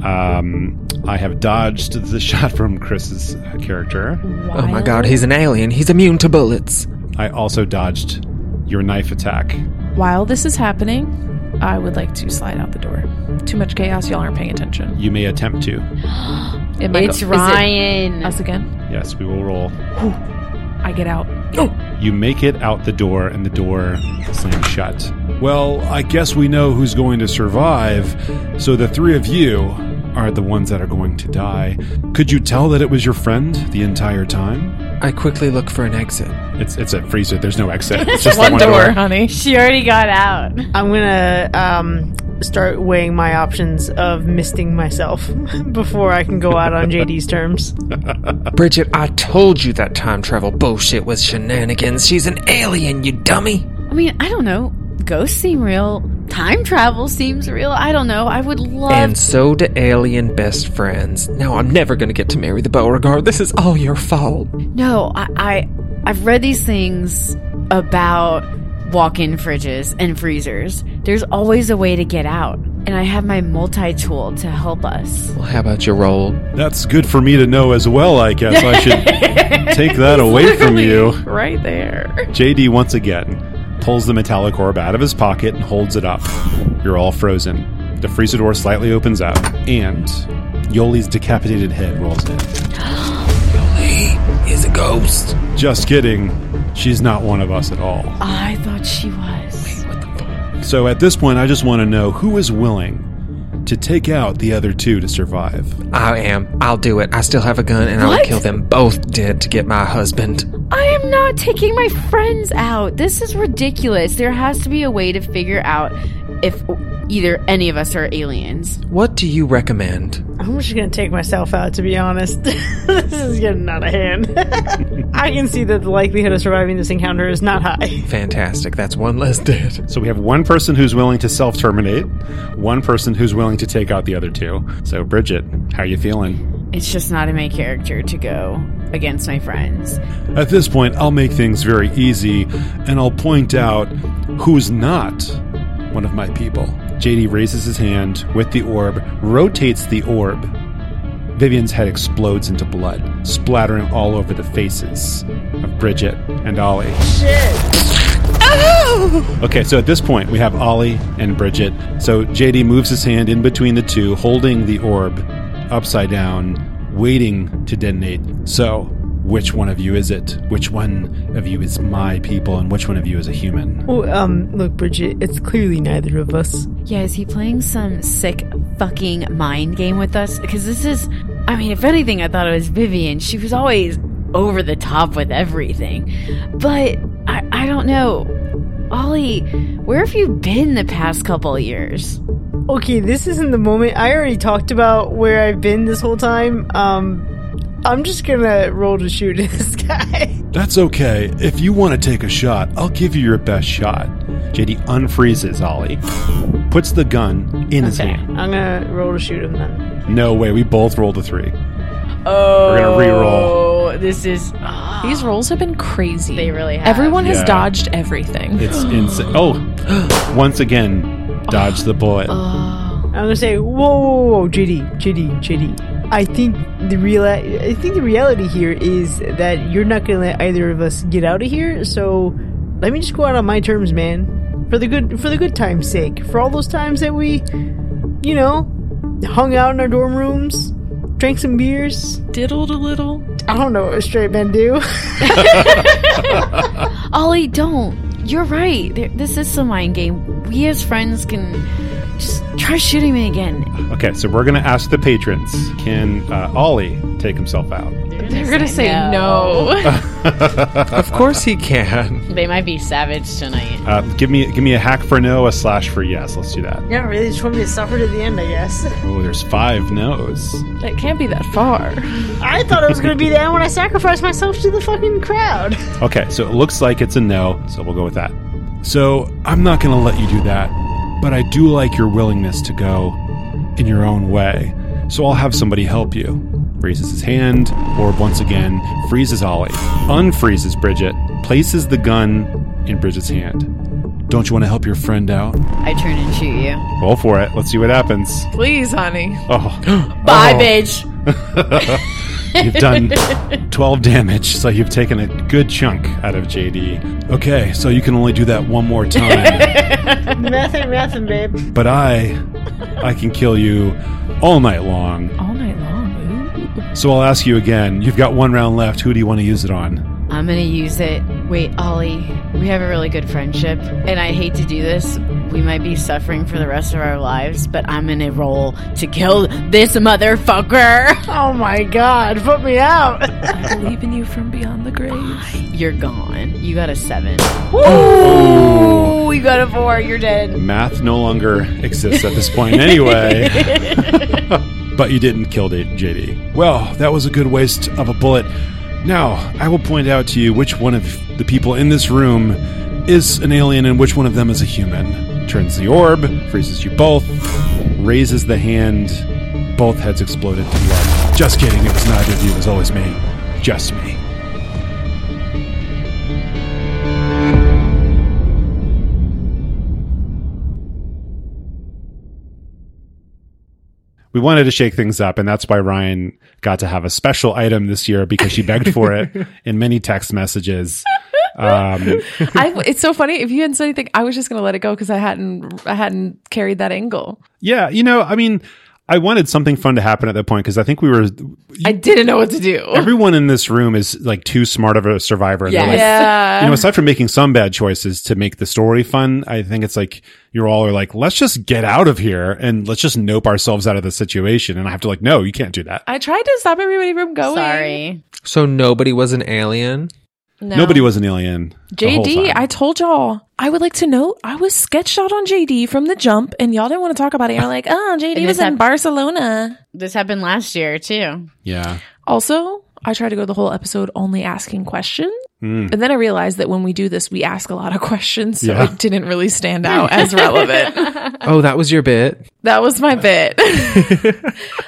Speaker 5: Um, I have dodged the shot from Chris's character.
Speaker 2: Oh my god, he's an alien. He's immune to bullets.
Speaker 5: I also dodged your knife attack.
Speaker 4: While this is happening, I would like to slide out the door. Too much chaos. Y'all aren't paying attention.
Speaker 5: You may attempt to.
Speaker 4: It might
Speaker 1: It's
Speaker 4: go- is it
Speaker 1: Ryan.
Speaker 4: us again.
Speaker 5: Yes, we will roll.
Speaker 4: I get out. Oh,
Speaker 5: You make it out the door, and the door slams shut. Well, I guess we know who's going to survive. So the three of you are the ones that are going to die. Could you tell that it was your friend the entire time?
Speaker 2: I quickly look for an exit.
Speaker 5: It's it's a freezer. There's no exit. It's just the
Speaker 4: One door, honey.
Speaker 1: She already got out.
Speaker 3: I'm gonna um, start weighing my options of misting myself before I can go out on JD's terms.
Speaker 2: Bridget, I told you that time travel bullshit was shenanigans. She's an alien, you dummy.
Speaker 1: I mean, I don't know. Ghosts seem real. Time travel seems real. I don't know. I would love.
Speaker 2: And so do alien best friends. Now I'm never gonna get to marry the Beauregard. This is all your fault.
Speaker 1: no, I, I I've read these things about walk-in fridges and freezers. There's always a way to get out, and I have my multi-tool to help us.
Speaker 2: Well, how about your roll?
Speaker 5: That's good for me to know as well. I guess I should take that away from you.
Speaker 4: Right there.
Speaker 5: JD once again pulls the metallic orb out of his pocket and holds it up. You're all frozen. The freezer door slightly opens up, and Yoli's decapitated head rolls in.
Speaker 2: He is a ghost.
Speaker 5: Just kidding. She's not one of us at all.
Speaker 1: I thought she was.
Speaker 5: So at this point, I just want to know who is willing to take out the other two to survive.
Speaker 2: I am. I'll do it. I still have a gun and I will
Speaker 1: What?
Speaker 2: kill them both dead to get my husband.
Speaker 1: I am not taking my friends out. This is ridiculous. There has to be a way to figure out if either any of us are aliens.
Speaker 2: What do you recommend?
Speaker 3: I'm just gonna take myself out, to be honest. this is getting out of hand. I can see that the likelihood of surviving this encounter is not high.
Speaker 2: Fantastic. That's one less dead.
Speaker 5: So we have one person who's willing to self terminate, one person who's willing to take out the other two. So, Bridget, how you feeling?
Speaker 1: It's just not in my character to go against my friends.
Speaker 5: At this point, I'll make things very easy and I'll point out who's not one of my people. JD raises his hand with the orb, rotates the orb. Vivian's head explodes into blood, splattering all over the faces of Bridget and Ollie. Okay, so at this point, we have Ollie and Bridget. So JD moves his hand in between the two, holding the orb upside down, waiting to detonate. So, which one of you is it? Which one of you is my people? And which one of you is a human?
Speaker 3: Oh, um, look, Bridget, it's clearly neither of us.
Speaker 1: Yeah, is he playing some sick fucking mind game with us? Because this is, I mean, if anything, I thought it was Vivian. She was always over the top with everything. But I, I don't know. Ollie, where have you been the past couple years?
Speaker 3: Okay, this isn't the moment. I already talked about where I've been this whole time. Um, I'm just gonna roll to shoot this guy.
Speaker 5: That's okay. If you want to take a shot, I'll give you your best shot. JD unfreezes Ollie, puts the gun in his
Speaker 3: Okay,
Speaker 5: hand.
Speaker 3: I'm gonna roll to shoot him then.
Speaker 5: No way, we both rolled a three.
Speaker 1: Oh,
Speaker 5: gonna re-roll.
Speaker 1: This is ah,
Speaker 4: These rolls have been crazy.
Speaker 1: They really have.
Speaker 4: Everyone
Speaker 5: Yeah.
Speaker 4: has dodged everything.
Speaker 5: It's insane. Oh, once again, dodge the bullet.
Speaker 3: I'm gonna say, whoa, whoa, whoa, JD, JD, JD. I think the real, I think the reality here is that you're not gonna let either of us get out of here. So let me just go out on my terms, man. For the good, for the good times' sake. For all those times that we, you know, hung out in our dorm rooms, drank some beers.
Speaker 4: diddled a little.
Speaker 3: I don't know what straight men do.
Speaker 1: Ollie, don't. You're right. There- This is some mind game. We as friends can just try shooting me again.
Speaker 5: Okay, so we're going to ask the patrons can uh, Ollie take himself out?
Speaker 4: They're gonna say no.
Speaker 2: Of course he can.
Speaker 1: They might be savage tonight.
Speaker 5: Uh, give me give me a hack for no, a slash for yes. Let's do that.
Speaker 3: yeah, really, just want me to suffer to the end, I guess.
Speaker 5: Oh, there's five no's.
Speaker 4: It can't be that far.
Speaker 3: I thought it was gonna be the end when I sacrificed myself to the fucking crowd.
Speaker 5: Okay, so it looks like it's a no, so we'll go with that. So I'm not going to let you do that, but I do like your willingness to go in your own way. So I'll have somebody help you. Raises his hand, orb once again, freezes Ollie, unfreezes Bridget, places the gun in Bridget's hand. Don't you want to help your friend out?
Speaker 1: I turn and shoot you.
Speaker 5: Roll for it. Let's see what happens.
Speaker 4: Please, honey.
Speaker 5: Oh,
Speaker 1: Bye, bitch.
Speaker 5: You've done 12 damage, so you've taken a good chunk out of JD. Okay, so you can only do that one more time.
Speaker 3: nothing, nothing, babe.
Speaker 5: but I I can kill you all night long.
Speaker 4: All night long.
Speaker 5: So I'll ask you again. You've got one round left. Who do you want to use it on?
Speaker 1: I'm gonna use it. Wait, Ollie, we have a really good friendship, and I hate to do this. We might be suffering for the rest of our lives, but I'm gonna roll to kill this motherfucker.
Speaker 3: Oh my god, put me out.
Speaker 4: I believe in you from beyond the grave.
Speaker 1: You're gone. You got a seven. Ooh, you got a four. You're dead.
Speaker 5: Math no longer exists at this point anyway. but you didn't kill JD. Well, that was a good waste of a bullet. Now, I will point out to you which one of the people in this room is an alien and which one of them is a human. Turns the orb, freezes you both, raises the hand, both heads exploded to blood. Just kidding, it was neither of you, it was always me. Just me. We wanted to shake things up, and that's why Ryan got to have a special item this year because she begged for it in many text messages. Um,
Speaker 4: I, it's so funny. If you hadn't said anything, I was just gonna let it go because I hadn't I hadn't carried that angle.
Speaker 5: yeah, you know, I mean, I wanted something fun to happen at that point because I think we were.
Speaker 4: I didn't know what to do.
Speaker 5: Everyone in this room is like too smart of a survivor. and they're like,
Speaker 4: yeah.
Speaker 5: you know, aside from making some bad choices to make the story fun, I think it's like you're all are like, let's just get out of here and let's just nope ourselves out of the situation. And I have to like, no, you can't do that.
Speaker 4: I tried to stop everybody from going.
Speaker 1: Sorry.
Speaker 2: So nobody was an alien?
Speaker 4: No.
Speaker 5: Nobody was an alien. the whole
Speaker 4: JD,
Speaker 5: time.
Speaker 4: I told y'all. I would like to note I was sketched out on JD from the jump, and y'all didn't want to talk about it. You're like, oh, JD
Speaker 1: And
Speaker 4: was
Speaker 1: this
Speaker 4: in
Speaker 1: hap-
Speaker 4: Barcelona.
Speaker 1: This happened last year too.
Speaker 5: yeah.
Speaker 4: Also, I tried to go the whole episode only asking questions. But then I realized that when we do this, we ask a lot of questions, so
Speaker 5: Hmm. Yeah.
Speaker 4: it didn't really stand out as relevant.
Speaker 2: Oh, that was your bit.
Speaker 4: that was my bit.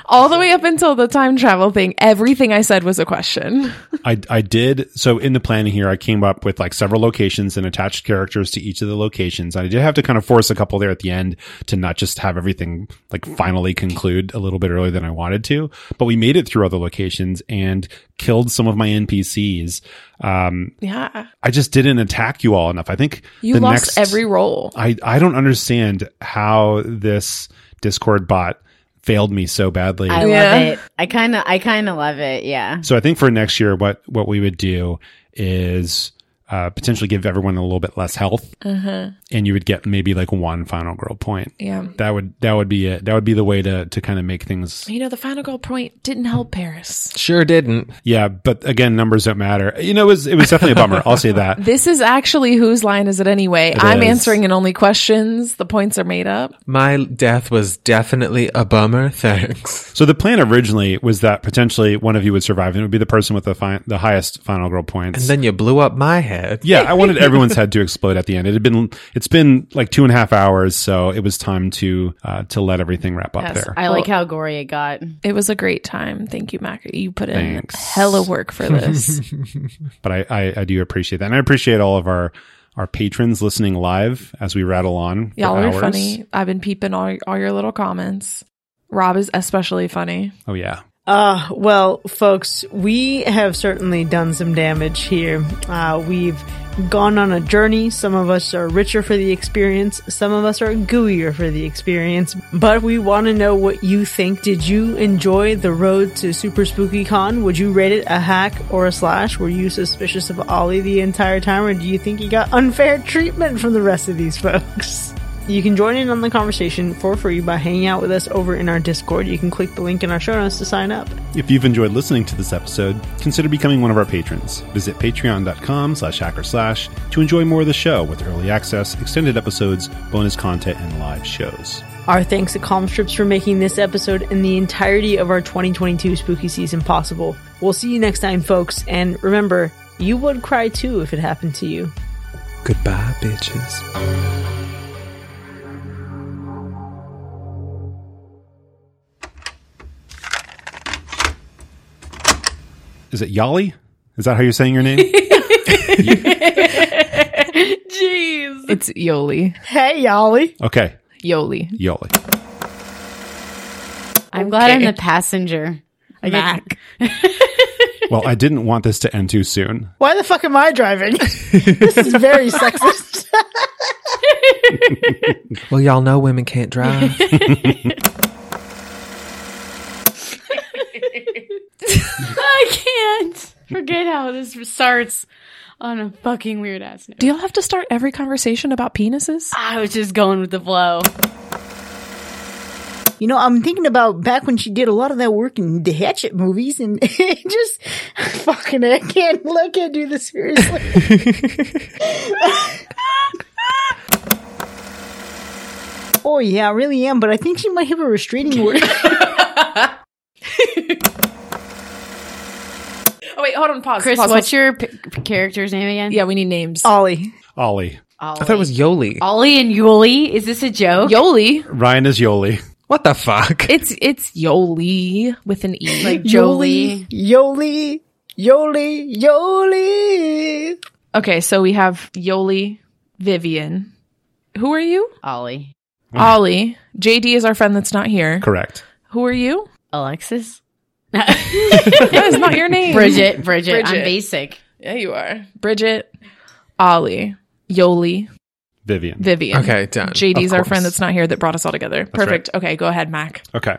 Speaker 4: All the way up until the time travel thing, everything I said was a question.
Speaker 5: I, I did. So in the planning here, I came up with like several locations and attached characters to each of the locations. I did have to kind of force a couple there at the end to not just have everything like finally conclude a little bit earlier than I wanted to. But we made it through other locations and killed some of my NPCs. Um,
Speaker 4: Yeah.
Speaker 5: I just didn't attack you all enough. I think
Speaker 4: You
Speaker 5: the
Speaker 4: lost
Speaker 5: next-
Speaker 4: every role.
Speaker 5: I, I don't understand how this Discord bot failed me so badly.
Speaker 1: I
Speaker 4: Yeah.
Speaker 1: love it. I kind of, I kind of love it. Yeah.
Speaker 5: So I think for next year, what what we would do is uh, potentially give everyone a little bit less health, and you would get maybe like one final girl point.
Speaker 4: Uh-huh. Yeah.
Speaker 5: That would that would be it. That would be the way to to kind of make things.
Speaker 4: You know, the final girl point didn't help Paris.
Speaker 2: Sure didn't.
Speaker 5: Yeah, but again, numbers don't matter. You know, it was it was definitely a bummer. I'll say that.
Speaker 4: This is actually whose line is it anyway? I'm
Speaker 5: is.
Speaker 4: answering in only questions. The points are made up.
Speaker 2: My death was definitely a bummer. Thanks.
Speaker 5: So the plan originally was that potentially one of you would survive, and it would be the person with the fi- the highest final girl points.
Speaker 2: And then you blew up my head.
Speaker 5: yeah, I wanted everyone's head to explode at the end. It had been it's been like two and a half hours, so it was time to uh, to let everything wrap up
Speaker 4: Yes,
Speaker 5: there.
Speaker 1: I like how gory it got.
Speaker 4: It was a great time. Thank you, Mac. You put in
Speaker 5: Thanks.
Speaker 4: hella work for this.
Speaker 5: but I, I, I do appreciate that. And I appreciate all of our, our patrons listening live as we rattle on. for
Speaker 4: Y'all are
Speaker 5: hours.
Speaker 4: funny. I've been peeping all, all your little comments. Rob is especially funny.
Speaker 5: Oh, yeah.
Speaker 3: Uh, well, folks, we have certainly done some damage here. Uh, we've gone on a journey. Some of us are richer for the experience, some of us are gooier for the experience. But we want to know what you think. Did you enjoy the road to Super Spooky Con? Would you rate it a hack or a slash? Were you suspicious of Ollie the entire time, or do you think you got unfair treatment from the rest of these folks? You can join in on the conversation for free by hanging out with us over in our Discord. You can click the link in our show notes to sign up.
Speaker 5: If you've enjoyed listening to this episode, consider becoming one of our patrons. Visit patreon.com slash hacker slash to enjoy more of the show with early access, extended episodes, bonus content, and live shows.
Speaker 3: Our thanks to Calmstrips for making this episode and the entirety of our 2022 spooky season possible. We'll see you next time, folks, and remember, you would cry too if it happened to you.
Speaker 2: Goodbye, bitches.
Speaker 5: Is it Yali? Is that how you're saying your name?
Speaker 1: Jeez.
Speaker 4: It's Yoli.
Speaker 3: Hey, Yolly.
Speaker 5: okay.
Speaker 4: Yoli.
Speaker 5: Yoli.
Speaker 1: I'm glad I'm
Speaker 4: Okay.
Speaker 1: the passenger. I get-
Speaker 3: Mac.
Speaker 5: Well, I didn't want this to end too soon.
Speaker 3: Why the fuck am I driving? this is very sexist.
Speaker 2: Well, y'all know women can't drive.
Speaker 1: I can't forget how this starts on a fucking weird ass note.
Speaker 4: Do y'all have to start every conversation about penises?
Speaker 1: I was just going with the flow.
Speaker 3: You know, I'm thinking about back when she did a lot of that work in the Hatchet movies and just fucking I can't I can't do this seriously. oh yeah, I really am, but I think she might have a restraining order.
Speaker 4: Oh, wait, hold on. Pause. Oh,
Speaker 1: Chris, what's your p- p- character's name again?
Speaker 4: Yeah, we need names.
Speaker 3: Ollie.
Speaker 5: Ollie.
Speaker 1: Ollie.
Speaker 2: I thought it was Yoli.
Speaker 1: Ollie and Yuli. Is this a joke?
Speaker 4: Yoli.
Speaker 5: Ryan is Yoli.
Speaker 2: What the fuck?
Speaker 4: It's it's Yoli with an E.
Speaker 1: like Jolie.
Speaker 3: Yoli. Yoli. Yoli.
Speaker 4: okay, so we have Yoli, Vivian. Who are you?
Speaker 1: Ollie.
Speaker 2: Mm-hmm.
Speaker 4: Ollie. JD is our friend that's not here.
Speaker 5: Correct.
Speaker 4: Who are you?
Speaker 1: Alexis.
Speaker 4: That is not your name.
Speaker 1: Bridget, Bridget. I'm
Speaker 4: Bridget.
Speaker 1: basic.
Speaker 4: Yeah, you are. Bridget, Ollie, Yoli,
Speaker 5: Vivian.
Speaker 4: Vivian.
Speaker 2: Okay, done.
Speaker 4: JD's
Speaker 2: Of
Speaker 4: our
Speaker 2: course.
Speaker 4: friend that's not here that brought us all together. Perfect. Okay, go ahead, Mac.
Speaker 5: okay.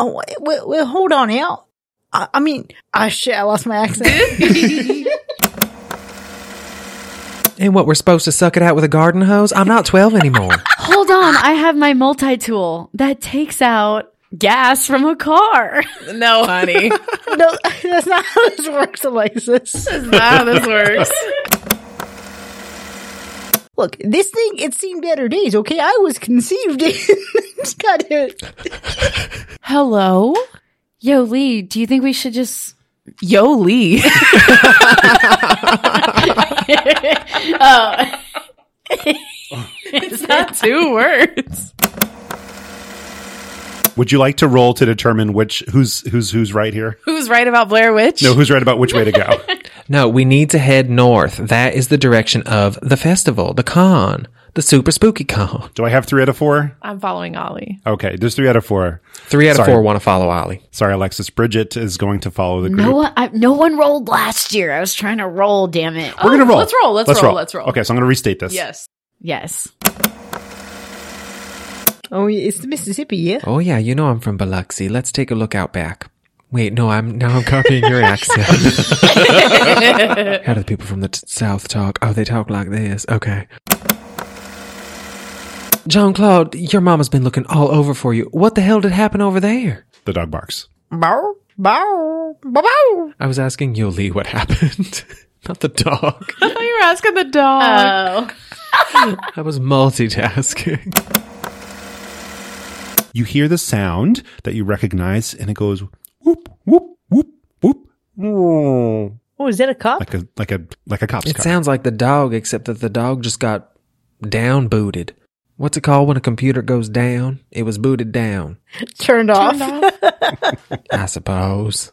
Speaker 3: Oh, well, well, hold on out. I, I mean, I shit, I lost my accent.
Speaker 2: And what, we're supposed to suck it out with a garden hose? I'm not 12 anymore.
Speaker 1: Hold on. I have my multi tool that takes out gas from a car.
Speaker 4: No, honey.
Speaker 3: no, that's not how this works, Alexis.
Speaker 1: Wow, this works.
Speaker 3: Look, this thing, it's seen better days, okay? I was conceived in. God damn it.
Speaker 4: Hello.
Speaker 1: Yo, Lee, do you think we should just
Speaker 4: Yo Lee.
Speaker 1: oh. it's not two words.
Speaker 5: Would you like to roll to determine which who's who's who's right here?
Speaker 4: Who's right about Blair Witch?
Speaker 5: No, who's right about which way to go?
Speaker 2: No, we need to head north. That is the direction of the festival, the con, the super spooky con.
Speaker 5: Do I have three out of four?
Speaker 4: I'm following Ollie.
Speaker 5: Okay, there's three out of four.
Speaker 2: Three out of
Speaker 5: Sorry.
Speaker 2: four want to follow Ollie.
Speaker 5: Sorry, Alexis. Bridget is going to follow the group.
Speaker 1: No one, I, no one rolled last year. I was trying to roll. Damn it.
Speaker 5: We're gonna roll.
Speaker 4: Oh, Let's roll, let's roll, let's roll.
Speaker 5: Okay, so I'm gonna restate this.
Speaker 4: Yes.
Speaker 1: Yes.
Speaker 3: Oh, it's the Mississippi, yeah.
Speaker 2: Oh yeah, you know I'm from Biloxi. Let's take a look out back. Wait, no, I'm now I'm copying your accent. How do the people from the t- south talk? Oh, they talk like this. Okay. Jean Claude, your mama's been looking all over for you. What the hell did happen over there?
Speaker 5: The dog barks.
Speaker 3: Bow, bow, bow, bow.
Speaker 2: I was asking Yoli what happened, not the dog.
Speaker 4: I thought you were asking the dog.
Speaker 1: Oh.
Speaker 2: I was multitasking.
Speaker 5: You hear the sound that you recognize, and it goes whoop whoop whoop whoop, like
Speaker 3: Oh, is that a cop?
Speaker 5: a like a like a cop's
Speaker 2: It
Speaker 5: car.
Speaker 2: sounds like the dog, except that the dog just got down booted. What's it called when a computer goes down? It was booted down,
Speaker 3: Turned off.
Speaker 2: I suppose.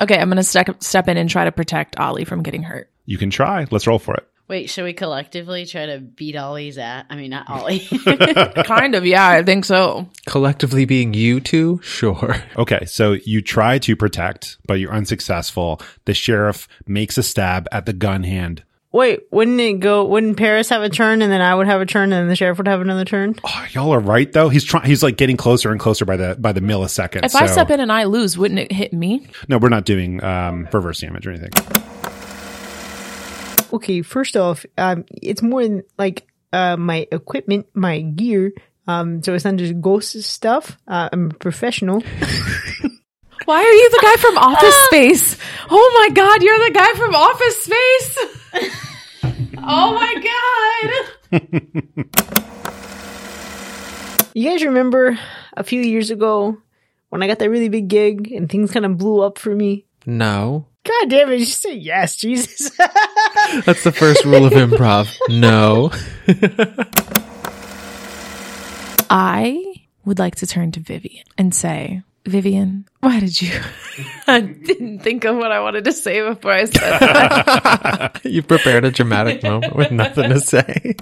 Speaker 4: Okay, I'm gonna step step in and try to protect Ollie from getting hurt.
Speaker 5: you can try. Let's roll for it.
Speaker 1: Wait, should we collectively try to beat Ollie's ass? I mean, not Ollie.
Speaker 4: kind of, yeah, I think so.
Speaker 2: Collectively being you two? Sure.
Speaker 5: Okay, so you try to protect, but you're unsuccessful. The sheriff makes a stab at the gun hand.
Speaker 3: Wait, wouldn't it go? Wouldn't Paris have a turn, and then I would have a turn, and then the sheriff would have another turn?
Speaker 5: Oh, y'all are right though. He's trying. He's like getting closer and closer by the by the millisecond.
Speaker 4: If I step in and I lose, wouldn't it hit me?
Speaker 5: no, we're not doing um, reverse damage or anything.
Speaker 3: Okay, first off, um, it's more than like uh, my equipment, my gear. Um, so it's not just ghost stuff. Uh, I'm a professional.
Speaker 4: Why are you the guy from Office Space? Oh my god, you're the guy from Office Space. oh my god.
Speaker 3: You guys remember a few years ago when I got that really big gig and things kind of blew up for me?
Speaker 2: No.
Speaker 3: God damn it! Just say yes, Jesus.
Speaker 2: That's the first rule of improv. No.
Speaker 4: I would like to turn to Vivian and say, Vivian, why did you I didn't think of what I wanted to say before I said that.
Speaker 2: You've prepared a dramatic moment with nothing to say.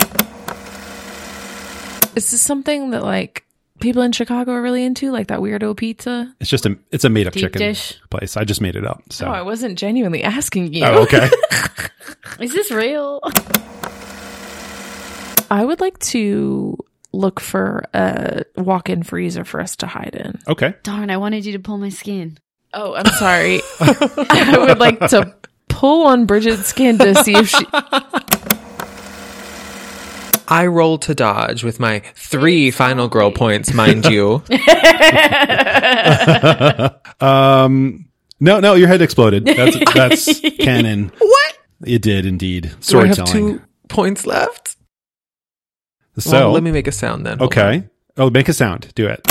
Speaker 4: Is this something that like people in Chicago are really into? Like that weirdo pizza?
Speaker 5: It's just a it's a made up
Speaker 1: Deep
Speaker 5: chicken
Speaker 1: dish.
Speaker 5: place. I just made it up. So
Speaker 4: No, Oh, I wasn't genuinely asking you.
Speaker 5: oh, okay.
Speaker 1: Is this real?
Speaker 4: I would like to look for a walk in freezer for us to hide in.
Speaker 5: okay.
Speaker 1: Darn, I wanted you to pull my skin.
Speaker 4: Oh, I'm sorry. I would like to pull on Bridget's skin to see if she.
Speaker 2: I roll to dodge with my three final girl points, mind you.
Speaker 5: Um. No, no, your head exploded. That's that's canon. What? It did indeed.
Speaker 2: Do I have
Speaker 5: Storytelling.
Speaker 2: two points left?
Speaker 5: so
Speaker 2: Well, let me make a sound then. Hold on.
Speaker 5: okay. Oh, make a sound. Do it.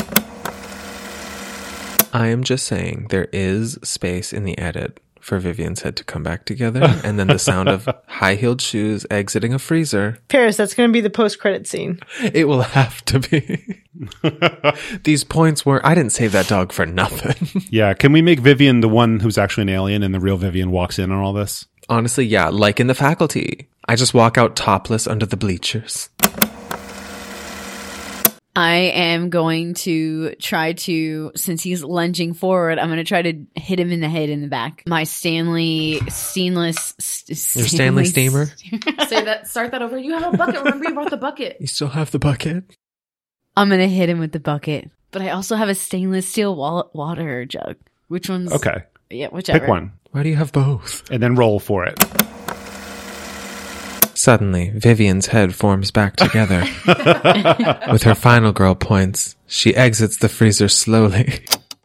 Speaker 2: I am just saying there is space in the edit for Vivian's head to come back together and then the sound of high heeled shoes exiting a freezer.
Speaker 3: Paris, that's going to be the post-credit scene.
Speaker 2: It will have to be. These points were I didn't save that dog for nothing.
Speaker 5: Yeah. Can we make Vivian the one who's actually an alien and the real Vivian walks in on all this?
Speaker 2: Honestly, yeah, like in the faculty. I just walk out topless under the bleachers.
Speaker 1: I am going to try to, since he's lunging forward, I'm going to try to hit him in the head in the back. My Stanley stainless. St-
Speaker 2: Your Stanley steamer?
Speaker 4: Say that. Start that over. You have a bucket. Remember, you brought the bucket.
Speaker 2: You still have the bucket?
Speaker 1: I'm going to hit him with the bucket. But I also have a stainless steel wall- water jug. Which one's.
Speaker 5: Okay.
Speaker 1: Yeah, whichever.
Speaker 5: Pick one
Speaker 2: Why do you have both?
Speaker 5: and then roll for it.
Speaker 2: Suddenly, Vivian's head forms back together. With her final girl points, she exits the freezer slowly.